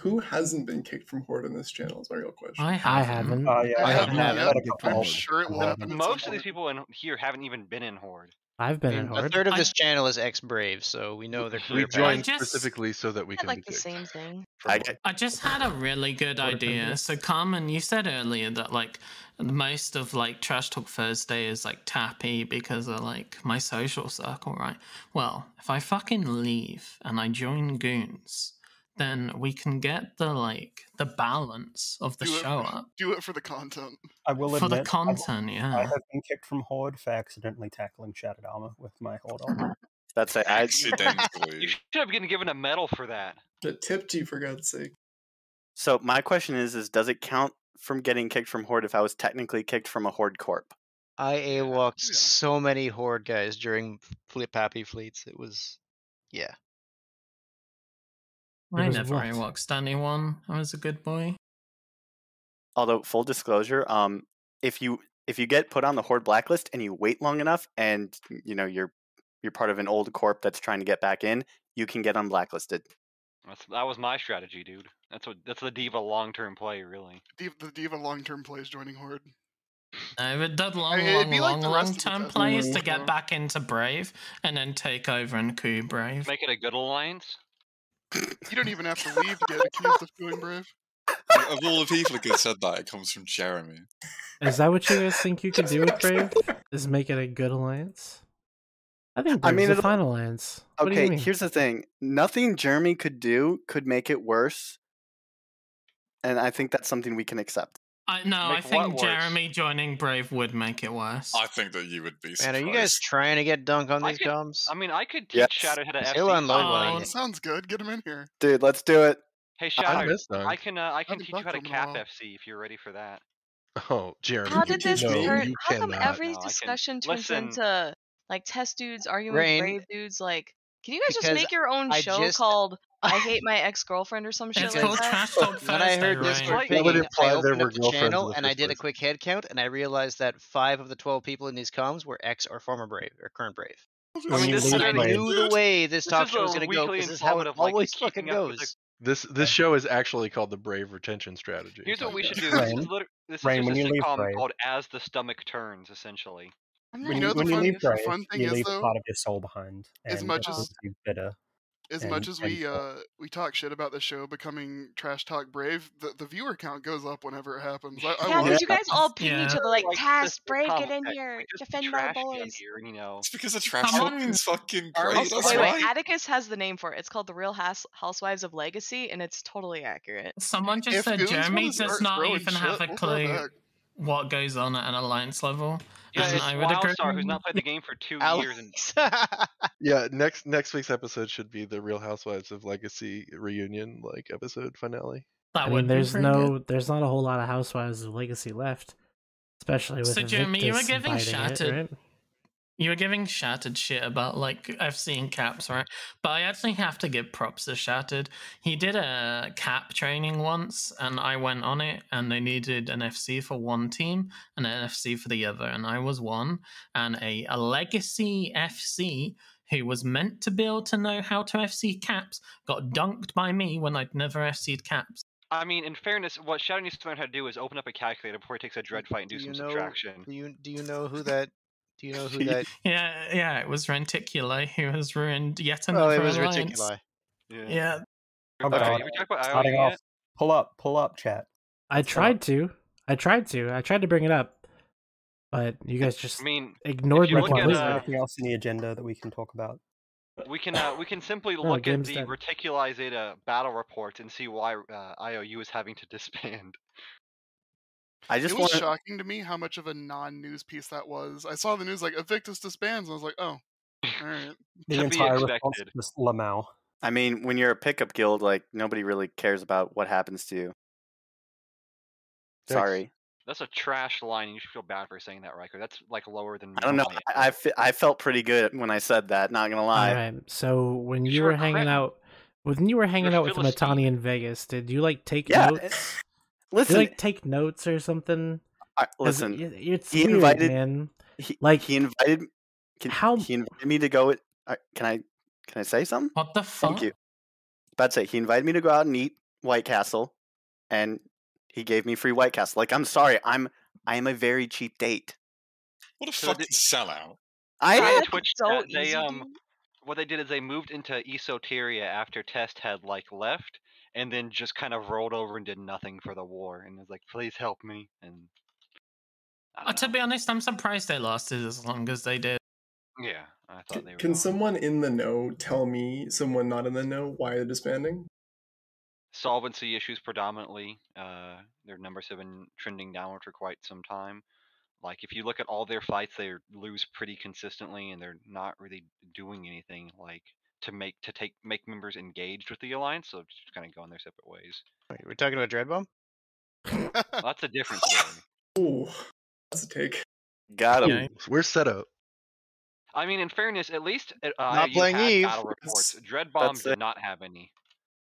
Who hasn't been kicked from Horde on this channel is my real question.
I
I
have.
haven't.
Oh, yeah,
I haven't
haven't.
yet.
That'll get
I'm
followed.
sure it will
I
happen. at some
Most of these
point.
people in here haven't even been in Horde.
I've been in
A
Horde.
third of
I-
this channel is ex Brave, so we know their
We
career path.
joined
just-
specifically so that we
I
can
like
like
the same thing.
I get,
I just had a really good
What if I
idea.
miss?
So, Carmen, you said earlier that like most of like Trash Talk Thursday is like tappy because of like my social circle, right? Well, if I fucking leave and I join Goons, then we can get the like the balance of the
Do it.
show up
do it for the content.
I will
for the
admit, I've-
content. Yeah,
I have been kicked from Horde for accidentally tackling Shattered Armor with my Horde armor.
that's a, I,
Accidentally.
You should have been given a medal for that.
The tipped you for God's sake.
so my question is is does it count from getting kicked from Horde if I was technically kicked from a Horde corp?
I a walked
Yeah.
so many horde guys during Flip Happy Fleets. It was, yeah.
I
Because
never
what?
walked anyone. I was a good boy.
Although full disclosure, um if you if you get put on the Horde blacklist and you wait long enough and you know you're you're part of an old corp that's trying to get back in, you can get unblacklisted.
That's, that was my strategy, dude. That's what that's the diva long term play, really.
Div- the diva long term plays joining Horde.
No, it did long,
I mean, it'd
long,
be like
long,
the
long
rest of the
term
Destiny
players to
ones,
get
though.
back into Brave and then take over and coup Brave.
Make it a good alliance.
You don't even have to leave to get accused of doing brave.
of all the people who could have said that, it comes from Jeremy.
Is that what you guys think you could do with Brave? Is make it a good alliance? I think
I
Brave's
mean,
a
it'll-
fine alliance. What do you
Okay,
mean?
here's the thing. Nothing Jeremy could do could make it worse. And I think that's something we can accept.
I, no, I
Make what
think
worse?
Jeremy joining Brave would make it worse.
I think that you would be.
Man, are you guys trying to get dunk on
I
these
could-
gums?
I mean, I could teach
Yes.
Shadow how to
Say
FC.
one, Lloyd,
five.
Oh,
one.
Sounds good. Get him in here.
Dude, let's do it.
Hey
I
Shadow,
miss
I,
those.
can uh, I can
did
teach you
that
how to
come
cap
along?
FC if you're ready for that.
Oh, Jeremy.
How did this
no,
turn?
you
How come
cannot.
every
No, I can-
discussion turns
listen.
into like test dudes arguing
Rain.
with brave dudes? Like, can you guys just
Because
make your own
I
show
just-
called "I Hate My Ex Girlfriend" or some shit like
called
that?
Trash Talk When I heard
Thursday,
Discord
right? That
pinging,
would
I
imply there
opened
were
up the
girlfriends in
channel
the
and I
first
did a
place.
quick head count, and I realized that five of the twelve people in these comms were ex or former Brave or current Brave.
I mean, this
and I
literally-
knew the way this,
This
talk
is
show was
a
going to go
weekly
because this is how it
informative, like,
always fucking
keeping up with
goes.
the-
This this show is actually called the Brave Retention Strategy.
Here's what we should do. This
Rain.
is, liter- this
Rain,
is
when
just a
you leave
sitcom
Brave-
called "As the Stomach Turns," essentially.
When you, when you leave Brave, you leave part of your soul behind. And
as much
that
as-
makes you bitter.
As
and-
much as we
and-
uh we talk shit about the show becoming trash talk brave, the, the viewer count goes up whenever it happens. I, I
Yeah,
love
because
it.
you guys all ping
Yeah.
each other like,
Like,
"Task,
this
break,
sitcom
get in
effect,
here, defend my
Trash me in
boys."
here, you know. Oh,
It's because the trash
Come
talk
on.
is fucking
Our
great.
most-
That's
Wait, wait.
right.
Atticus has the name for it. It's called the Real House- Housewives of Legacy, and it's totally accurate.
Someone just
If
said
Goons
Jeremy
wanna
does
start
not
throwing
even
shit,
have a
we'll throw
clue
back.
what goes on at an alliance level.
Yeah,
and
it's
I would agree.
Wildstar who's not played the game for two years. And
Yeah, next next week's episode should be the Real Housewives of Legacy reunion, like episode finale.
That
I mean, there's no, there's not a whole lot of Housewives of Legacy left, especially with
So Jeremy, you were
Invictus
giving
biting it,
shattered.
right?
You were giving Shattered shit about like FC and caps, right? But I actually have to give props to Shattered. He did a cap training once, and I went on it, and they needed an FC for one team and an FC for the other, and I was one, and a, a legacy FC who was meant to be able to know how to FC caps got dunked by me when I'd never FC'd caps.
I mean, in fairness, what Shadow needs to learn how to do is open up a calculator before he takes a dread fight and do, some
you know-
subtraction.
Do you do you know who that? Do you know who that?
Yeah, yeah, it was Renticuli who has ruined yet another
Oh, it was
alliance.
Reticuli.
Yeah,
Oh,
Okay,
God.
we
talked about
Starting
IOU
off.
yet?
Pull up, pull up, chat.
I tried to, I tried to, I tried to bring it up, but you guys just
I mean,
ignored
if you
my
look at,
completely.
uh,
Anything else in the agenda that we can talk about?
We can uh, we can simply
No,
look at
Oh, game's
the
dead.
Reticuli Zeta battle reports and see why uh, IOU is having to disband.
I just
it was
want to.
shocking to me how much of a non-news piece that was. I saw the news like Evictus disbands, and I was like, oh, all right.
The entire response was just Lamau.
I mean, when you're a pickup guild, like nobody really cares about what happens to you.
Thanks.
Sorry,
That's a trash line. and You should feel bad for saying that, Riker. That's like lower than. me
I don't know.
on my
I, I, fe- I felt pretty good when I said that. Not gonna lie.
All right. So when you were hanging
crit.
out, when you were hanging
You're
out with
Philistine.
Matani in Vegas, did you like take
Yeah, eh,
notes?
listen-
did you, like take notes or something?
I,
'Cause
listen,
it- it's
he
weird,
invited-
man.
He,
like
he invited. Can, how he invited me to go? With, uh, can I? Can I say something?
What the
Thank you. About to say he invited me to go out and eat White Castle, and he gave me free White Castle. Like I'm sorry, I'm I am a very cheap date.
What a
So
fucking
did-
sellout.
I
Giant
am.
Twitch
so
chat, they
easy,
um what they did is they moved into Esoteria after Test had like left and then just kind of rolled over and did nothing for the war and was like, please help me and
Uh, to be honest, I'm surprised they lasted as long as they did.
yeah, I thought they were
Can
gone.
someone in the know tell me, someone not in the know, why they're disbanding?
solvency issues predominantly. Uh their numbers have been trending downward for quite some time. Like if you look at all their fights they lose pretty consistently and they're not really doing anything like to make to take make members engaged with the alliance, so just kind of going their separate ways.
Wait, we're talking about Dreadbomb.
Well, that's a different story.
Ooh, that's a take.
Got
him. We're set up.
I mean, in fairness, at least uh,
Not
IOU
playing
had
Eve.
battle reports. Dread Bomb
that's
did
it.
not have any.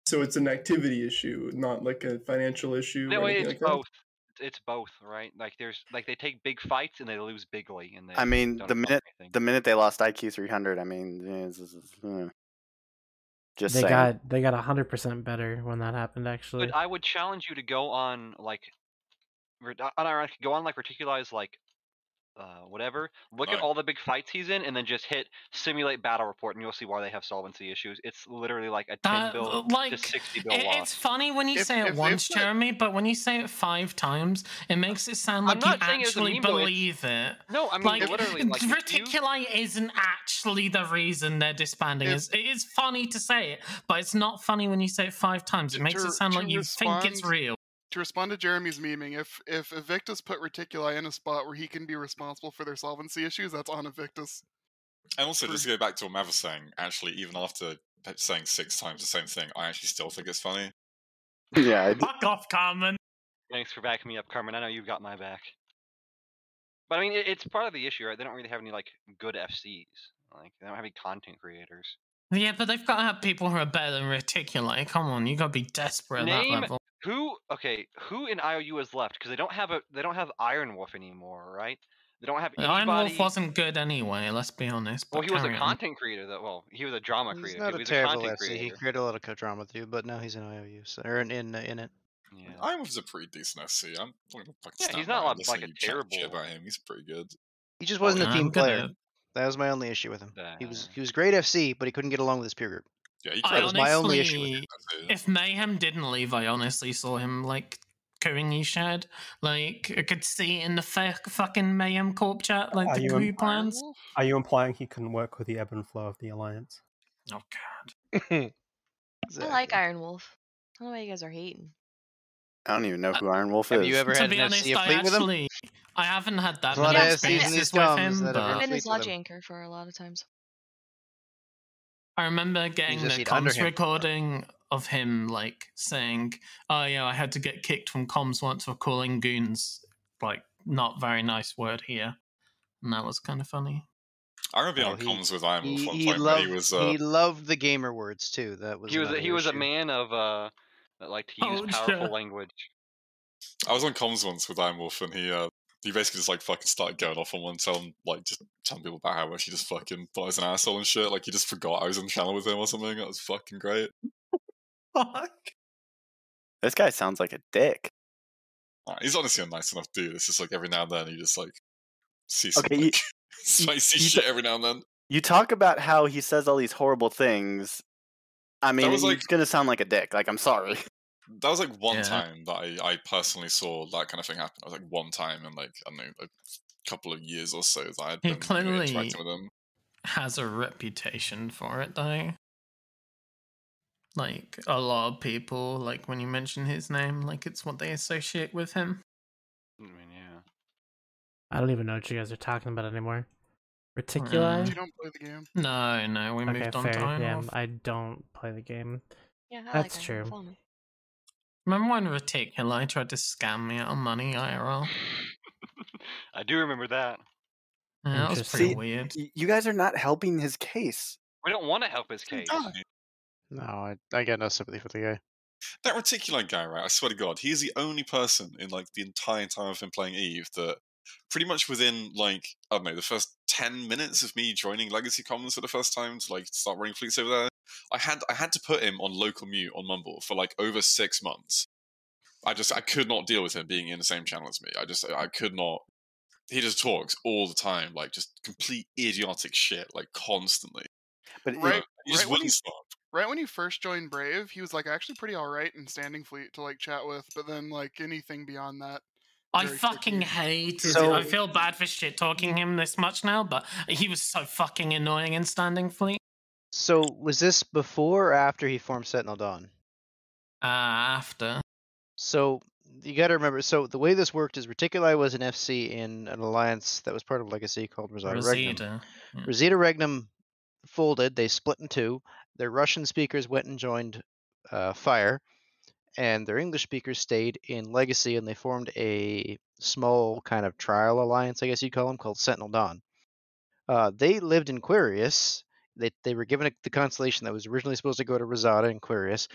So it's an activity issue, not like a financial issue.
No,
or
it's
anything like
both. It's both, right? Like there's like they take big fights and they lose bigly, and they.
I mean,
don't
the
accomplish
minute
anything.
the minute they lost IQ 300, I mean, eh, this is- eh. just
they
saying.
got they got hundred percent better when that happened. Actually,
But I would challenge you to go on like rid- unironically go on like Reticuli like uh, whatever. Look at
Right.
all the big fights he's in, and then just hit simulate battle report, and you'll see why they have solvency issues. It's literally like a ten
That,
bill
like,
to sixty bill
It,
loss.
it's funny when you
If-
say it
if they
once,
put-
Jeremy, but when you say it five times, it makes it sound
I'm
like you
not saying it was a
actually
meme, though, it's-
believe it.
uh, No, I mean,
like,
literally, like, if you-
Reticuli isn't actually the reason they're disbanding. It's, it is funny to say it, but it's not funny when you say it five times. It makes
to-
it sound
to
like you think it's
respond-
real.
To respond to Jeremy's memeing, if if Evictus put Reticuli in a spot where he can be responsible for their solvency issues, that's on Evictus.
And also, just to go back to what Mav was saying, actually, even after saying six times the same thing, I actually still think it's funny.
Yeah.
Fuck off, Carmen.
Thanks for backing me up, Carmen. I know you've got my back. But I mean, it, it's part of the issue, right? They don't really have any like good FCs. Like they don't have any content creators.
Yeah, but they've got to have people who are better than Reticuli. Come on, you got to be desperate at that
Name
level.
who? Okay, who in IOU is left? Because they don't have a they don't have Iron Wolf anymore, right? They don't have
Iron
anybody-
Wolf wasn't good anyway, let's be honest.
Well,
but
he was a
carry on.
content creator, though. Well, he was a drama creator.
He's
too,
not
but
a
he's
terrible
content
FC. He
creator.
created a lot of co drama too, but now he's in IOU, so, or in, in, in it.
Iron Wolf's a pretty decent FC. I'm not gonna fucking
Yeah,
stand
he's not
by him,
like-
listen,
like a
you chat shit
terrible-
about him. He's pretty good.
He just wasn't a
I'm
team
gonna-
player. That was my only issue with him. He was he was great FC, but he couldn't get along with his peer group.
Yeah,
he
I
that was my only issue. With him.
honestly, if Mayhem didn't leave, I honestly saw him like cooing his shed. Like I could see it in the fuck fucking Mayhem Corp chat, like
Are
the
you
goo
implying-
plans.
Are you implying he couldn't work with the ebb and flow of the alliance?
Oh
God.
I like Iron Wolf. I don't know why you guys are hating.
I don't even know who Iron Wolf
have
is.
you ever
To be honest, I actually I haven't had that
There's a lot
many
of SDs in
experiences
these
with
comms
him,
that have
but
I've been his lodge anchor for a lot of times.
I remember getting
just
the
eat under
comms
him.
recording of him like saying, "Oh yeah, I had to get kicked from comms once for calling goons like not very nice word here," and that was kind of funny.
I remember being
Oh,
on
he-
comms with Iron Wolf
He,
one
he
time. where
loved
he was uh,
he loved the gamer words too. That was
He was a,
another
he was a
issue.
man of uh that liked to use
Oh,
powerful
yeah.
language.
I was on comms once with Iron Wolf, and he uh, he basically just like fucking started going off on one, telling like just telling people about how much he just fucking buys an asshole and shit. Like he just forgot I was in channel with him or something. That was fucking great.
This guy sounds like a dick.
Uh, he's honestly a nice enough dude. It's just like every now and then he just like sees
Okay,
some
you-
like, spicy shit every now and then.
You talk about how he says all these horrible things. I mean,
was
he's
like-
gonna sound like a dick. Like, I'm sorry.
That was like one
Yeah.
time that I, I personally saw that kind of thing happen. I was like one time in like I don't know a couple of years or so that I had
He
been you know,
clearly-
interacting with him.
Has a reputation for it though. Like a lot of people, like when you mention his name, like it's what they associate with him.
I mean, yeah.
I don't even know what you guys are talking about anymore.
Mm.
Reticuli?
You don't play the game? Mm. No, no, we
okay,
moved on
fair.
to Iron
yeah,
Wolf.
I don't play the game.
Yeah, I
That's
like Iron
true.
Wolf. I don't know.
Remember when Reticuli tried to scam me out of money IRL?
I do remember that.
Yeah, that was pretty weird.
You guys are not helping his case.
We don't want to help his case.
No, I, I got no sympathy for the guy.
That reticular guy, right? I swear to God, he is the only person in like the entire time I've been playing Eve that pretty much within like I don't know the first ten minutes of me joining Legacy Commons for the first time to like start running fleets over there, I had I had to put him on local mute on Mumble for like over six months. I just I could not deal with him being in the same channel as me. I just I could not. He just talks all the time, like just complete idiotic shit, like constantly.
But
Right,
he just
right when
wouldn't
he-
stop.
Right when he first joined Brave, he was like actually pretty all right in standing fleet to like chat with, but then like anything beyond that,
I
very
fucking hated
So-
it. I feel bad for shit talking him this much now, but he was so fucking annoying in Standing Fleet.
So was this before or after he formed Sentinel Dawn?
Uh, after.
So you got to remember. So the way this worked is Reticuli was an FC in an alliance that was part of Legacy called Rosita Regnum.
Rosita.
Rosita Regnum folded. They split in two. Their Russian speakers went and joined uh, Fire, and their English speakers stayed in Legacy, and they formed a small kind of trial alliance, I guess you'd call them, called Sentinel Dawn. Uh, they lived in Quirius. They, they were given the constellation that was originally supposed to go to Rosada and Quirius,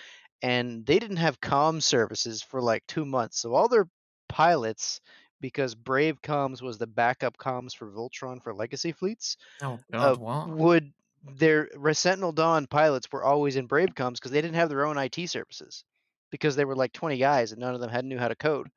and they didn't have comm services for like two months. So all their pilots, because Brave comms was the backup comms for Voltron for Legacy fleets,
Oh
uh,
god, what?
would their Re- Sentinel Dawn pilots were always in Brave comms because they didn't have their own IT services because they were like 20 guys and none of them had knew how to code.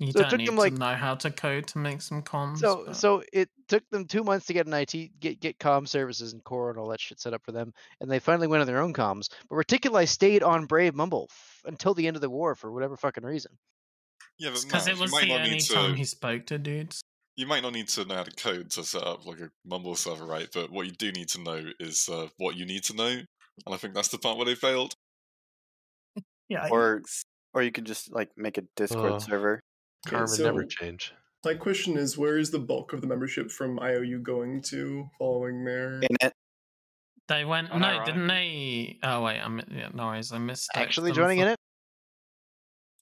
You
So it
don't
took
need
them,
to
like-
know how to code to make some comms.
So
but-
so it took them two months to get an IT get get comm services and core and all that shit set up for them, and they finally went on their own comms. But Reticuli stayed on Brave Mumble f- until the end of the war for whatever fucking reason.
Yeah, but
because
Matt,
it
you
was
might
the
not need
only
to-
time he spoke to dudes.
You might not need to know how to code to set up like a Mumble server, right? But what you do need to know is uh, what you need to know, and I think that's the part where they failed.
Yeah.
Or or you could just like make a Discord
Oh.
server.
Okay, Karma never so- change.
My question is, where is the bulk of the membership from IOU going to following their?
They went
Oh,
no,
no, right.
didn't they? Oh wait, I'm yeah, no worries, I missed
Actually joining in it.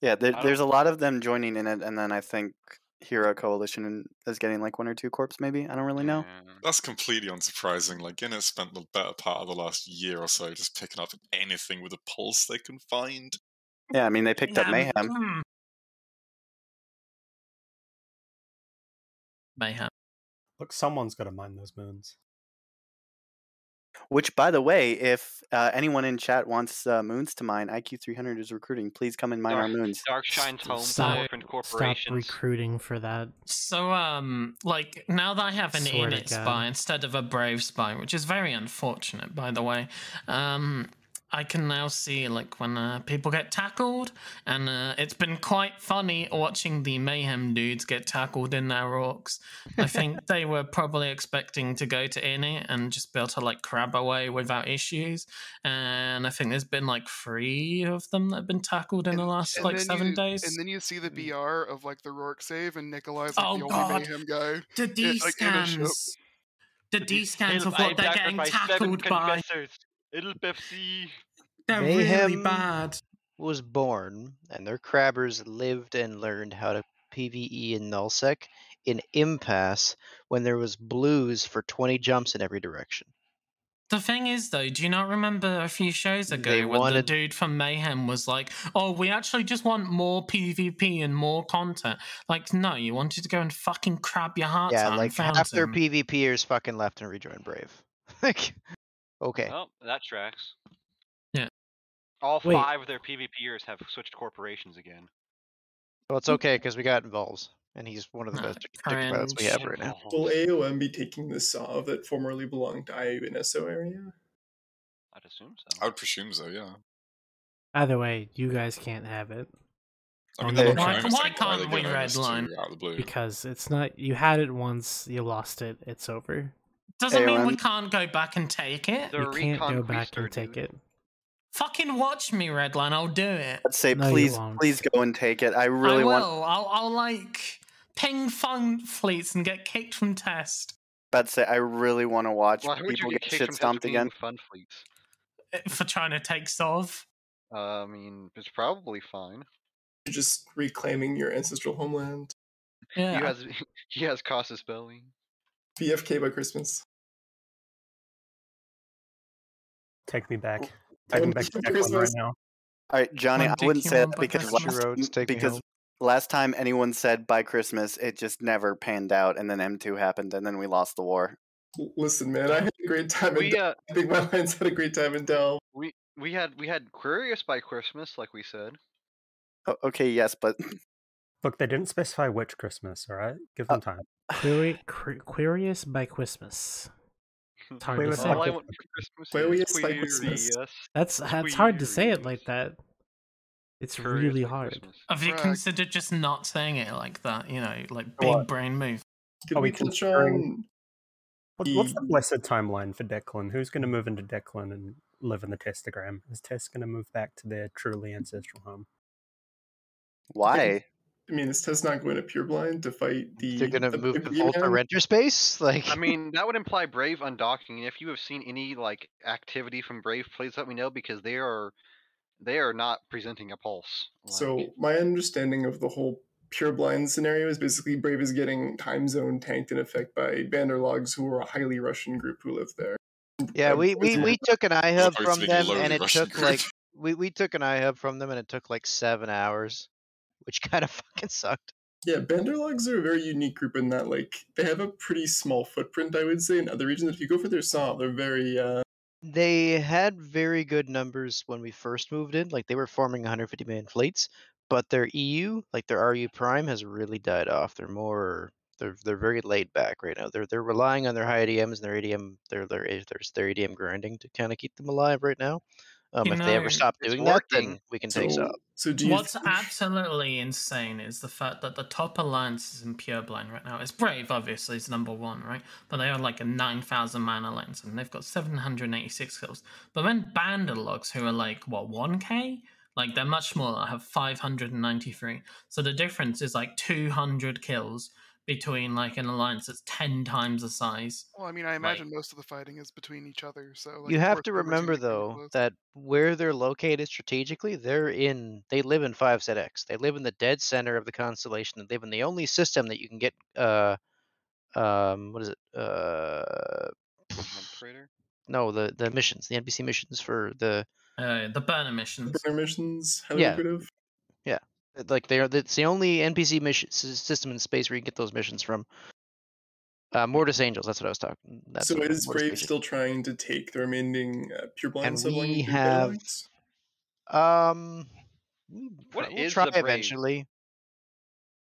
Yeah, there,
I don't-
there's a lot of them joining in it, and then I think Hero Coalition is getting like one or two corps, maybe. I don't really know.
Mm. That's completely unsurprising. Like Guinness spent the better part of the last year or so just picking up anything with a pulse they can find.
Yeah, I mean they picked up
Yeah,
Mayhem.
Mayhem.
Look, someone's got to mine those moons.
Which, by the way, if uh, anyone in chat wants uh, moons to mine, IQ300 is recruiting. Please come and mine our moons.
Darkshine's home
stop-
for orphaned
stop
corporations.
recruiting for that.
So um, like now that I have an
Swear to
init
God.
spy instead of a brave spy, which is very unfortunate, by the way. Um, I can now see like when uh, people get tackled, and uh, it's been quite funny watching the mayhem dudes get tackled in their orcs. I think they were probably expecting to go to init and just be able to like crab away without issues. And I think there's been like three of them that have been tackled in the last
And
like
then
seven
you-
days. Mm.
And then you see the BR of like the Rourke save and Nikolai's like
Oh,
the only
God.
mayhem guy.
The
in-
D
like, in a ship.
scans. The D scans
It'll
of what
be
they're
backed
getting
by seven
tackled by.
confessors. It'll Pepsi.
They're really
Mayhem
bad.
was born, and their crabbers lived and learned how to PVE in nullsec in impasse when there was blues for 20 jumps in every direction.
The thing is, though, do you not remember a few shows ago
They
when
wanted-
the dude from Mayhem was like, "Oh, we actually just want more PvP and more content." Like, no, you wanted to go and fucking crab your heart
yeah,
out.
like
and
half their
fountain.
PvPers fucking left and rejoined Brave. like, okay.
Oh, that tracks.
Yeah.
All
Wait.
five of their PvPers have switched corporations again.
Well, it's okay because we got involves, and he's one of the best dick pilots we have right now.
Uh-huh.
Will AOM be taking the Sov that formerly belonged to IOU and SO area?
I'd assume so.
I would presume so. Yeah.
Either way, you guys can't have it.
I
On
mean,
the-
they're not
why,
gonna own us
why
anymore, are
can't
they
we
gonna own us to
redline?
Out of the blue.
Because it's not. You had it once. You lost it. It's over.
Doesn't mean we can't go back and take it.
You can't go back and take it.
Fucking watch me, Redline. I'll do it.
I'd say
No, you
please,
won't.
please go and take it. I really
I will.
want.
I'll, I'll like ping fun fleets and get kicked from test
I'd say I really want to watch
Why would you
people
get
get
kicked
shit
from
stomped
testing
again.
Fun fleets.
Eh, for trying to take Sov.
Uh, I mean, it's probably fine.
You're just reclaiming your ancestral homeland.
He has he has Costas belly.
BFK by Christmas.
Take me back.
I
Take me
would-
back to Tech One right
Christmas.
now.
All right, Johnny,
One
I wouldn't
dicky
say
one,
that
but
because
Dusty
last,
Roads, take me
because
home.
last time anyone said by Christmas, it just never panned out, and then M2 happened, and then we lost the war.
L- Listen, man, I had a great time. in
We,
Del-
uh,
I think my lines had a great time in Dell.
We we had we had Quirius by Christmas, like we said.
O- okay, yes, but
Look, they didn't specify which Christmas. All right, give
Uh,
them time.
Query, cur- curious by Christmas. It's hard
Wait,
to
what's
Oh,
say.
that?
All I want for Christmas
Where we
is
is by
Quirius.
Christmas?
That's that's hard to say it like that. It's really hard.
Have you considered just not saying it like that? You know, like big
What?
brain move.
Are we considering? What, what's the blessed timeline for Declan? Who's going to move into Declan and live in the Testagram? Is Tess going to move back to their truly ancestral home?
Why?
I mean, is Tess not going to Pureblind to fight the?
They're gonna
the
move
big
to Volta
man?
Renter Space. Like,
I mean, that would imply Brave undocking. And if you have seen any like activity from Brave, please let me know because they are they are not presenting a pulse.
So my understanding of the whole Pureblind scenario is basically Brave is getting time zone tanked in effect by Vanderlogs, who are a highly Russian group who live there.
yeah,
Um,
we, we,
isn't
we
it-
took an iHub
opposed to
from
being
them,
lowly
and it
Russian
took
group.
like we, we took an iHub from them, and it took like seven hours, which kind of fucking sucked.
Yeah, Banderlogs are a very unique group in that like they have a pretty small footprint, I would say, in other regions. If you go for their saw, they're very uh
They had very good numbers when we first moved in. Like they were forming 150 man fleets, but their EU, like their RU Prime, has really died off. They're more they're they're very laid back right now. They're they're relying on their high ADMs and their ADM their their eh, their, their ADM grinding to kind of keep them alive right now. Um,
You
if they
know,
ever stop
it's
doing that, then
working.
we can take
So-
up.
What's absolutely insane is the fact that the top alliances in Pureblind right now. It's Brave, obviously, is number one, right? But they are like a 9,000 man alliance and they've got 786 kills. But then Bandalogs, who are like, what, 1k? Like they're much smaller, have 593. So the difference is like 200 kills between like an alliance that's 10 times the size.
Well, I mean, I imagine most of the fighting is between each other, so like,
you
of
have
course
to
numbers are gonna
remember
be
though
close.
that where they're located strategically, they're in they live in five set X. They live in the dead center of the constellation. They live in the only system that you can get uh um what is it? Uh
Crater?
no, the the missions, the NPC missions for the
Uh, the burner missions.
Burner missions, highly
Yeah.
lucrative.
yeah. It- Like they're that's the only NPC mission s- system in space where you can get those missions from. Uh, Mortis Angels, that's what I was talking. That's
so
what-
is
Mortis
Brave
Angels.
still trying to take the remaining uh, pure blind
And we
subline?
have um
What
we'll
is
try
the Brave?
eventually.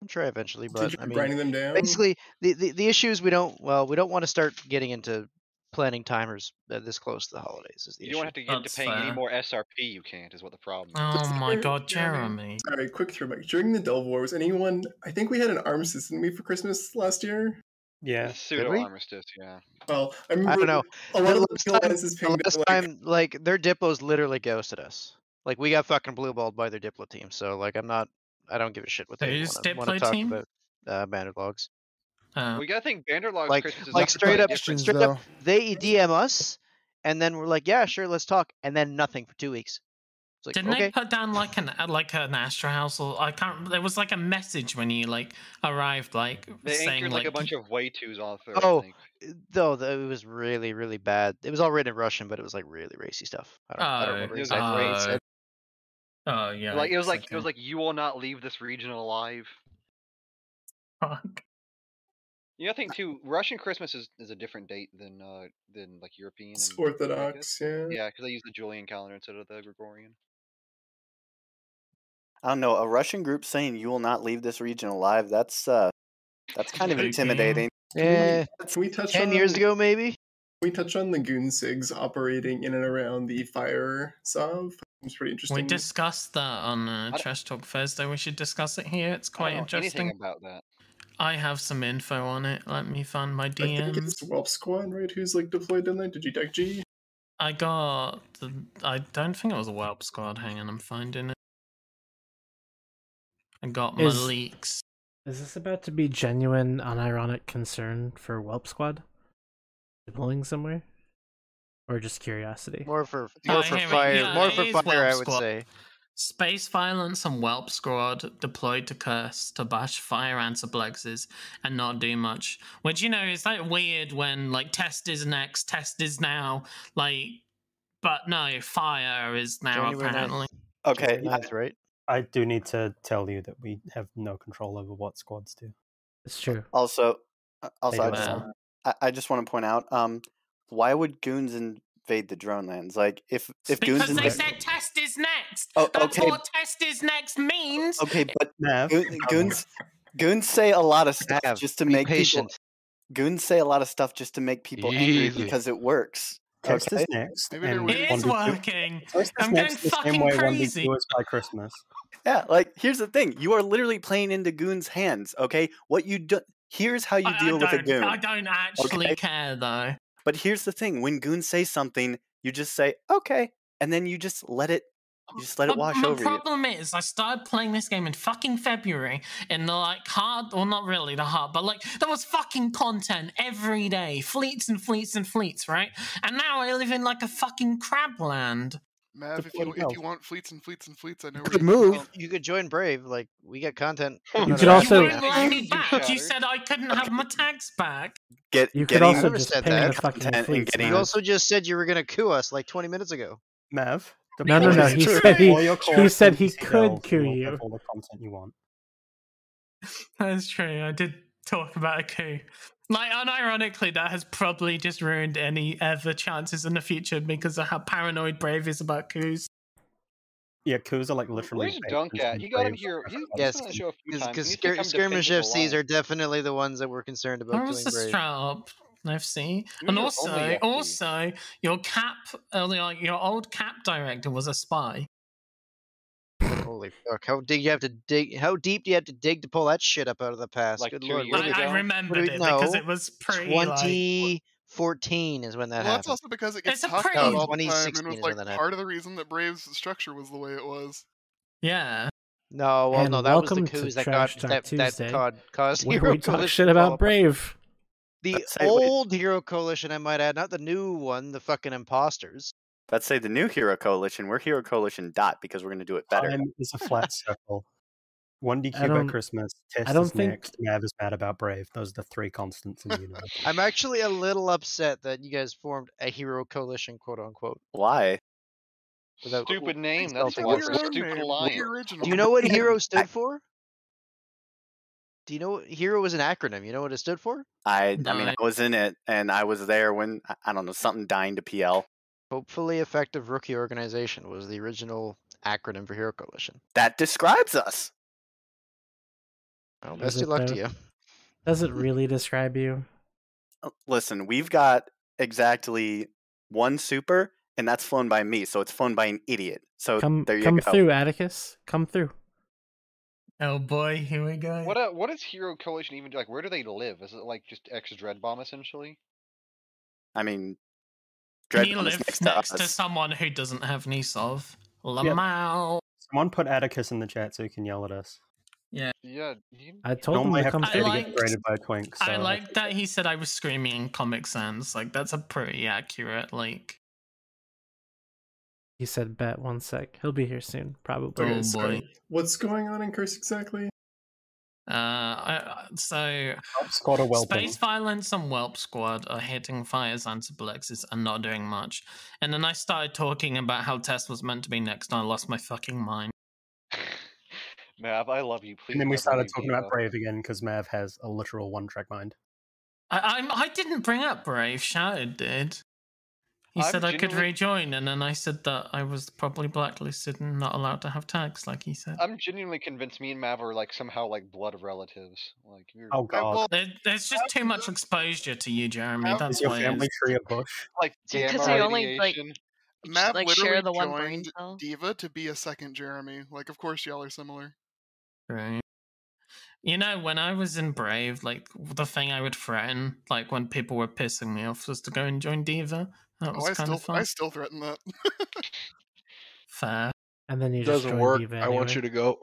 We'll try eventually,
Did
but
you
I mean,
grinding them down?
basically, the, the the issue is we don't well, we don't want to start getting into planning timers uh, this close to the holidays. Is the
You
issue?
don't have to get
That's
into paying any
fair.
more SRP. You can't is what the problem.
Oh my god,
Jeremy. Sorry, quick throwback. During the Delve Wars, anyone? I think we had an armistice, didn't we, for Christmas last year?
Yeah.
Pseudo armistice. Yeah.
Well, I
I
remember
don't know.
a lot of
The
the
last
people
time-
alliances
the
pinged us,
last
like,
time, like their diplos literally ghosted us. Like we got fucking blue balled by their diplo team. So like I'm not, I don't give a shit what they
Whose
want to want
Diplo
to talk
team?
about. Uh, Banderlogs.
Uh.
We gotta think Banderlog's
like
Christmas is
like
not
straight
really
up
different.
straight up they DM us and then we're like yeah sure let's talk and then nothing for two weeks. It's like,
Didn't
okay.
they put down like an uh, like an Astra house or I can't? There was like a message when you like arrived, like
They
saying
anchored like,
like,
a bunch of way twos off there. I
Oh,
think.
though the, it was really, really bad. It was all written in Russian, but it was like really racy stuff. I don't, I don't
Oh,
remember
it was
exactly what he
like-
said.
Oh yeah,
like it was
it's
like it was like you will not leave this region alive. You know, I think too. Russian Christmas is, is a different date than uh than like European and
Orthodox, yeah.
Yeah, because they use the Julian calendar instead of the Gregorian.
I don't know. A Russian group saying you will not leave this region alive. That's uh, that's kind of
Spooky.
intimidating.
Can we, can we touch
10
on,
years ago, maybe?
Can we touch on the Goonsigs operating in and around the fire sov? It's pretty
we
interesting.
discussed that on uh,
don't-
Trash Talk Thursday. We should discuss it here. It's quite interesting.
about that.
I have some info on it. Let me find my
I think it's
DMs.
Welp Squad, right? Who's like deployed down there? Did you deck G?
I got. The, I don't think it was a Whelp Squad. Hang on, I'm finding it. I got my
Is-
leaks.
Is this about to be genuine, unironic concern for Whelp Squad? Deploying somewhere? Or just curiosity?
More for
Oh, I hear it. Yeah, it is Whelp Squad. Space violence and whelp squad deployed to curse to bash fire antiplexes and not do much. Which you know is like weird when like test is next, test is now, like but no, fire is now apparently.
Okay,
right?
I do need to tell you that we have no control over what squads do.
It's true.
Also, uh, also, I
don't
just,
know.
wanna- I, I just want to point out, um, why would goons invade the drone lands? Like, if if goons
Because they
invade,
said test is next.
Oh,
That's
okay.
what test is next means.
okay, but goon, goons goons say a lot of stuff just to make
patient.
people. Goons say a lot of stuff just to make people
Easy.
angry because it works.
Text
Okay?
is next.
Maybe they're
and
waiting
It
one
is
big-
working.
Text is
I'm going
next the same
fucking
way one big
crazy.
do is by Christmas.
Yeah, like here's the thing: you are literally playing into goons' hands. Okay, what you do? Here's how you
I, I
deal with a
don't
goon.
I don't actually
Okay.
care though.
But here's the thing: when goons say something, you just say okay, and then you just let it, you just let it
But
wash
my
over you.
problem is, I started playing this game in fucking February in the like hard, well, not really the hard, but like there was fucking content every day, fleets and fleets and fleets, right? And now I live in like a fucking crab land.
Mav, if
Deploy
you
now.
if you want fleets and fleets and fleets, I know where
Good
you
move. You could join Brave. Like we got content.
Hmm.
You could also-
You won't let me back. You said I couldn't have my tags back.
Get
You could
getting
also just ping the fucking
content and
fleets,
getting
man.
You also just said you were gonna coup us like 20 minutes ago.
Mav.
No, no, no. He said he, he said he could kill
you.
you.
Have all the content you want.
That's true. I did talk about a coup. Like, unironically, that has probably just ruined any ever chances in the future because of how paranoid Brave is about coups.
Yeah, Kuza like literally.
Where's
baked
Dunk
into
at?
the
You got him
grave.
here. He's been
Yes,
on the show a few times.
because
You think I'm
skirmish
defending the
FCs
law.
are definitely the ones that we're concerned about
Where is
doing
this
great.
trap? FC,
You're
and
the
also,
only FD.
also your cap, uh, like, your old cap director was a spy.
Holy fuck! How deep you have to dig? How deep do you have to dig to pull that shit up out of the past?
Like
Good
two
lord!
years
what do we-
ago? I- I
what do
remembered
we-
it because
no,
it was pre, like-
2014 is when that
Well, that's
happened.
also because it gets
It's a
talked
pretty-
about
No,
all the time,
2016
and was
is
like
when that
part of the reason that Brave's structure was the way it was.
Yeah.
No, well,
And
no, that was the
welcome to
coups that
Trash
got
Talk
that,
Tuesday,
that caused, caused
where
Hero
we talk
Coalition
shit
to
about
fall
Brave.
The
That's how it-
old Hero Coalition, I might add, not the new one, the fucking imposters.
Let's say the new Hero Coalition. We're Hero Coalition dot because we're going to do it better.
Time is a flat circle. One
I
DQ by
don't-
Christmas. Test
don't
is
think-
next. Nav is mad about Brave. Those are the three constants in the universe.
I'm actually a little upset that you guys formed a Hero Coalition, quote unquote.
Why?
Without
Stupid name.
Please
That's
tell
why.
me your own
Stupid
name.
line.
The Do you know what Hero stood for? Do you know what Hero was an acronym? You know what it stood for?
I I mean I
Nine.
was in it and I was there when I- I don't know something dying to PL.
Hopefully Effective Rookie Organization was the original acronym for Hero Coalition.
That describes us.
Well,
Does
best of
it
luck to
though?
you.
Does it really describe you?
uh, Listen, we've got exactly one super, and that's flown by me, so it's flown by an idiot. So
Come,
Oh, there you
come
go.
through, Atticus. Come through.
Oh boy, here we go.
What uh, what does Hero Coalition even do? Like, where do they live? Is it like just ex Dread Bomb essentially?
I mean, Dread
he
Bomb is
lives next,
next to
to
us.
someone who doesn't have Nisov.
Yeah.
Lamau.
Someone put Atticus in the chat so he can yell at us.
Yeah.
Yeah.
I told
Normally
him
I
to
have
come
to
through.
go to
I
get graded by Twink. So
I like that he said I was screaming in Comic Sans. Like that's a pretty accurate like.
He said, "Bet one sec. He'll be here soon, probably."
Okay, Oh, so boy.
What's going on in Curse exactly?
Uh, I, so
Squad or Whelping.
Space Violence and Whelp Squad are hitting fires and sublexes and not doing much. And then I started talking about how Tess was meant to be next, and I lost my fucking mind.
Mav, I love you. Please.
and then we
never
started
leave
talking
me
about
alone.
Brave again because Mav has a literal one track mind.
I I'm, I didn't bring up Brave. Shouted did. He
I'm
said I could
genuinely-
rejoin, and then I said that I was probably blacklisted and not allowed to have tags, like he said.
I'm genuinely convinced me and Mav are like somehow like blood relatives. Like you're.
Oh,
Oh,
There- there's just too much exposure to you, Jeremy.
How-
That's
Is your
why. it
family
is.
tree a bush?
Like
Dude, 'cause
gamma
they only, like,
radiation.
sh-
Mav
like, share
literally
the one brain
joined
cell.
Diva to be a second Jeremy. Like, of course, y'all are similar.
Right. You know, when I was in Brave, like the thing I would threaten, like when people were pissing me off, was to go and join Diva. That
Oh,
was
I
kind
still,
of fun.
I still threaten that.
Fair.
And then you just
Doesn't
join
work.
Diva
I want
anyway.
you to go.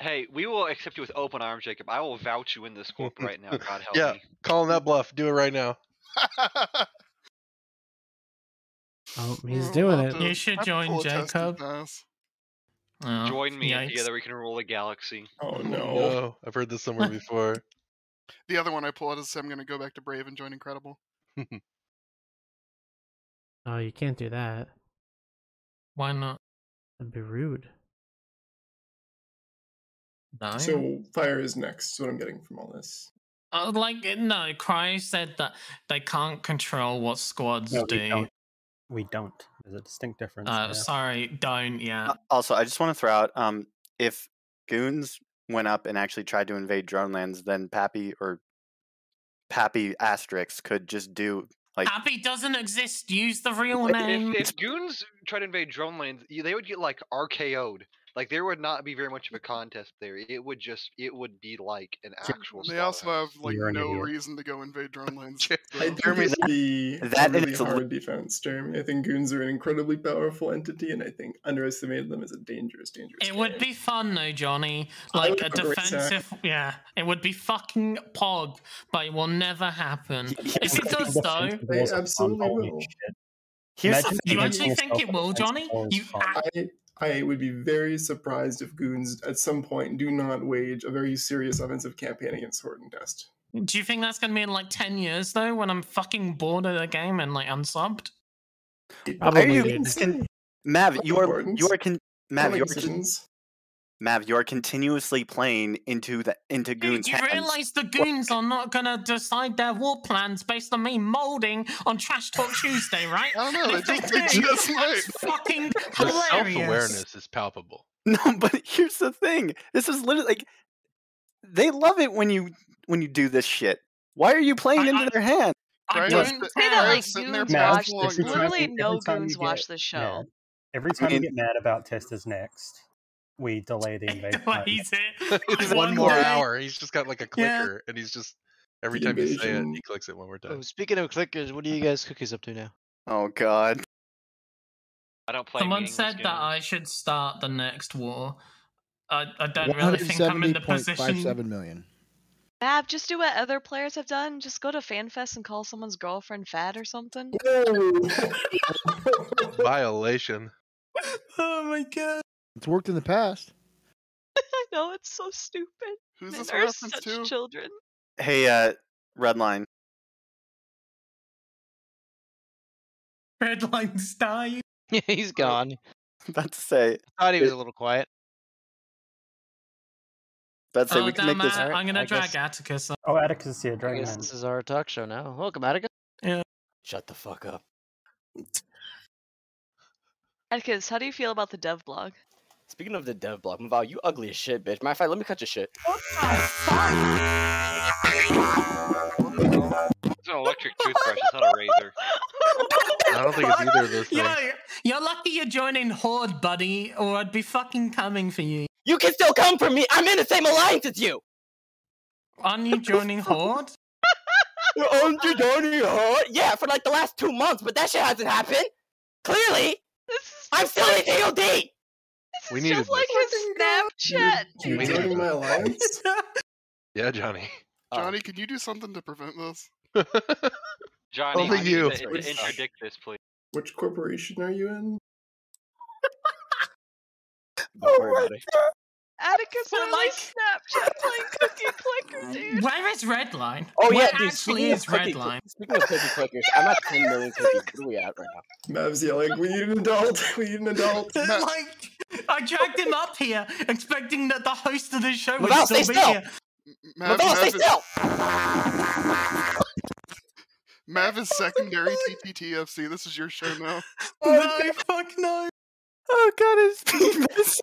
Hey, we will accept you with open arms, Jacob. I will vouch you in this corp right now. God help
yeah,
me.
calling that bluff. Do it right now.
Oh, he's doing
I'll
it.
do- You should I'll join pull a test Jacob. Oh,
Join me, and
yikes.
together we can rule the galaxy.
Oh
no. I've heard this somewhere before.
The other one I pull out is I'm going to go back to Brave and join Incredible.
Oh, you can't do that.
Why not?
That'd be rude.
No.
So fire is next. Is what I'm getting from all this.
Uh, like no, Cry said that they can't control what squads
No, we
do.
don't. We don't. There's a distinct difference.
Uh,
there.
sorry, don't. Yeah,
Uh, Also, I just want to throw out um, if goons went up and actually tried to invade Dronelands, then Pappy or Pappy Asterix could just do like
Happy doesn't exist. Use the real
If-
name.
If, if goons tried to invade drone lands, y- they would get like RKO'd. Like there would not be very much of a contest there. It would just it would be like an actual.
They also have like
You're an
no
idiot.
reason to go invade drone lanes.
I
so-
think it would be
that
a
and
really
it's a li-
hard defense, Jeremy. I think goons are an incredibly powerful entity, and I think underestimated them as a dangerous, dangerous.
It would be fun though, Johnny.
I
Like
would
a
agree, Zach.
defensive, yeah. It would be fucking pog, but it will never happen. If it does though,
Defensive walls
I
are fun,
absolutely
holy
will.
shit.
Here's the
Imagine
thing.
you
defending
actually think
yourself
it
with
will,
defensive
Johnny?
walls
You
is fun. I, I would be very surprised if goons at some point do not wage a very serious offensive campaign against Horde and Dust.
do you think that's gonna be in like ten years though, when I'm fucking bored of the game and like unsubbed?
Why are you con- Mav, you are you are con- Mav,
Comic
you are con-
Sans.
Mav, you are continuously playing into the into
Dude,
goons.
you
hands.
realize the goons are not gonna decide their war plans based on me molding on Trash Talk Tuesday, right?
I
don't
know,
If
they
they
just-
do,
they just
that's fucking
Their
hilarious.
self-awareness
is palpable.
No, but here's the thing. This is literally like they love it when you when you do this shit. Why are you playing into their hand?
I
don't
Say that like goons
Mav,
watch this.
every time-
Literally
every
no
time you
goons
get
watch this show.
mad- every time you get mad about Tester's next, we delay the invasion.
He's it.
It's one more hour. He's just got like a clicker, and he's just every
The
time you say it,
invasion.
he clicks it one more time.
Oh, speaking of clickers, what are you guys cookies up to now?
Oh god.
I don't play.
Someone
meaningless
said
games.
that I should start the next war. I, I don't really think I'm in the position.
170.57 million.
Bab, just do what other players have done. Just go to FanFest and call someone's girlfriend fat or something.
Violation.
Oh my god.
It's worked in the past.
I know it's so stupid.
Who's
Men
this
are
reference
such
to?
children.
Hey, uh, Redline.
Redline's dying.
Yeah, he's gone.
About to say.
Thought he was a little quiet.
About to say
Oh,
we can
damn
make this.
it. I'm gonna
I
drag
guess-
Atticus. Up.
Oh, Atticus is here.
I
Dragon
guess this is our talk show now. Welcome, Attica.
Yeah.
Shut the fuck up.
Atticus, how do you feel about the dev blog?
Speaking of the dev block, Maval, you ugly as shit, bitch. Matter of fact, let me cut your shit.
It's an electric toothbrush. It's not a razor.
I don't think it's either of those
Yo,
things.
you're lucky you're joining Horde, buddy, or I'd be fucking coming for you.
You can still come for me. I'm in the same alliance as you.
Aren't you joining Horde?
Aren't you down here, huh? Yeah, for like the last two months, but that shit hasn't happened. Clearly, I'm still in DOD.
We needed
Like his Snapchat.
You're
You're joining my alliance?
this. Yeah, Johnny.
Johnny, can you do something to prevent this?
Johnny,
Only
I need
you.
to- to interdict this, please.
Which corporation are you in?
Oh,
Don't worry about it.
Atticus literally Snapchat playing cookie clicker, dude.
Where is Redline?
Oh
Where
yeah, dude,
actually
speaking of
is
cookie-
Redline?
Speaking of cookie clickers, I'm at 10 million cookies. What are we at right now?
Mav's yelling, we need an adult, we need an adult. Mav-
like, I dragged him up here, expecting that the host of the show would
Maval,
still
stay
be
still.
here.
Mav,
Maval, stay
Mav, is,
still.
Mav is secondary TPTFC. This is your show now.
uh,
no, fuck no.
Oh god, it's penis.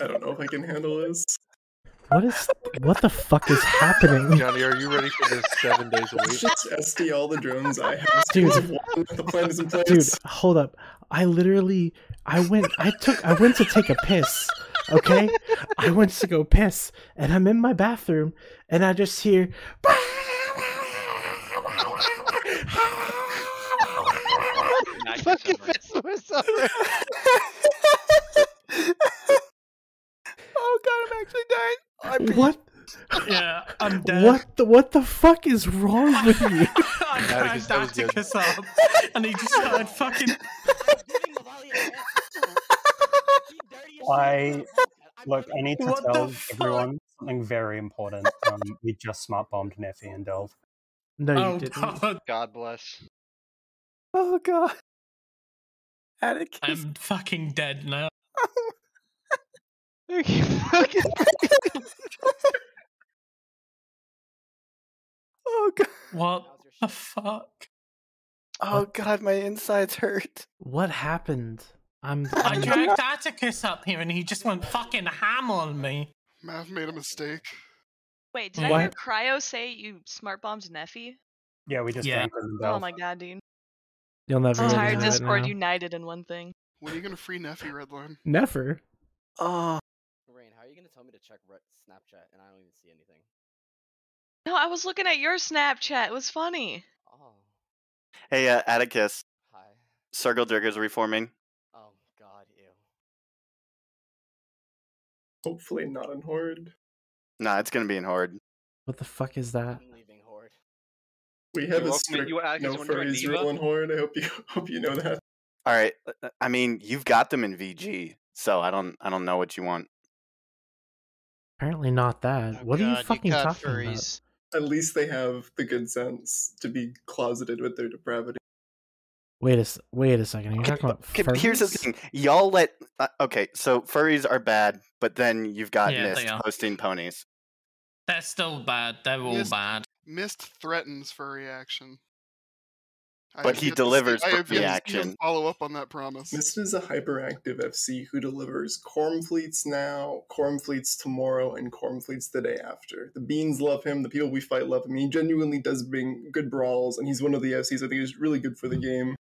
I don't know if I can handle this.
What is? What the fuck is happening?
Johnny, are you ready for this seven days a week?
Just SD all the drones I have.
Dude.
The plan is in place.
Dude, hold up. I literally I went I took I went to take a piss. Okay? I went to go piss and I'm in my bathroom and I just hear
Nice
Fucking
summary.
was over.
Oh god, I'm actually dying.
what
Yeah, I'm dead.
what the what the fuck is wrong with you?
I dragged Atticus up, and he just started fucking.
I look. I need to
What the
tell everyone something very important. Um, we just smart bombed Neffy and Delve.
No,
you
oh,
didn't.
God.
God bless.
Oh god. Atticus.
I'm fucking dead now.
Oh god.
What the fuck?
Oh god, my insides hurt.
What happened? I'm
I dragged Atticus up here, and he just went fucking ham on me.
Mav made a mistake.
Wait, did I hear
What?
Cryo say you smart bombed Neffy?
Yeah, we just
Yeah.
banned them
Oh
both.
my god, dude.
You'll never
The
really
entire
know it
Discord
now.
united in one thing.
When are you gonna free Neffy Redline?
Never.
Oh.
Rain, how are you gonna tell me to check Re- Snapchat and I don't even see anything?
No, I was looking at your Snapchat. It was funny.
Oh,
Hey, uh, Atticus.
hi.
Circle Jerkers reforming.
Oh god, ew.
Hopefully not on Horde.
Nah, it's gonna be in hard.
What the fuck is that?
I'm leaving Horde.
We have
You
a
welcome-
strict
you ask
no
someone to join
furries
Diva?
rule on Horde. I hope you hope you know that.
All right. uh, I mean, you've got them in VG, so I don't. I don't know what you want.
Apparently not that. what are you fucking talking about?
At least they have the good sense to be closeted with their depravity.
Wait a s- wait a second. Are you talking about
Okay, but here's the
furries?
thing. Y'all let uh, okay, so furries are bad, but then you've got
Yeah,
missed
they are.
posting ponies.
They're still bad. They're all
Yes.
bad.
Mist threatens furry action. I
But
have
he
yet to see-
delivers
I have
furry
yet to see
action.
him Follow up on that promise.
Mist is a hyperactive FC who delivers Corm fleets now, Corm fleets tomorrow, and Corm fleets the day after. The Beans love him, the people we fight love him. He genuinely does bring good brawls, and he's one of the FCs I think is really good for the game.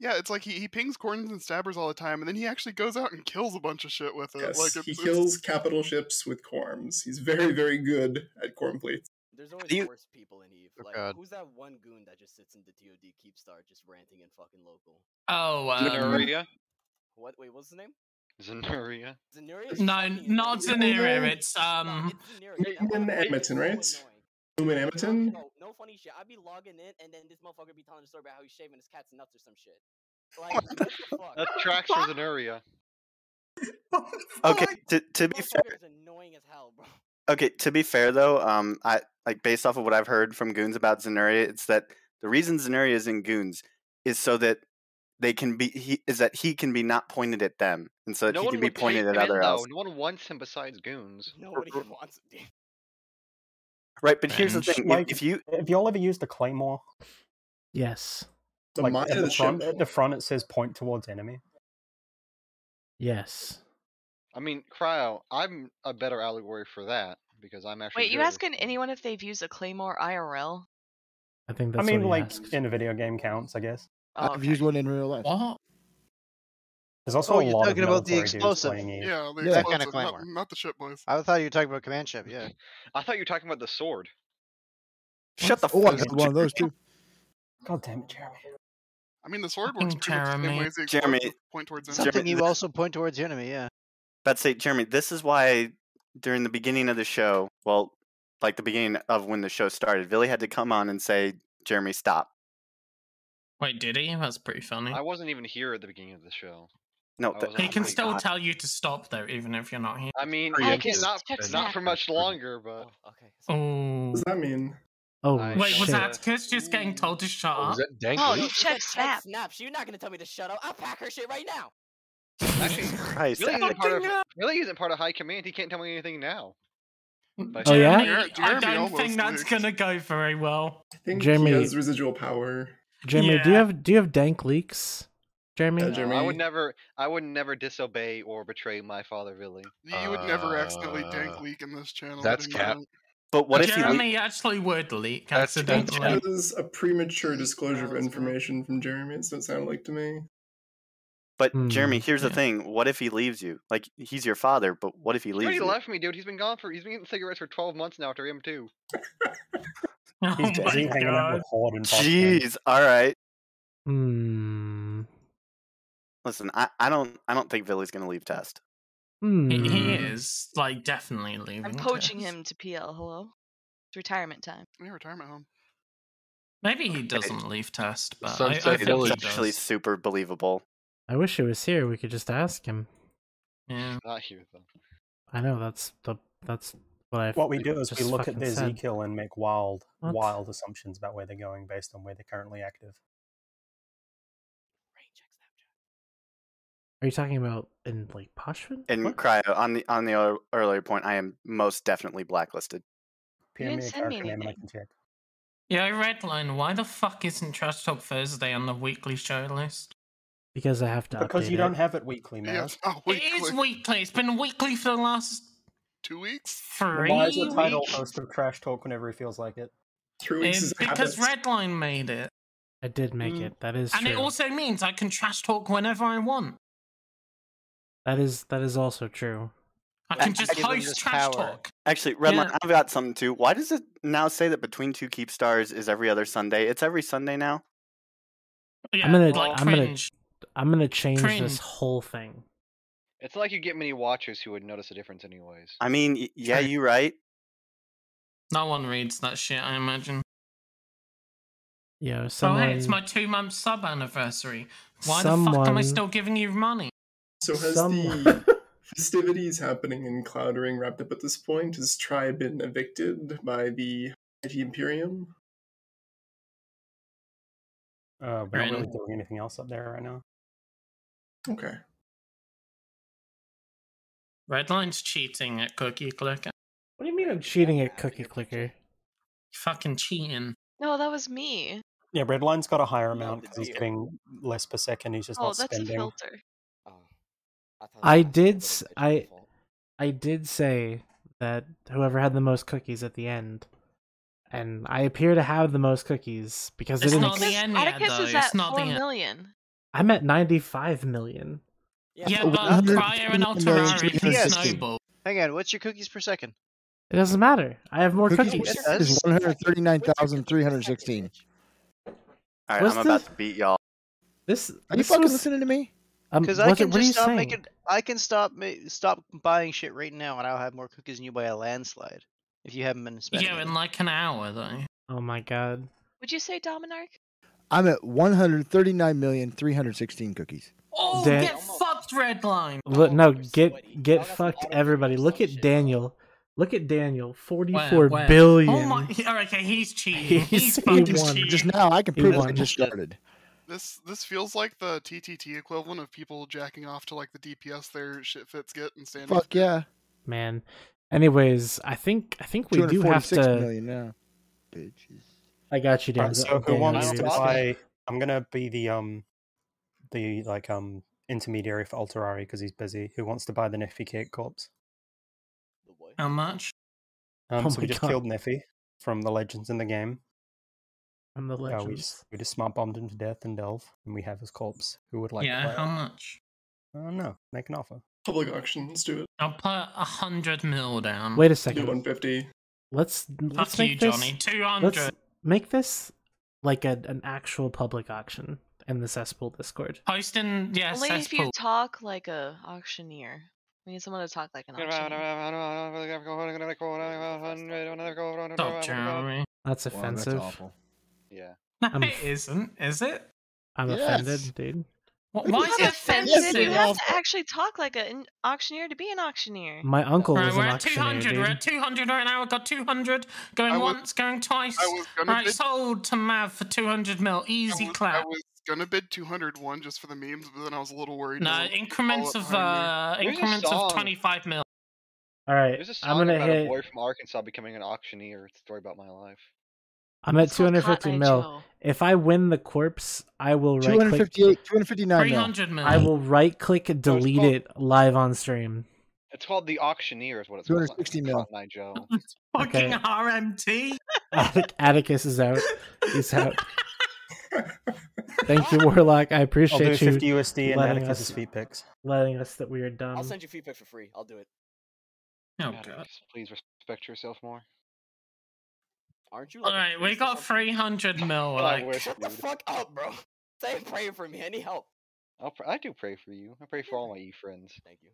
Yeah, it's like he, he pings corns and stabbers all the time, and then he actually goes out and kills a bunch of shit with it.
Yes,
Uh, like it's,
he
it's-
kills capital ships with Corms. He's very, very good at Corm fleets.
There's always
you-
worse people in Eve. Like,
God.
who's that one goon that just sits in the TOD Keepstar just ranting and fucking local?
Oh,
uh,
um,
Zenuria.
What? Wait, what's the name?
Zenuria.
Zenuria? is
No,
fucking
not
annoying.
Zanira. It's um.
Lumen Amiton, right? Lumen Amiton?
No, no funny shit. I'd be logging in and then this motherfucker be telling a story about how he's shaving his cat's nuts or some shit. Like, what the fuck?
That tracks for Zenuria.
Okay, to, to be fair, okay, to be fair though, um, I like based off of what I've heard from goons about Zenuria, it's that the reason Zenuria is in goons is so that they can be he is that he can be not pointed at them, and so that
no
he
one
can be
would take
pointed at
him in,
other
though.
else.
No one wants him besides goons.
Nobody wants him.
Right, but here's the
Cringe.
thing: if-
Like,
if you
have y'all ever used the claymore?
Yes.
The like at the, front, at the front, it says point towards enemy.
Yes.
I mean, Cryo, I'm a better allegory for that because I'm actually.
Wait, you
good.
asking anyone if they've used a claymore IRL?
I think
I
that's
mean,
what he
like
asked.
in a video game counts, I guess.
Oh,
I've used one in real life.
There's also
oh,
a
you're
lot
talking
of
about the
military dudes
explosive.
playing Eve.
Yeah, the
that kind
explosive,
of
not-
claymore.
not the ship boys.
I thought you were talking about command ship. Yeah.
I thought you were talking about the sword.
Shut the
Oh, I got one of those too.
God damn it, Jeremy.
I mean, the sword works
Fucking
pretty much the same
Jeremy.
way as the
Jeremy-
explosive point towards enemy.
Something
Jeremy,
you
th-
also point towards the enemy. Yeah.
But say, Jeremy, this is why during the beginning of the show, well, like the beginning of when the show started, Billy had to come on and say, Jeremy, stop.
Wait, did he? That's pretty funny.
I wasn't even here at the beginning of the show.
No,
I
th-
was
He
on
can
my-
still tell you to stop though, even if you're not here.
I mean,
Free
I
agent
can't,
is
not,
text
not
back.
for much longer, but
Oh.
What does that mean?
Oh,
Wait, was
shit.
that Kurtz just getting told to shut up?
Oh, you check snap. snaps. You're not gonna tell me to shut up. I'll pack her shit right now.
Christ.
really isn't part
Fucking
of really isn't part of high command. He can't tell me anything now. But-
Oh, yeah?
Jeremy, I don't think that's gonna go very well.
I think
Jeremy-
he has residual power.
Jeremy, do you have do you have dank leaks? Jeremy,
No, I would never, I would never disobey or betray my father. Really,
You would never accidentally dank leak in this channel.
that's
I didn't
cap.
know it.
But what if he
Jeremy actually would leak accidentally?
That was a premature disclosure of information from Jeremy. That's what it sounded like to me.
But Jeremy, here's the thing. What if he leaves you? Like, he's your father, but what if he
he
leaves
already
you?
left me, dude. He's been gone for, he's been getting cigarettes for twelve months now. After him too.
He's busy hanging out with Horde and Boss Man.
Jeez, all right.
Hmm.
Listen, I, I don't I don't think Billy's gonna leave test.
He, he
Hmm.
is like definitely leaving.
I'm
too.
poaching him to PL. Hello, it's retirement time.
Yeah, retirement home.
Maybe he doesn't leave test, but
Some
I, I
say
think he
it's actually
does.
super believable.
I wish he was here. We could just ask him.
Yeah.
Not here though.
I know that's the that's what I.
What we do is we
just
look at
fucking
their Z
said.
kill and make wild,
What?
wild assumptions about where they're going based on where they're currently active.
Are you talking about in like Poshvin?
And
What?
cryo on the on the ear- earlier point, I am most definitely blacklisted.
You
didn't send me
can check.
Yeah, Redline, why the fuck isn't Trash Talk Thursday on the weekly show list?
Because I have to
Because
update
you
it.
don't have it weekly, man.
Yes, oh,
It is weekly. It's been weekly for the last
two weeks.
Three
Why is the title
weeks.
host of Trash Talk whenever he feels like it?
Three
It's because Redline made it,
I did make
Mm.
it. That is
and
true.
it also means I can trash talk whenever I want.
that is that is also true.
I can just host trash talk.
Actually, Redline,
Yeah.
I've got something too. Why does it now say that between two keep stars is every other Sunday? It's every Sunday now.
I'm gonna
like
I'm gonna
cringe.
I'm gonna change
Cringe.
this whole thing.
It's not like you get many watchers who would notice a difference, anyways.
I mean, y- yeah, you right.
No one reads that shit, I imagine.
Yeah,
Oh,
someone
hey, it's my two month sub anniversary. Why the fuck am I
Someone-
still giving you money?
So has
Some-
the festivities happening in Cloud Ring wrapped up at this point? Has Tri been evicted by the Mighty Imperium?
Uh, we're
Right,
not really
and-
doing anything else up there right now.
Okay.
Redline's cheating at Cookie Clicker.
What do you mean I'm cheating at Cookie Clicker?
Fucking cheating.
No, that was me.
Yeah, Redline's got a higher
the
amount because he's
deal.
getting less per second. He's just
oh,
not
that's
spending.
a filter.
I did. s- I I did say that whoever had the most cookies at the end, and I appear to have the most cookies because
It's
I didn't.
not the
ex-
end yet,
Atticus
though.
is at
It's not the
four
end.
million.
I'm at 95 million.
Yeah, but Cryer and Altarari can snowball.
Hang on, what's your cookies per second?
It doesn't matter. I have more
Cookies
cookies.
is one hundred thirty-nine thousand three hundred sixteen.
All right,
What's
I'm about
the-
to beat y'all.
This.
Are you
this
fucking
was-
listening to me?
Um,
Because I
was it-
can
what are
just
you
stop
saying?
making. I can stop ma- stop buying shit right now, and I'll have more cookies than you by a landslide. If you haven't been spending.
Yeah, in like an hour though.
Oh my god.
Would you say Dominarch?
I'm at one hundred thirty-nine million three hundred sixteen cookies.
Oh,
Dan-
get fucked, Redline.
Look, no, get get fucked, everybody. Look at Daniel. Look at Daniel. Forty-four
Where?
billion.
Oh my! yeah, Okay, he's cheating.
He's-
He's
he
fucking
won.
cheating.
Just now, I can
He
prove
won.
I just started.
This this feels like the TTT equivalent of people jacking off to like the DPS their shit fits get and standing.
Fuck yeah.
Man. Anyways, I think I think we do have
246
to.
million now. Bitches.
I got you, Dan.
Alright, so who
Daniel,
wants
you
to
got it.
buy? I'm gonna be the um, the like um intermediary for Alterari because he's busy. Who wants to buy the Neffy Cake Corpse?
How much?
Um,
Oh
so we
my
just
God.
killed Neffy from the legends in the game.
From the
Uh, we
legends.
just we just smart bombed him to death in Delve, and we have his corpse. Who would like? to buy
yeah,
it?
how much?
I don't know. Make an offer.
Public auction. Let's do it.
I'll put a hundred mil down.
Wait a
Do
second.
150.
Let's let's
Fuck
make
you,
this.
Johnny.
Let's
200.
make this like a, an actual public auction in the cesspool Discord.
Posting, yeah,
Only if you
cesspool.
talk like a auctioneer. We need someone to talk like an auctioneer.
Stop,
That's
Jeremy. Wow, that's
offensive.
awful.
Yeah.
No,
I'm-
it isn't, is it?
I'm
Yes.
offended, dude.
Wh- Why is it
Offensive, you have
offensive?
to actually talk like an auctioneer to be an auctioneer.
My uncle
Right,
was
we're
an
at
auctioneer,
200. We're
dude.
at 200 right now. I've got 200 going
I was-
once, going twice.
I was gonna
Right,
bid-
sold to Mav for 200 mil. Easy
I
clap.
was gonna bid 201 just for the memes, but then I was a little worried.
No,
because
increments
all up
of uh,
behind
me. There's a
increments of
song.
25 mil.
All right,
There's a song
I'm gonna
about
hit.
a boy from Arkansas becoming an auctioneer. It's a story about my life.
I'm at
It's called Cotton
250
Eye
mil.
Joe.
If I win the corpse, I will right click.
258, 259 now.
300 mil.
I will right click delete it live on stream.
It's called The Auctioneer, is what it's called.
260
mil. Cotton Eye Joe.
Okay.
Fucking RMT.
Attic- Atticus is out. He's out. Thank you, Warlock. I appreciate
I'll do
you.
50 USD and
letting
Atticus's
us-
feet picks.
Letting us that we are done.
I'll send you feedback for free. I'll do it.
Oh,
Maddox,
God.
Please respect yourself more.
Aren't you? Like,
All
a
right, we
priest or
got
something?
300 mil. Like,
Oh, Shut the fuck up, bro. Say pray for me. I need help.
I'll pr- I do pray for you. I pray for all my e friends.
Thank you.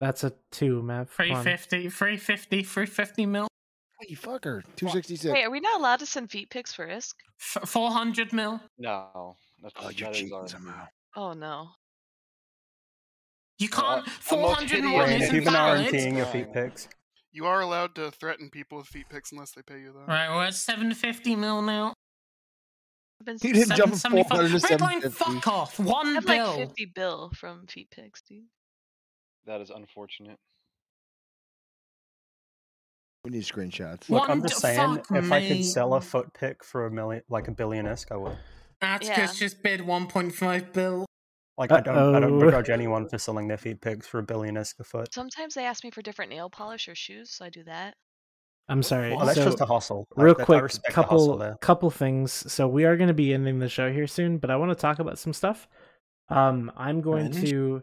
That's a two, Mav. Come on.
350, 350, 350 mil.
You fucker. 266.
Wait, are we not allowed to send feet pics for risk?
F- 400 mil.
No. That's,
Oh, you're
that is
cheating
our-
somehow.
Oh no.
You
Oh,
can't.
I'm most
401
hideous
isn't
You've been RMTing
valid.
your feet picks.
You are allowed to threaten people with feet pics unless they pay you though.
Right, we're at 750 mil now.
You didn't jump from
775.
400 to
Redline,
750.
fuck off.
I
One
have like
bill.
fifty bill from feet pics, dude.
That is unfortunate.
We need screenshots.
Look,
One
I'm just
d-
saying,
fuck
if I
me.
could sell a foot pick for a million, like a billion esque, I would.
Atticus
Yeah.
just bid 1.5 bill.
Like I don't, I don't
Uh-oh.
begrudge anyone for selling their feet pics for a billion esque a foot.
Sometimes they ask me for different nail polish or shoes, so I do that.
I'm sorry.
Well, that's
so,
just a hustle. Like,
real
that- I
quick,
respect the hustle
couple
there.
couple things. So we are going to be ending the show here soon, but I want to talk about some stuff. Um, I'm going
Revenge?
to.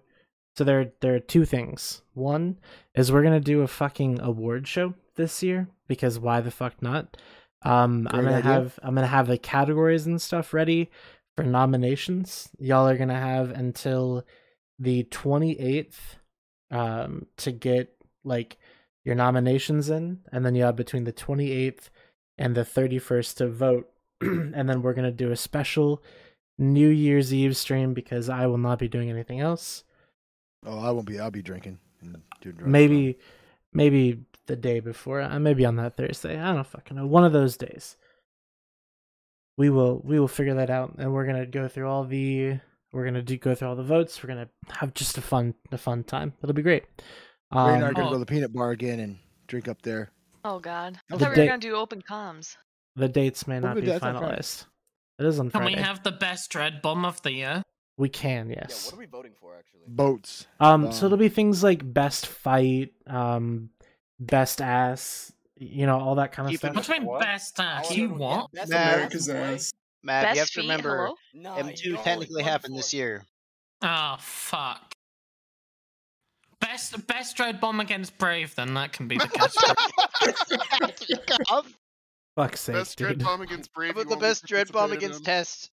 So there there are two things. One is we're going to do a fucking award show this year because why the fuck not? Um, I'm
Great
gonna
idea.
have I'm gonna have the categories and stuff ready for nominations. Y'all are gonna have until the 28th um to get like your nominations in and then you have between the 28th and the 31st to vote and then we're going to do a special new year's eve stream because i will not be doing anything else
Oh, I won't be. I'll be drinking. And doing drugs.
maybe maybe uh, the day before i maybe on that thursday i don't fucking know one of those days we will we will figure that out, and we're gonna go through all the we're gonna do go through all the votes. We're gonna have just a fun a fun time. It'll be great.
We're
Um,
not
Oh.
Oh.
gonna go to the peanut bar again and drink up there.
Oh God, I
The
thought we
date-
were gonna do open comms.
the dates may
Oh,
not
good,
be
that's on Friday.
finalized. It is on
Can
Friday.
we have the best dread bomb of the year?
We can, yes.
What are we voting for, actually?
Boats.
Um, so it'll be things like best fight, um, best ass, you know, all that kind of
What
stuff.
do you mean best ass?
Keep
You
it-
what?
That's
Matt,
America's ass.
Matt,
Best
you have to
feet,
remember
hello? No,
M2
no,
technically
it's
happened this year.
Oh fuck. Best best dread bomb against brave. Then that can be the category.
Fuck's sake,
Best dread
dude.
bomb against Brave.
But the best dread bomb against test.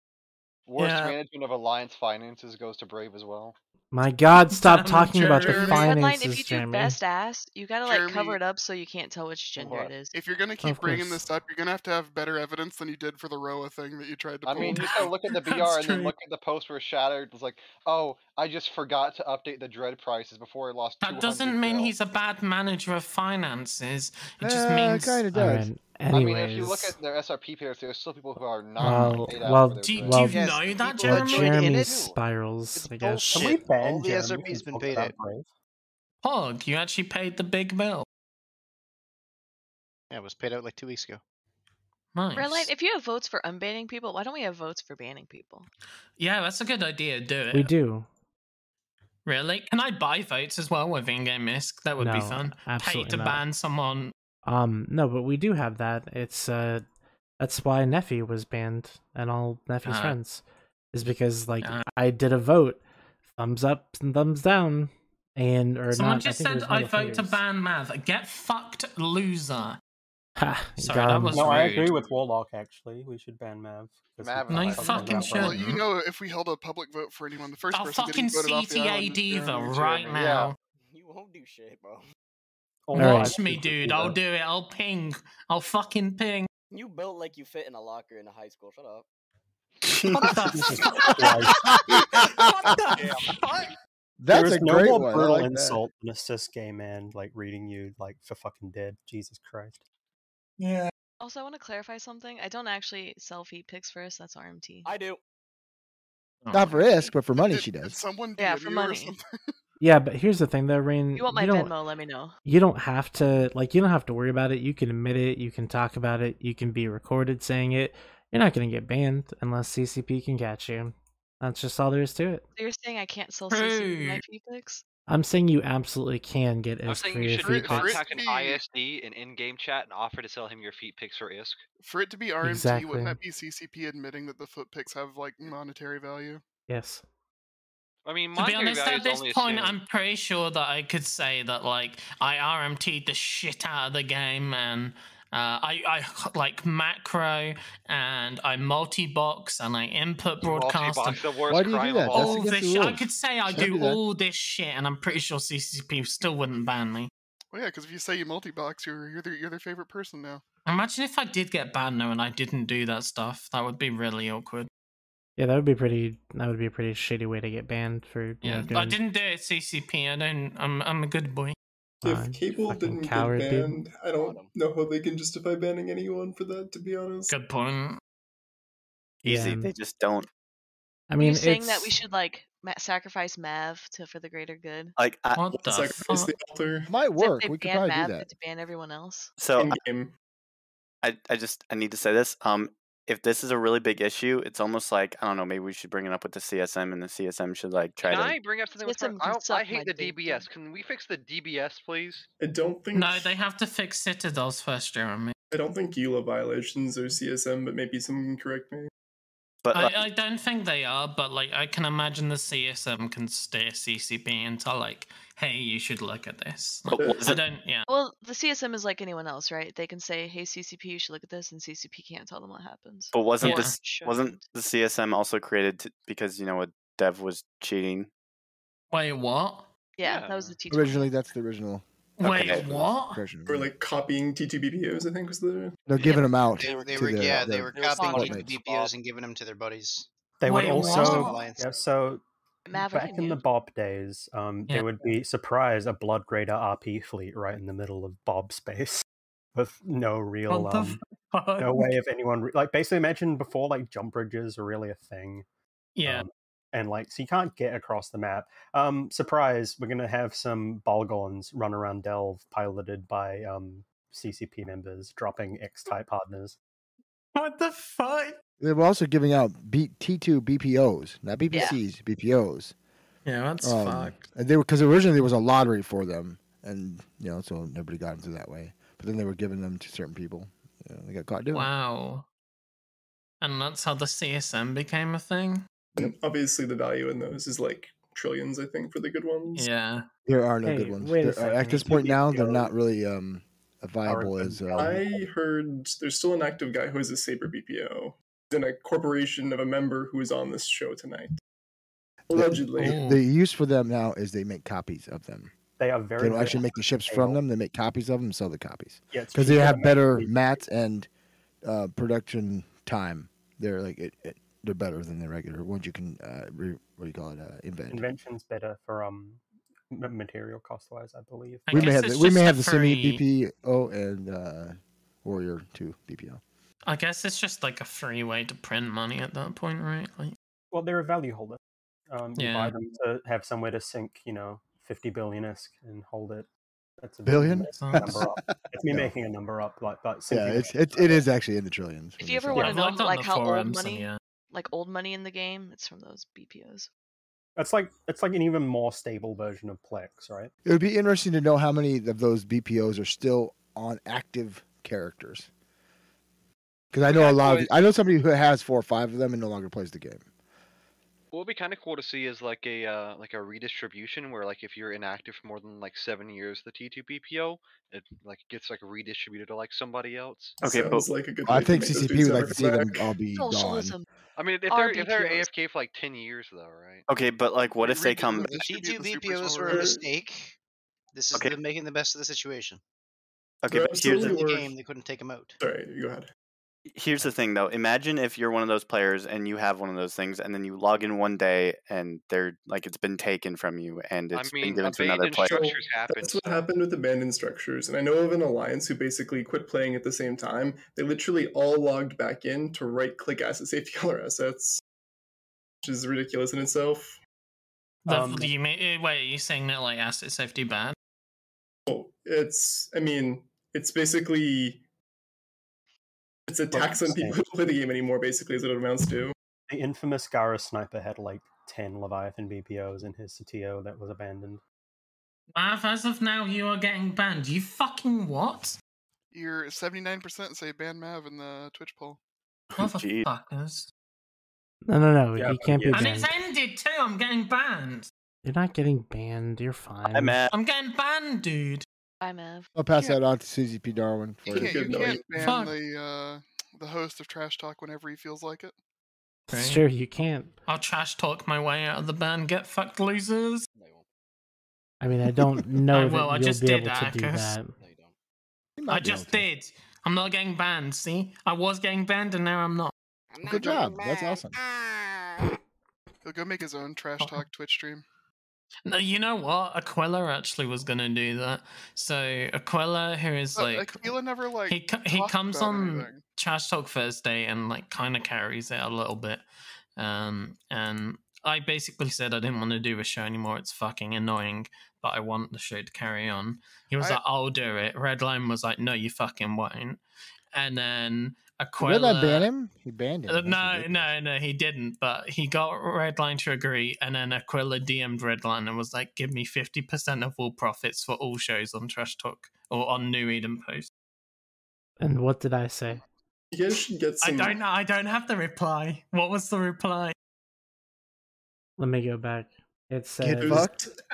Worst
Yeah.
management of alliance finances goes to Brave as well.
My God, stop
Damn,
talking about the
Jeremy.
But like,
finances,
if you do
Jeremy.
best ass, you gotta like
Jeremy-
cover it up so you can't tell which gender it is.
If you're gonna keep
Of
bringing
course.
this up, you're gonna have to have better evidence than you did for the Roa thing that you tried to.
I
pull.
mean, you can look at the BR
That's
and then
true.
look at the post where Shattered was like, "Oh, I just forgot to update the dread prices before I lost."
That
200
doesn't mean
bill."
he's a bad manager of finances. It just
Uh,
means
kinda
All
does.
right.
I
Anyways,
mean, if you look at their SRP pairs, there's still people who are not
well,
paid out
well,
for their
Do you-
dread.
do you
well,
Yes, know that,
people are
well,
Jeremy?
joining in
Jeremy
it.
spirals. I guess.
bullshit.
Can we ban
All the
Jeremy
SRP's
from
been paid
Pokemon
it.
Brave?
Hog, you actually paid the big bill.
Yeah, it was paid out like two weeks ago.
Nice.
Red light. If you have votes for unbanning people, why don't we have votes for banning people?
Yeah, that's a good idea. Do it.
we do.
Really? Can I buy votes as well with in-game misc? That would be
No,
fun.
absolutely
Pay to
not.
ban someone.
Um, no, but we do have that. It's uh, that's why Nephi was banned and all Nephi's
Uh.
friends is because like I did a vote, thumbs up and thumbs down, and or
Someone
not.
just
I think it
said
was
I
middle
vote to
fingers."
ban Mav. Get fucked, loser.
Ha,
Sorry,
got
that
him.
was
No, I
rude.
agree with Warlock. Actually, we should ban Mav. 'cause he
Mav
did
No, you
something
fucking
about
Well,
Brave.
you know, if we held a public vote for anyone, the first
I'll
person
fucking
getting voted off the
CTA
island is
diva
Jeremy.
right
Jeremy.
now.
You won't do shit, bro.
All
Alright.
lives
Watch me,
should be
dude.
Diva.
I'll do it. I'll ping. I'll fucking ping.
You built like you fit in a locker in high school. Shut up.
What the fuck? What the fuck?
That's
there is
a
no
great
more
one. I
brutal
like that.
insult than a cis gay man like reading you like for fucking dead. Jesus Christ.
Yeah.
Also, I want to clarify something. I don't actually sell feet pics first. That's RMT.
I do.
Not for isk, but for money
Did-
she
did
does.
someone
Yeah,
DM
for
you or
money.
something?
Yeah, but here's the thing though, Rain.
You want my
you don't
Venmo? Let me know.
you don't have to like you don't have to worry about it. You can admit it. You can talk about it. You can be recorded saying it. You're not gonna get banned unless CCP can catch you. That's just all there is to it.
So you're saying I can't sell CC my
Rude.
feet pics?
I'm saying you absolutely can get
I was
isk for
saying you
your
should
feet
re-
pics.
contact an ISD in in-game chat and offer to sell him your feet pics for ISK.
For it to be RMT,
Exactly.
wouldn't that be CCP admitting that the foot picks have like monetary value?
Yes.
I mean,
To be
monetary
honest,
value
at
is
this
only
point,
assumed.
I'm pretty sure that I could say that like I RMT'd the shit out of the game, and uh, I I like macro, and I multi box, and I input
You
broadcast, and
multi-box the worst
Why do you do
crime
that? That's
of all.
all
against
this.
the
shit. I
rules.
could say I
Can't do
do
that.
all this shit, and I'm pretty sure CCP still wouldn't ban me.
Well, yeah, because if you say you multi-box, you're you're their, you're their favorite person now.
Imagine if I did get banned though, and I didn't do that stuff. That would be really awkward.
Yeah, that would be pretty. That would be a pretty shitty way to get banned for. You
Yeah,
know, doing,
I didn't do it. CCP. I don't. I'm. I'm a good boy.
uh,
If Cable
fucking
didn't get
coward, dude.
banned, I don't
Bottom.
know how they can justify banning anyone for that. To be honest,
Good point.
Yeah.
Easy. They just don't.
I
Are
mean,
you saying that
it's-
we should like ma- sacrifice Mav to for the greater good?
Like I,
What the
sacrifice
fuck?
the altar.
Might
So if
work.
they
We could
ban
probably
Mav, they
do that.
have to ban everyone else.
so
In game.
I, I just I need to say this. Um, if this is a really big issue, it's almost like I don't know. Maybe we should bring it up with the CSM, and the CSM should like try
Can
to.
I bring up something? With
Get some
I, don't, I
consult
hate
my
the
dick, dude.
DBS. Can we fix the DBS, please?
I don't think.
No, they have to fix citadels first, Jeremy.
I don't think ELA violations are CSM, but maybe someone can correct me.
But like,
I, I don't think they are, but like I can imagine the CSM can steer CCP into like, hey, you should look at this. Like,
but was
I
it,
don't. Yeah.
Well, the CSM is like anyone else, right? They can say, "Hey CCP, you should look at this," and CCP can't tell them what happens.
but wasn't
Yeah.
this wasn't the CSM also created to, because you know a dev was cheating?
Wait, what?
Yeah, that
Yeah.
was the T.
Originally, that's the original
Wait,
Okay.
what?
version.
Or like copying T2BPOs, I think was the.
They're giving them out.
They, they
to
were
their-
yeah, they
their
were
squad
copying
mates.
GBPOs and giving them to their buddies.
They would
Wait,
also
what?
yeah, so
Maverick
back
and
in the
you.
Bob days, um,
Yeah.
there would be surprise a Blood Raider RP fleet right in the middle of Bob space with no real
What the
um
f-
Oh,
no way of anyone re- like basically imagine before like jump bridges are really a thing
Yeah.
Um, and like so you can't get across the map um surprise we're gonna have some balgons run around delve piloted by um ccp members dropping x-type partners
What the fuck?
They were also giving out B- T2 BPOs, not BPCs, BPOs.
Yeah, that's
Oh,
fucked.
Um, And they were because originally there was a lottery for them, and you know, so nobody got them through that way. But then they were giving them to certain people. You know, they got caught doing. it.
Wow. And that's how the CSM became a thing?
And obviously, the value in those is like trillions, I think, for the good ones.
Yeah.
There are no
Hey,
good ones.
wait a
There- uh, at
second,
this point now, they're not really um, viable as. Um,
I heard there's still an active guy who is a Saber BPO in a corporation of a member who is on this show tonight. Allegedly.
The, the use for them now is they make copies of them.
they are Mm. very
they don't
good
actually
at
make the ships from them. They make copies of them and sell the copies.
Yeah, it's
because they
cheaper to
have
make
better mats and uh, production time. They're like it, it, they're better than the regular ones you can uh, re, what do you call it uh, invent.
inventions better for um m- material cost wise i believe
we may have the, we may have the semi BPO and uh, warrior two BPO.
I guess it's just like a free way to print money at that point, right? Like,
well they're a value holder um you
Yeah.
buy them to have somewhere to sink you know 50 billion isk and hold it that's a
Billion?
that's a number up. That's me
No.
making a number up like but
Yeah,
sinking
it's it, it is actually in the trillions.
If
when
you
they
ever
sell
want
it.
to know
looked on
like
the
how old
forums and
money,
yeah.
like old money in the game, it's from those BPOs.
That's like it's like an even more stable version of Plex, right?
It would be interesting to know how many of those BPOs are still on active characters. Because I know a lot of I know somebody who has four or five of them and no longer plays the game.
What would be kind of cool to see is like a uh, like a redistribution where like if you're inactive for more than like seven years, the T2 BPO it like gets like redistributed to like somebody else.
Okay, but- Sounds like a good
I
way to
think
make those
CCP
dudes
would like
ever
to see them
back.
all be
Socialism.
gone.
I mean, if
Our
they're if they're
BPOs.
AFK for like ten years though, right?
Okay, but like, what if they come?
Redistribute
T2
the
BPOs
supers
were a
already.
mistake. This is
Okay.
them making the best of the situation.
Okay, but here's
in the
the,
game, they couldn't take them out.
Sorry, go ahead.
here's the thing, though. Imagine if you're one of those players and you have one of those things, and then you log in one day and they're like it's been taken from you and
I
it's
mean,
been given to another
abandoned
player.
structures happen.
That's what happened with abandoned structures. And I know of an alliance who basically quit playing at the same time. They literally all logged back in to right click asset safety color assets, which is ridiculous in itself.
The,
Um,
you mean, eh, wait, are you saying that like asset safety bad?
Oh, It's, I mean, it's basically. It's a tax on people who don't play the game anymore, basically, is what it amounts to.
The infamous Gara sniper had like ten Leviathan BPOs in his CTO that was abandoned.
Mav, as of now, you are getting banned. You fucking what?
You're 79% say ban Mav in the Twitch poll.
Motherfuckers.
No, no, no.
Yeah,
you can't be
And
banned.
it's ended too. I'm getting banned.
You're not getting banned. You're fine.
I'm getting banned, dude.
Bye, Mav.
I'll pass that on to CCP Darwin for
You can't, you can't ban
Fuck.
the, uh, the host of Trash Talk whenever he feels like it.
Sure, you can't.
I'll trash talk my way out of the ban. Get fucked, losers.
I mean, I don't know
I
that
will, I
you'll
just
be
did,
able to do
Arcus.
that.
I just did. I'm not getting banned. See, I was getting banned, and now I'm not.
Good job. That's awesome.
He'll go make his own Trash Talk Twitch stream.
No, you know what? Aquila actually was gonna do that. So Aquila, who is
But
like
Aquila never, like,
he co- he
talked
comes
about
on
anything.
Trash Talk Thursday and like kind of carries it a little bit. Um, and I basically said I didn't want to do the show anymore. It's fucking annoying, but I want the show to carry on. He was
I-
like, "I'll do it." Redline was like, "No, you fucking won't." And then Aquila.
Did I ban him? He banned him.
Uh, no, no, no, he didn't. But he got Redline to agree, and then Aquila DM'd Redline and was like, "Give me fifty percent of all profits for all shows on Trash Talk or on New Eden Post."
And what did I say?
You guys should get
I
some.
don't know. I don't have the reply. What was the reply?
Let me go back. It said.
There's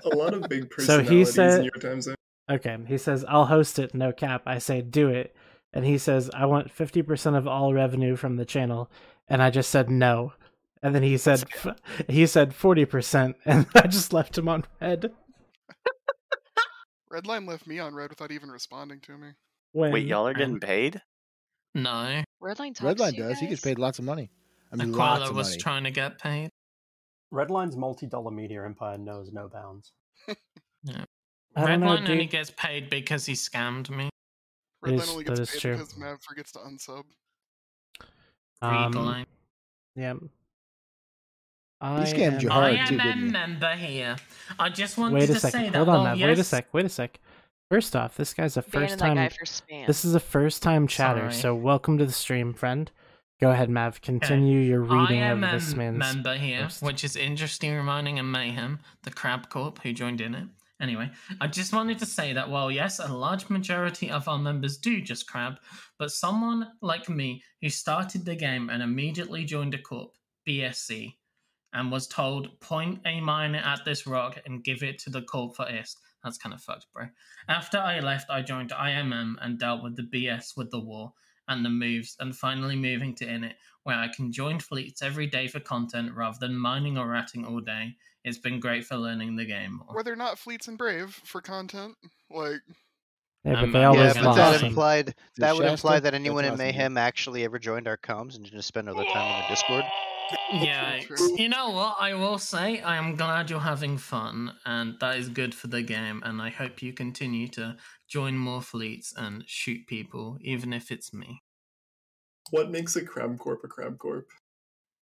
A lot of big
So
personalities
he said.
in your time zone.
Okay, he says I'll host it, no cap. I say do it, and he says I want fifty percent of all revenue from the channel, and I just said no, and then he said f- he said forty percent, and I just left him on red.
Redline left me on red without even responding to me.
Wait, y'all are getting paid?
No.
Redline talks
Redline
to you
does. He
guys?
gets paid lots of money. I mean, lots
Aquila
of
was
money.
trying to get paid.
Redline's multi-dollar media empire knows no bounds.
Yeah.
I don't know,
Redline only
dude.
gets paid because he scammed me.
Red
That
Line
is-
only
that
gets
is
paid
true.
because Mav forgets to unsub.
Um,
Readline.
yeah.
I
I
scammed
am-
you
I
hard
am
too,
a
didn't you?
member here. I just wanted
Wait a
to say
second.
that.
Hold on,
oh,
Matt.
yes.
Wait a sec. Wait a sec. First off, this guy's a
Banning that
first time.
guy for spam.
This is a first time chatter,
Sorry.
so welcome to the stream, friend. Go ahead, Mav. Continue your reading
I
of
am a
this man's.
member here, which is interesting reminding and mayhem, the crab corp who joined in it. Anyway, I just wanted to say that while yes, a large majority of our members do just crab, but someone like me who started the game and immediately joined a corp, BSC, and was told point a miner at this rock and give it to the corp for ISK. That's kind of fucked, bro. After I left, I joined IMM and dealt with the BS with the war and the moves, and finally moving to Init, where I can join fleets every day for content rather than mining or ratting all day. It's been great for learning the game more.
Were there not fleets in Brave for content? Like,
Yeah, but
I'm-
they
yeah,
always
but
lost.
that
him.
implied that would
Shasta?
imply that
That's
anyone in
awesome, dude.
Mayhem actually ever joined our comms and just spent all their time in the Discord.
Yeah,
True.
you know what? I will say I am glad you're having fun, and that is good for the game. And I hope you continue to join more fleets and shoot people, even if it's me.
What makes a crab corp a crab corp?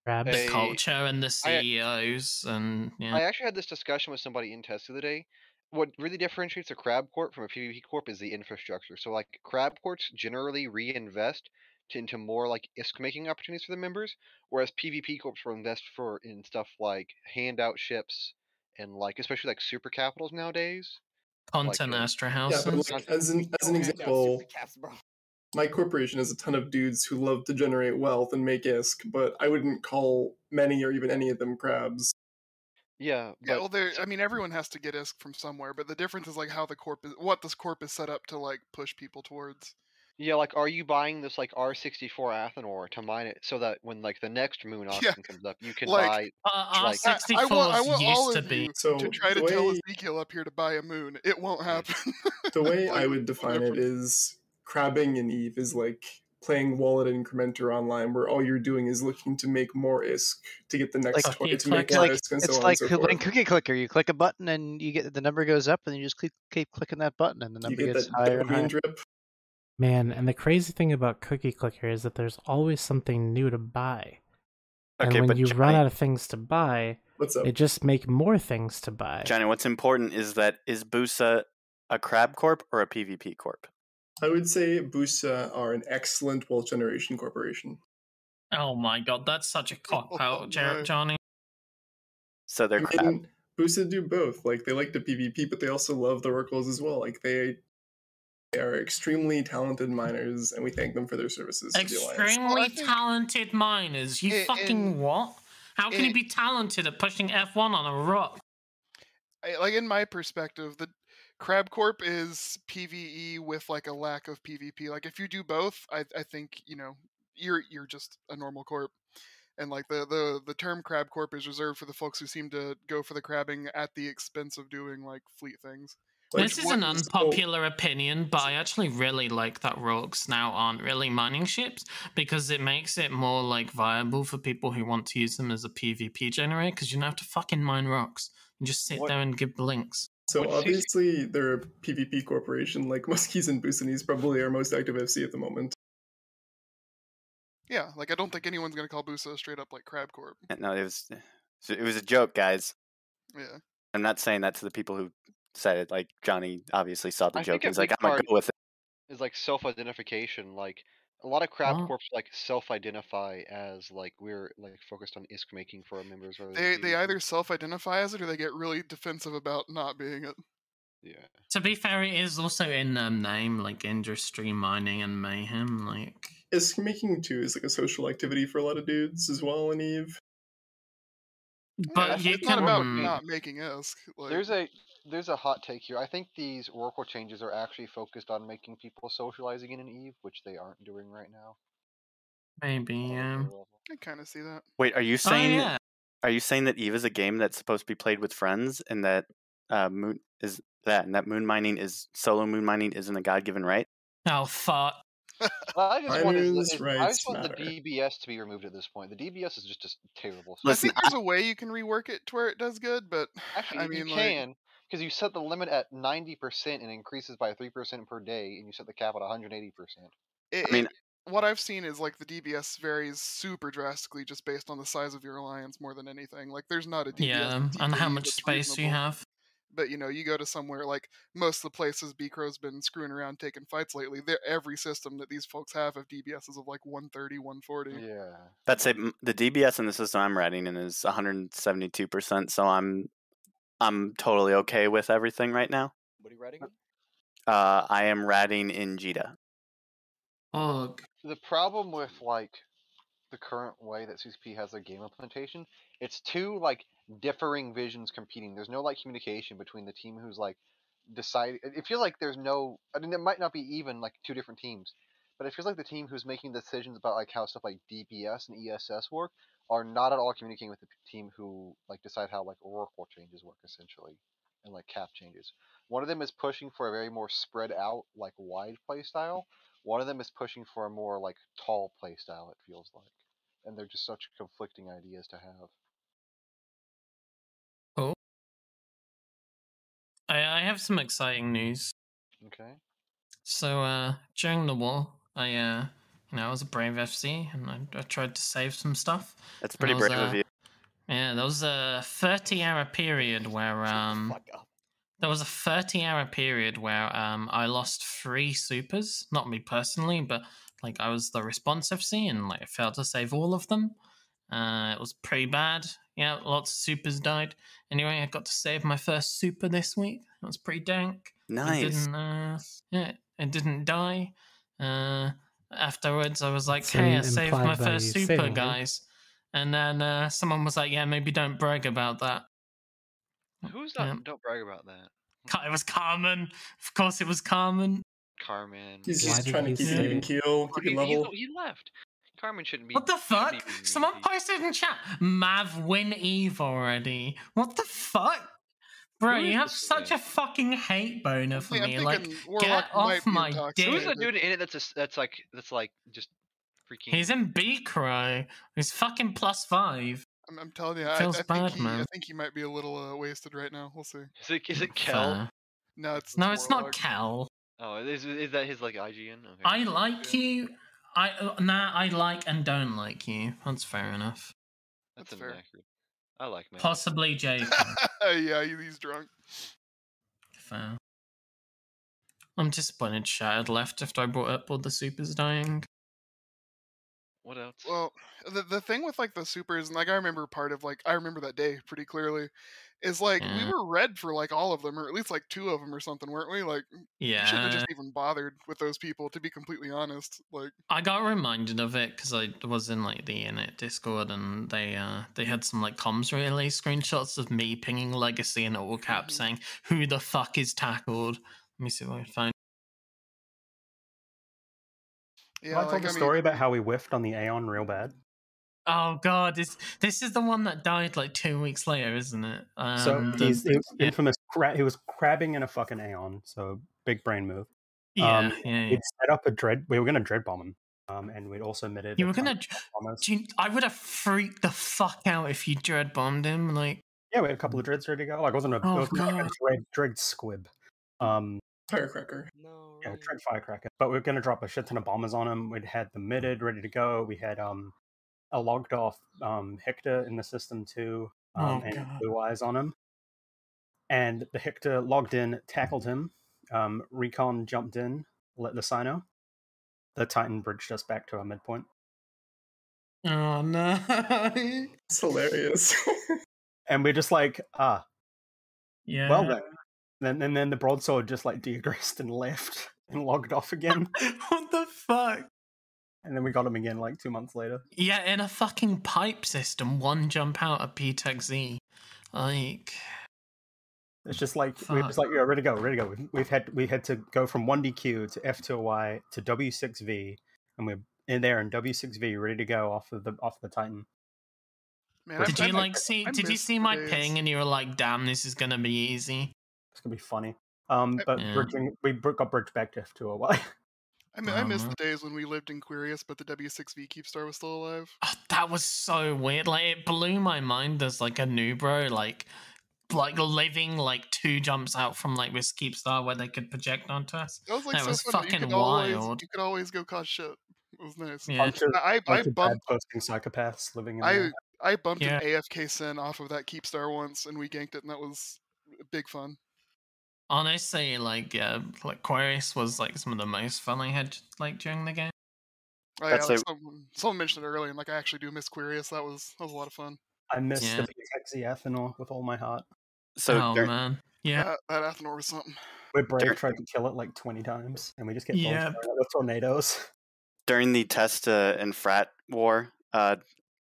Crab.
The
Hey,
culture and the
I-
CEOs, and yeah.
I actually had this discussion with somebody in test the other day. What really differentiates a crab corp from a PvP corp is the infrastructure. So like crab corps generally reinvest to, into more like ISK making opportunities for the members, whereas PvP corps will invest for in stuff like handout ships and like especially like super capitals nowadays.
Content Astra House.
Yeah, but like as an as an example, my corporation has a ton of dudes who love to generate wealth and make ISK, but I wouldn't call many or even any of them crabs.
Yeah,
yeah, well, there. I mean, everyone has to get ISK from somewhere, but the difference is like how the corp is, what this corp is set up to like push people towards.
Yeah, like are you buying this like R64 Athanor to mine it so that when like the next moon auction comes up, you can
like-
buy
Uh,
like
I, I want, I
R64s
want all
used
of
to be-
you
So
to try to
the
tell
way-
Ezekiel up here to buy a moon. It won't happen.
The way I
Like,
would define it is crabbing in Eve is like playing Wallet Incrementer online, where all you're doing is looking to make more ISK to get the next
Like-
toy to make
It's
more
like
ISK and
it's
so on and
like
so
cl-
forth.
like cookie clicker. You click a button and you get the number goes up, and you just keep, keep clicking that button, and the
You
number
get
gets
that
higher and
dopamine
higher.
drip.
Man, and the crazy thing about Cookie Clicker is that there's always something new to buy.
Okay,
and when
but
you run
Johnny-
out of things to buy,
What's up?
they just make more things to buy.
Johnny, what's important is that is Busa a crab corp or a PvP corp?
I would say Busa are an excellent wealth generation corporation.
Oh my god, that's such a cop out, Jar-
no.
Johnny.
So they're
I
crab.
mean, Busa do both. Like they like the PvP, but they also love the oracles as well. Like they, they are extremely talented miners, and we thank them for their services. to the Alliance.
Extremely talented miners. You
Eh,
fucking
and-
what? How can
eh.
you be talented at pushing F1 on a rock?
I, like in my perspective, the Crab Corp is PVE with like a lack of PvP. Like if you do both, I, I think you know you're you're just a normal corp. And like the, the the term Crab Corp is reserved for the folks who seem to go for the crabbing at the expense of doing like fleet things.
this is an unpopular opinion, but I actually really like that rocks now aren't really mining ships because it makes it more like viable for people who want to use them as a PvP generator because you don't have to fucking mine rocks. You just sit there and give blinks.
So obviously they're a PvP corporation. Like Muskies and Busanese probably are most active FC at the moment.
Yeah, like I don't think anyone's gonna call Busa straight up like Crab Corp.
No, it was it was a joke, guys.
Yeah.
I'm not saying that to the people who said it. Like Johnny obviously saw the
I
joke.
think a
and was like,
big
"I'm gonna
part-
go with it."
is like self-identification. Like a lot of crab corps like self-identify as like we're like focused on ISK making for our members rather
They
than
Mm-hmm.
they either self-identify as it or they get really defensive about not being it.
Yeah.
To be fair, it is also in um, name, like industry mining and mayhem. Like
Is making too is like a social activity for a lot of dudes as well in Eve.
Mm, But
it's
you
not about
can-
not making ISK. Like,
There's a there's a hot take here. I think these Oracle changes are actually focused on making people socializing in an Eve, which they aren't doing right now.
maybe um,
I kind of see that.
Wait, are you
Oh,
saying
yeah.
are you saying that Eve is a game that's supposed to be played with friends, and that uh, moon is that, and that moon mining is solo moon mining isn't a god given right?
oh fuck.
I just want, his,
Miners'
his- I
rights
just want the
matter.
DBS to be removed at this point. The DBS is just a s- terrible.
I
system.
think there's a way you can rework it to where it does good, but
Actually,
I
you
mean, like,
can Because you set the limit at 90% and it increases by 3% per day, and you set the cap at 180%.
It,
mean-
it- what I've seen is like the DBS varies super drastically just based on the size of your alliance more than anything. Like, there's not a DBS.
Yeah, and how
DPE
much
E that's
space you
reasonable.
have.
But you know, you go to somewhere like most of the places B-Crow's been screwing around taking fights lately. They're, every system that these folks have of DBSs of like 130, 140.
Yeah.
That's it. m- The DBS in the system I'm writing in is 172, percent so I'm I'm totally okay with everything right now.
What are you writing?
Uh, I am ratting in Jita.
Oh.
The problem with like the current way that CCP has their game implementation, it's two like differing visions competing. There's no like communication between the team who's like deciding. It it feels like there's no. I mean, there might not be even like two different teams, but it feels like the team who's making decisions about like how stuff like DPS and ESS work are not at all communicating with the p- team who like decide how like Oracle changes work essentially and like cap changes. One of them is pushing for a very more spread out like wide play style. One of them is pushing for a more like tall play style. It feels like, and they're just such conflicting ideas to have.
Oh.
I,
I have some exciting news.
Okay.
So uh, during the war, I uh, you know I was a brave FC and I, I tried to save some stuff.
That's
And
pretty
I was,
brave of
uh,
you.
Yeah, there was a thirty-hour period where um there was a thirty-hour period where um I lost three supers, not me personally, but like I was the response FC and like I failed to save all of them. Uh, it was pretty bad. Yeah, lots of supers died. Anyway, I got to save my first super this week. That was pretty dank. It
Nice.
didn't, uh, yeah, it didn't die. Uh, afterwards, I was like,
So
"Hey,
you
I saved my
implied by
first
saving
super,
it?
guys." And then uh, someone was like, "Yeah, maybe don't brag about that."
Who's
Yeah.
not? Don't brag about that,
Ca- It was Carmen. Of course, it was Carmen.
Carmen.
He's just trying to keep
say-
an even keel, keep
He,
it
he,
level.
he left. Carmen shouldn't be.
What the
shouldn't
fuck?
be being
Someone
mean.
posted in chat, Mav win Eve already. What the fuck? Bro,
Who
you
is
have
this
such a fucking hate boner for
I'm
me. Like,
thinking
get
Warlock might
off
be
my
intoxicated.
dick.
Who's the dude in it that's a s that's like that's like just freaking?
He's in B-Crow. He's fucking plus five.
I'm, I'm telling you, I, I,
Feels
think
bad,
he, I
man.
think he might be a little uh, wasted right now. We'll see.
Is it is it Kel?
Fair.
No, it's
No, it's not
Warlock.
Cal.
Oh, is is that his like IGN? Okay.
I like you. I uh, Nah, I like and don't like you. That's fair enough.
That's,
That's fair.
inaccurate. I like man.
Possibly Jason.
yeah, he- he's drunk.
fair. I'm disappointed Shad left after I brought up all the supers dying.
What else?
Well, the the thing with like the supers and like I remember part of like I remember that day pretty clearly is like
Yeah.
we were red for like all of them or at least like two of them or something, weren't we? Like we shouldn't have
Yeah.
just even bothered with those people to be completely honest. Like
I got reminded of it because I was in like the init Discord and they uh they had some like comms relay screenshots of me pinging Legacy in all caps saying who the fuck is tackled. Let me see if I can find.
yeah,
Well, I told
like,
the
I mean,
story about how we whiffed on the Aeon real bad.
Oh god, this this is the one that died like two weeks later, isn't it? Um,
so
the-
he's he was
yeah.
infamous. Cra- he was crabbing in a fucking Aeon. So big brain move.
Yeah,
um,
yeah, yeah.
We'd set up a dread. We were going to dread bomb him, um, and we'd also admitted
You
a
were gonna.
couple of bombers.
Do you, I would have freaked the fuck out if you dread bombed him. Like,
Yeah, we had a couple of dreads ready to go. Like, wasn't a, it
Mm. Oh,
was not like a
God.
dread, dread squib. Um,
Firecracker.
yeah, dread firecracker. But we were going to drop a shit ton of bombers on him. We'd had them mitted ready to go. We had um, a logged off um, Hector in the system too,
Oh,
um, and
God.
blue eyes on him. And the Hector logged in, tackled him. Um, Recon jumped in, let the Sino. The Titan bridged us back to our midpoint.
oh no.
It's hilarious.
and we're just like, ah,
yeah.
well then. Then and then the broadsword just like deaggressed and left and logged off again.
what the fuck?
And then we got him again like two months later.
Yeah, in a fucking pipe system, one jump out of PTEC Z. E, Like,
It's just like we're just like, yeah, ready to go, ready to go. We've, we've had we had to go from one DQ to F2Y to W6V, and we're in there in W6V, ready to go off of the off the Titan.
man,
did
I,
you
I,
like see?
I
Did you
miss
see
the
my
days.
ping? And you were like, "Damn, this is gonna be easy."
It's gonna be funny. Um, but
Yeah.
bridging, we br- got bridged back to F2Y.
I, mi- I
Oh,
miss
man.
the days when we lived in Quirius, but the W6V Keepstar was still alive.
That was so weird. Like, it blew my mind. There's like a new bro, like like living like two jumps out from like this keep star where they could project onto us.
That was like
that
so
was
fun. You
fucking
could always-
wild.
you could always go cause shit. It was nice.
Yeah. Bunch of-
I, I
bunch of
bumped
posting psychopaths living in.
I
there.
I bumped
Yeah.
an AFK sin off of that keep star once, and we ganked it, and that was big fun.
Honestly, like yeah, like Quarius was like some of the most fun I had like during the game.
I,
That's
uh,
a-
someone, someone mentioned it earlier, and like I actually do miss Quirius. That was that was a lot of fun.
I miss
Yeah.
the the ethanol with all my heart.
So
Oh, during- man. Yeah.
that, that Athanor was something.
We Brave tried to kill it like twenty times, and we just kept going
Yeah.
through it with tornadoes.
during the Testa and Frat War, uh,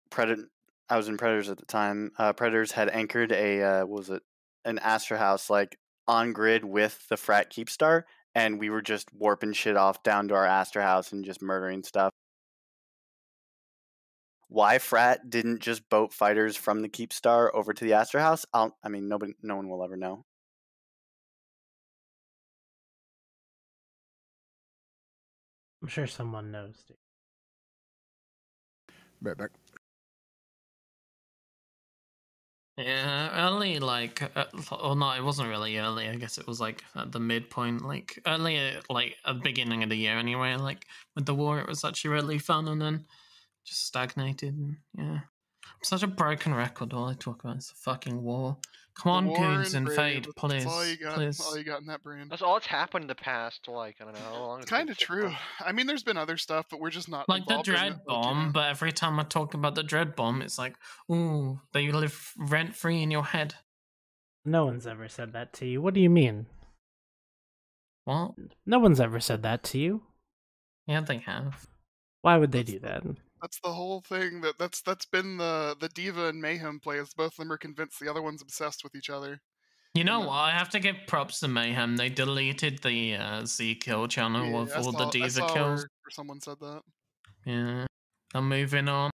Predator. I was in Predators at the time. Uh, Predators had anchored a uh, what was it an Astra House like on grid with the Frat Keepstar, and we were just warping shit off down to our Astra House and just murdering stuff. Why Frat didn't just boat fighters from the Keepstar over to the Astra House? I'll, I mean, nobody, no one will ever know.
I'm sure someone knows, dude.
Right back.
Yeah, early like, uh, or no, it wasn't really early. I guess it was like at the midpoint, like earlier, like at the beginning of the year anyway. Like with the war, it was actually really fun, and then just stagnated. And, yeah, I'm such a broken record. All I talk about is the fucking war. Come on,
Warren
goons and
Brave,
fade,
that's-
please,
That's all you got.
please.
All you got in that brand.
That's all that's happened in the past. Like I don't know how long.
It's kind of true. I mean, there's been other stuff, but we're just not
like the
involved in it.
dread bomb, but every time I talk about the dread bomb, it's like, ooh, they live rent free in your head.
No one's ever said that to you. What do you mean?
What?
No one's ever said that to you.
Yeah, they have.
Why would they do that?
That's the whole thing. That that's that's been the the diva and mayhem plays. Both of them are convinced the other one's obsessed with each other.
You know what? I have to give props to Mayhem. They deleted the uh, Z kill channel
Yeah,
with
I
all
saw-
the
I
diva
saw
kills.
where- where someone said that.
Yeah. I'm moving on.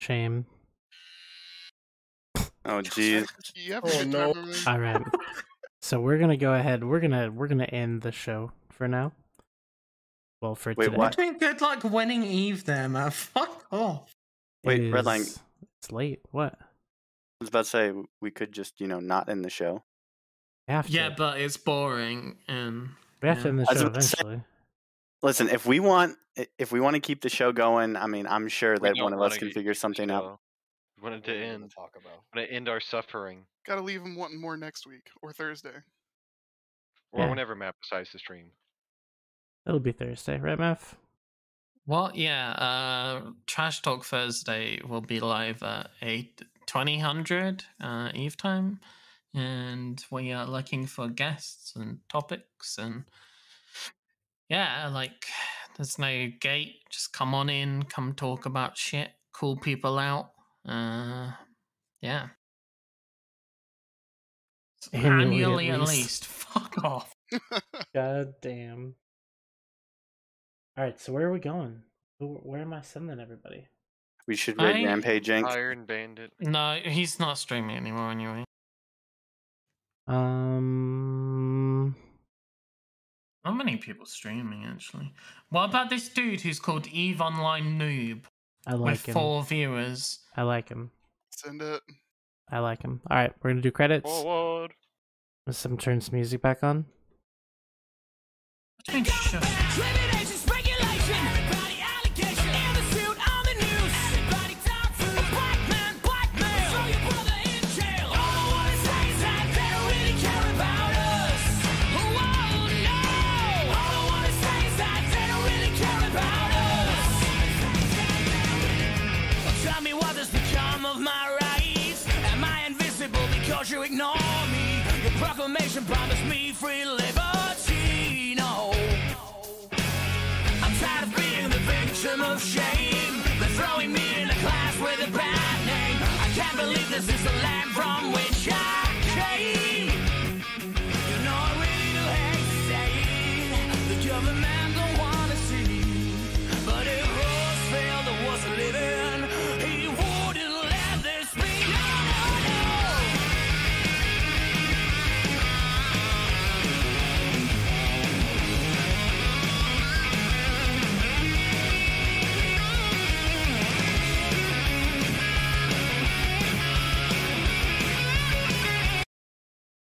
Shame.
Oh jeez.
You have
Oh,
a good
no.
time. Ruben?
All right. so we're gonna go ahead. We're gonna we're gonna end the show for now. Well, for
Wait,
today.
what?
Doing good luck winning Eve there, man. Fuck off.
Wait, red line.
It's- It's late. What?
I was about to say we could just you know not end the show.
We have to.
Yeah, but it's boring. um, And
We have to end the
I was
show
about to say-
eventually.
Listen, if we want i- if we want to keep the show going, I mean, I'm sure that
don't
one of
wanna
us can
keep
figure something out.
Wanted to end. Talk about. Wanted to end our suffering,
Gotta leave them wanting more next week or Thursday.
or
Yeah.
whenever Matt decides to stream.
It'll be Thursday, right, Math?
Well, yeah, uh, Trash Talk Thursday will be live at 8, 2000 uh, Eve time. And we are looking for guests and topics. And yeah, like there's no gate. Just come on in, come talk about shit, call people out. Uh, yeah. Annually, at least. Fuck off.
God damn. All right, so where are we going? Who- Where am I sending everybody?
We should raid
I-
Rampage Inc.
Iron Bandit.
No, he's not streaming anymore anyway.
Um,
How many people streaming actually? What about this dude who's called Eve Online Noob
I like
with
him.
four viewers?
I like him.
Send it.
I like him. All right, we're gonna do credits.
Forward.
With some turns music back on.
Tell me what has become of my rights. Am I invisible because you ignore me? Your proclamation promised me free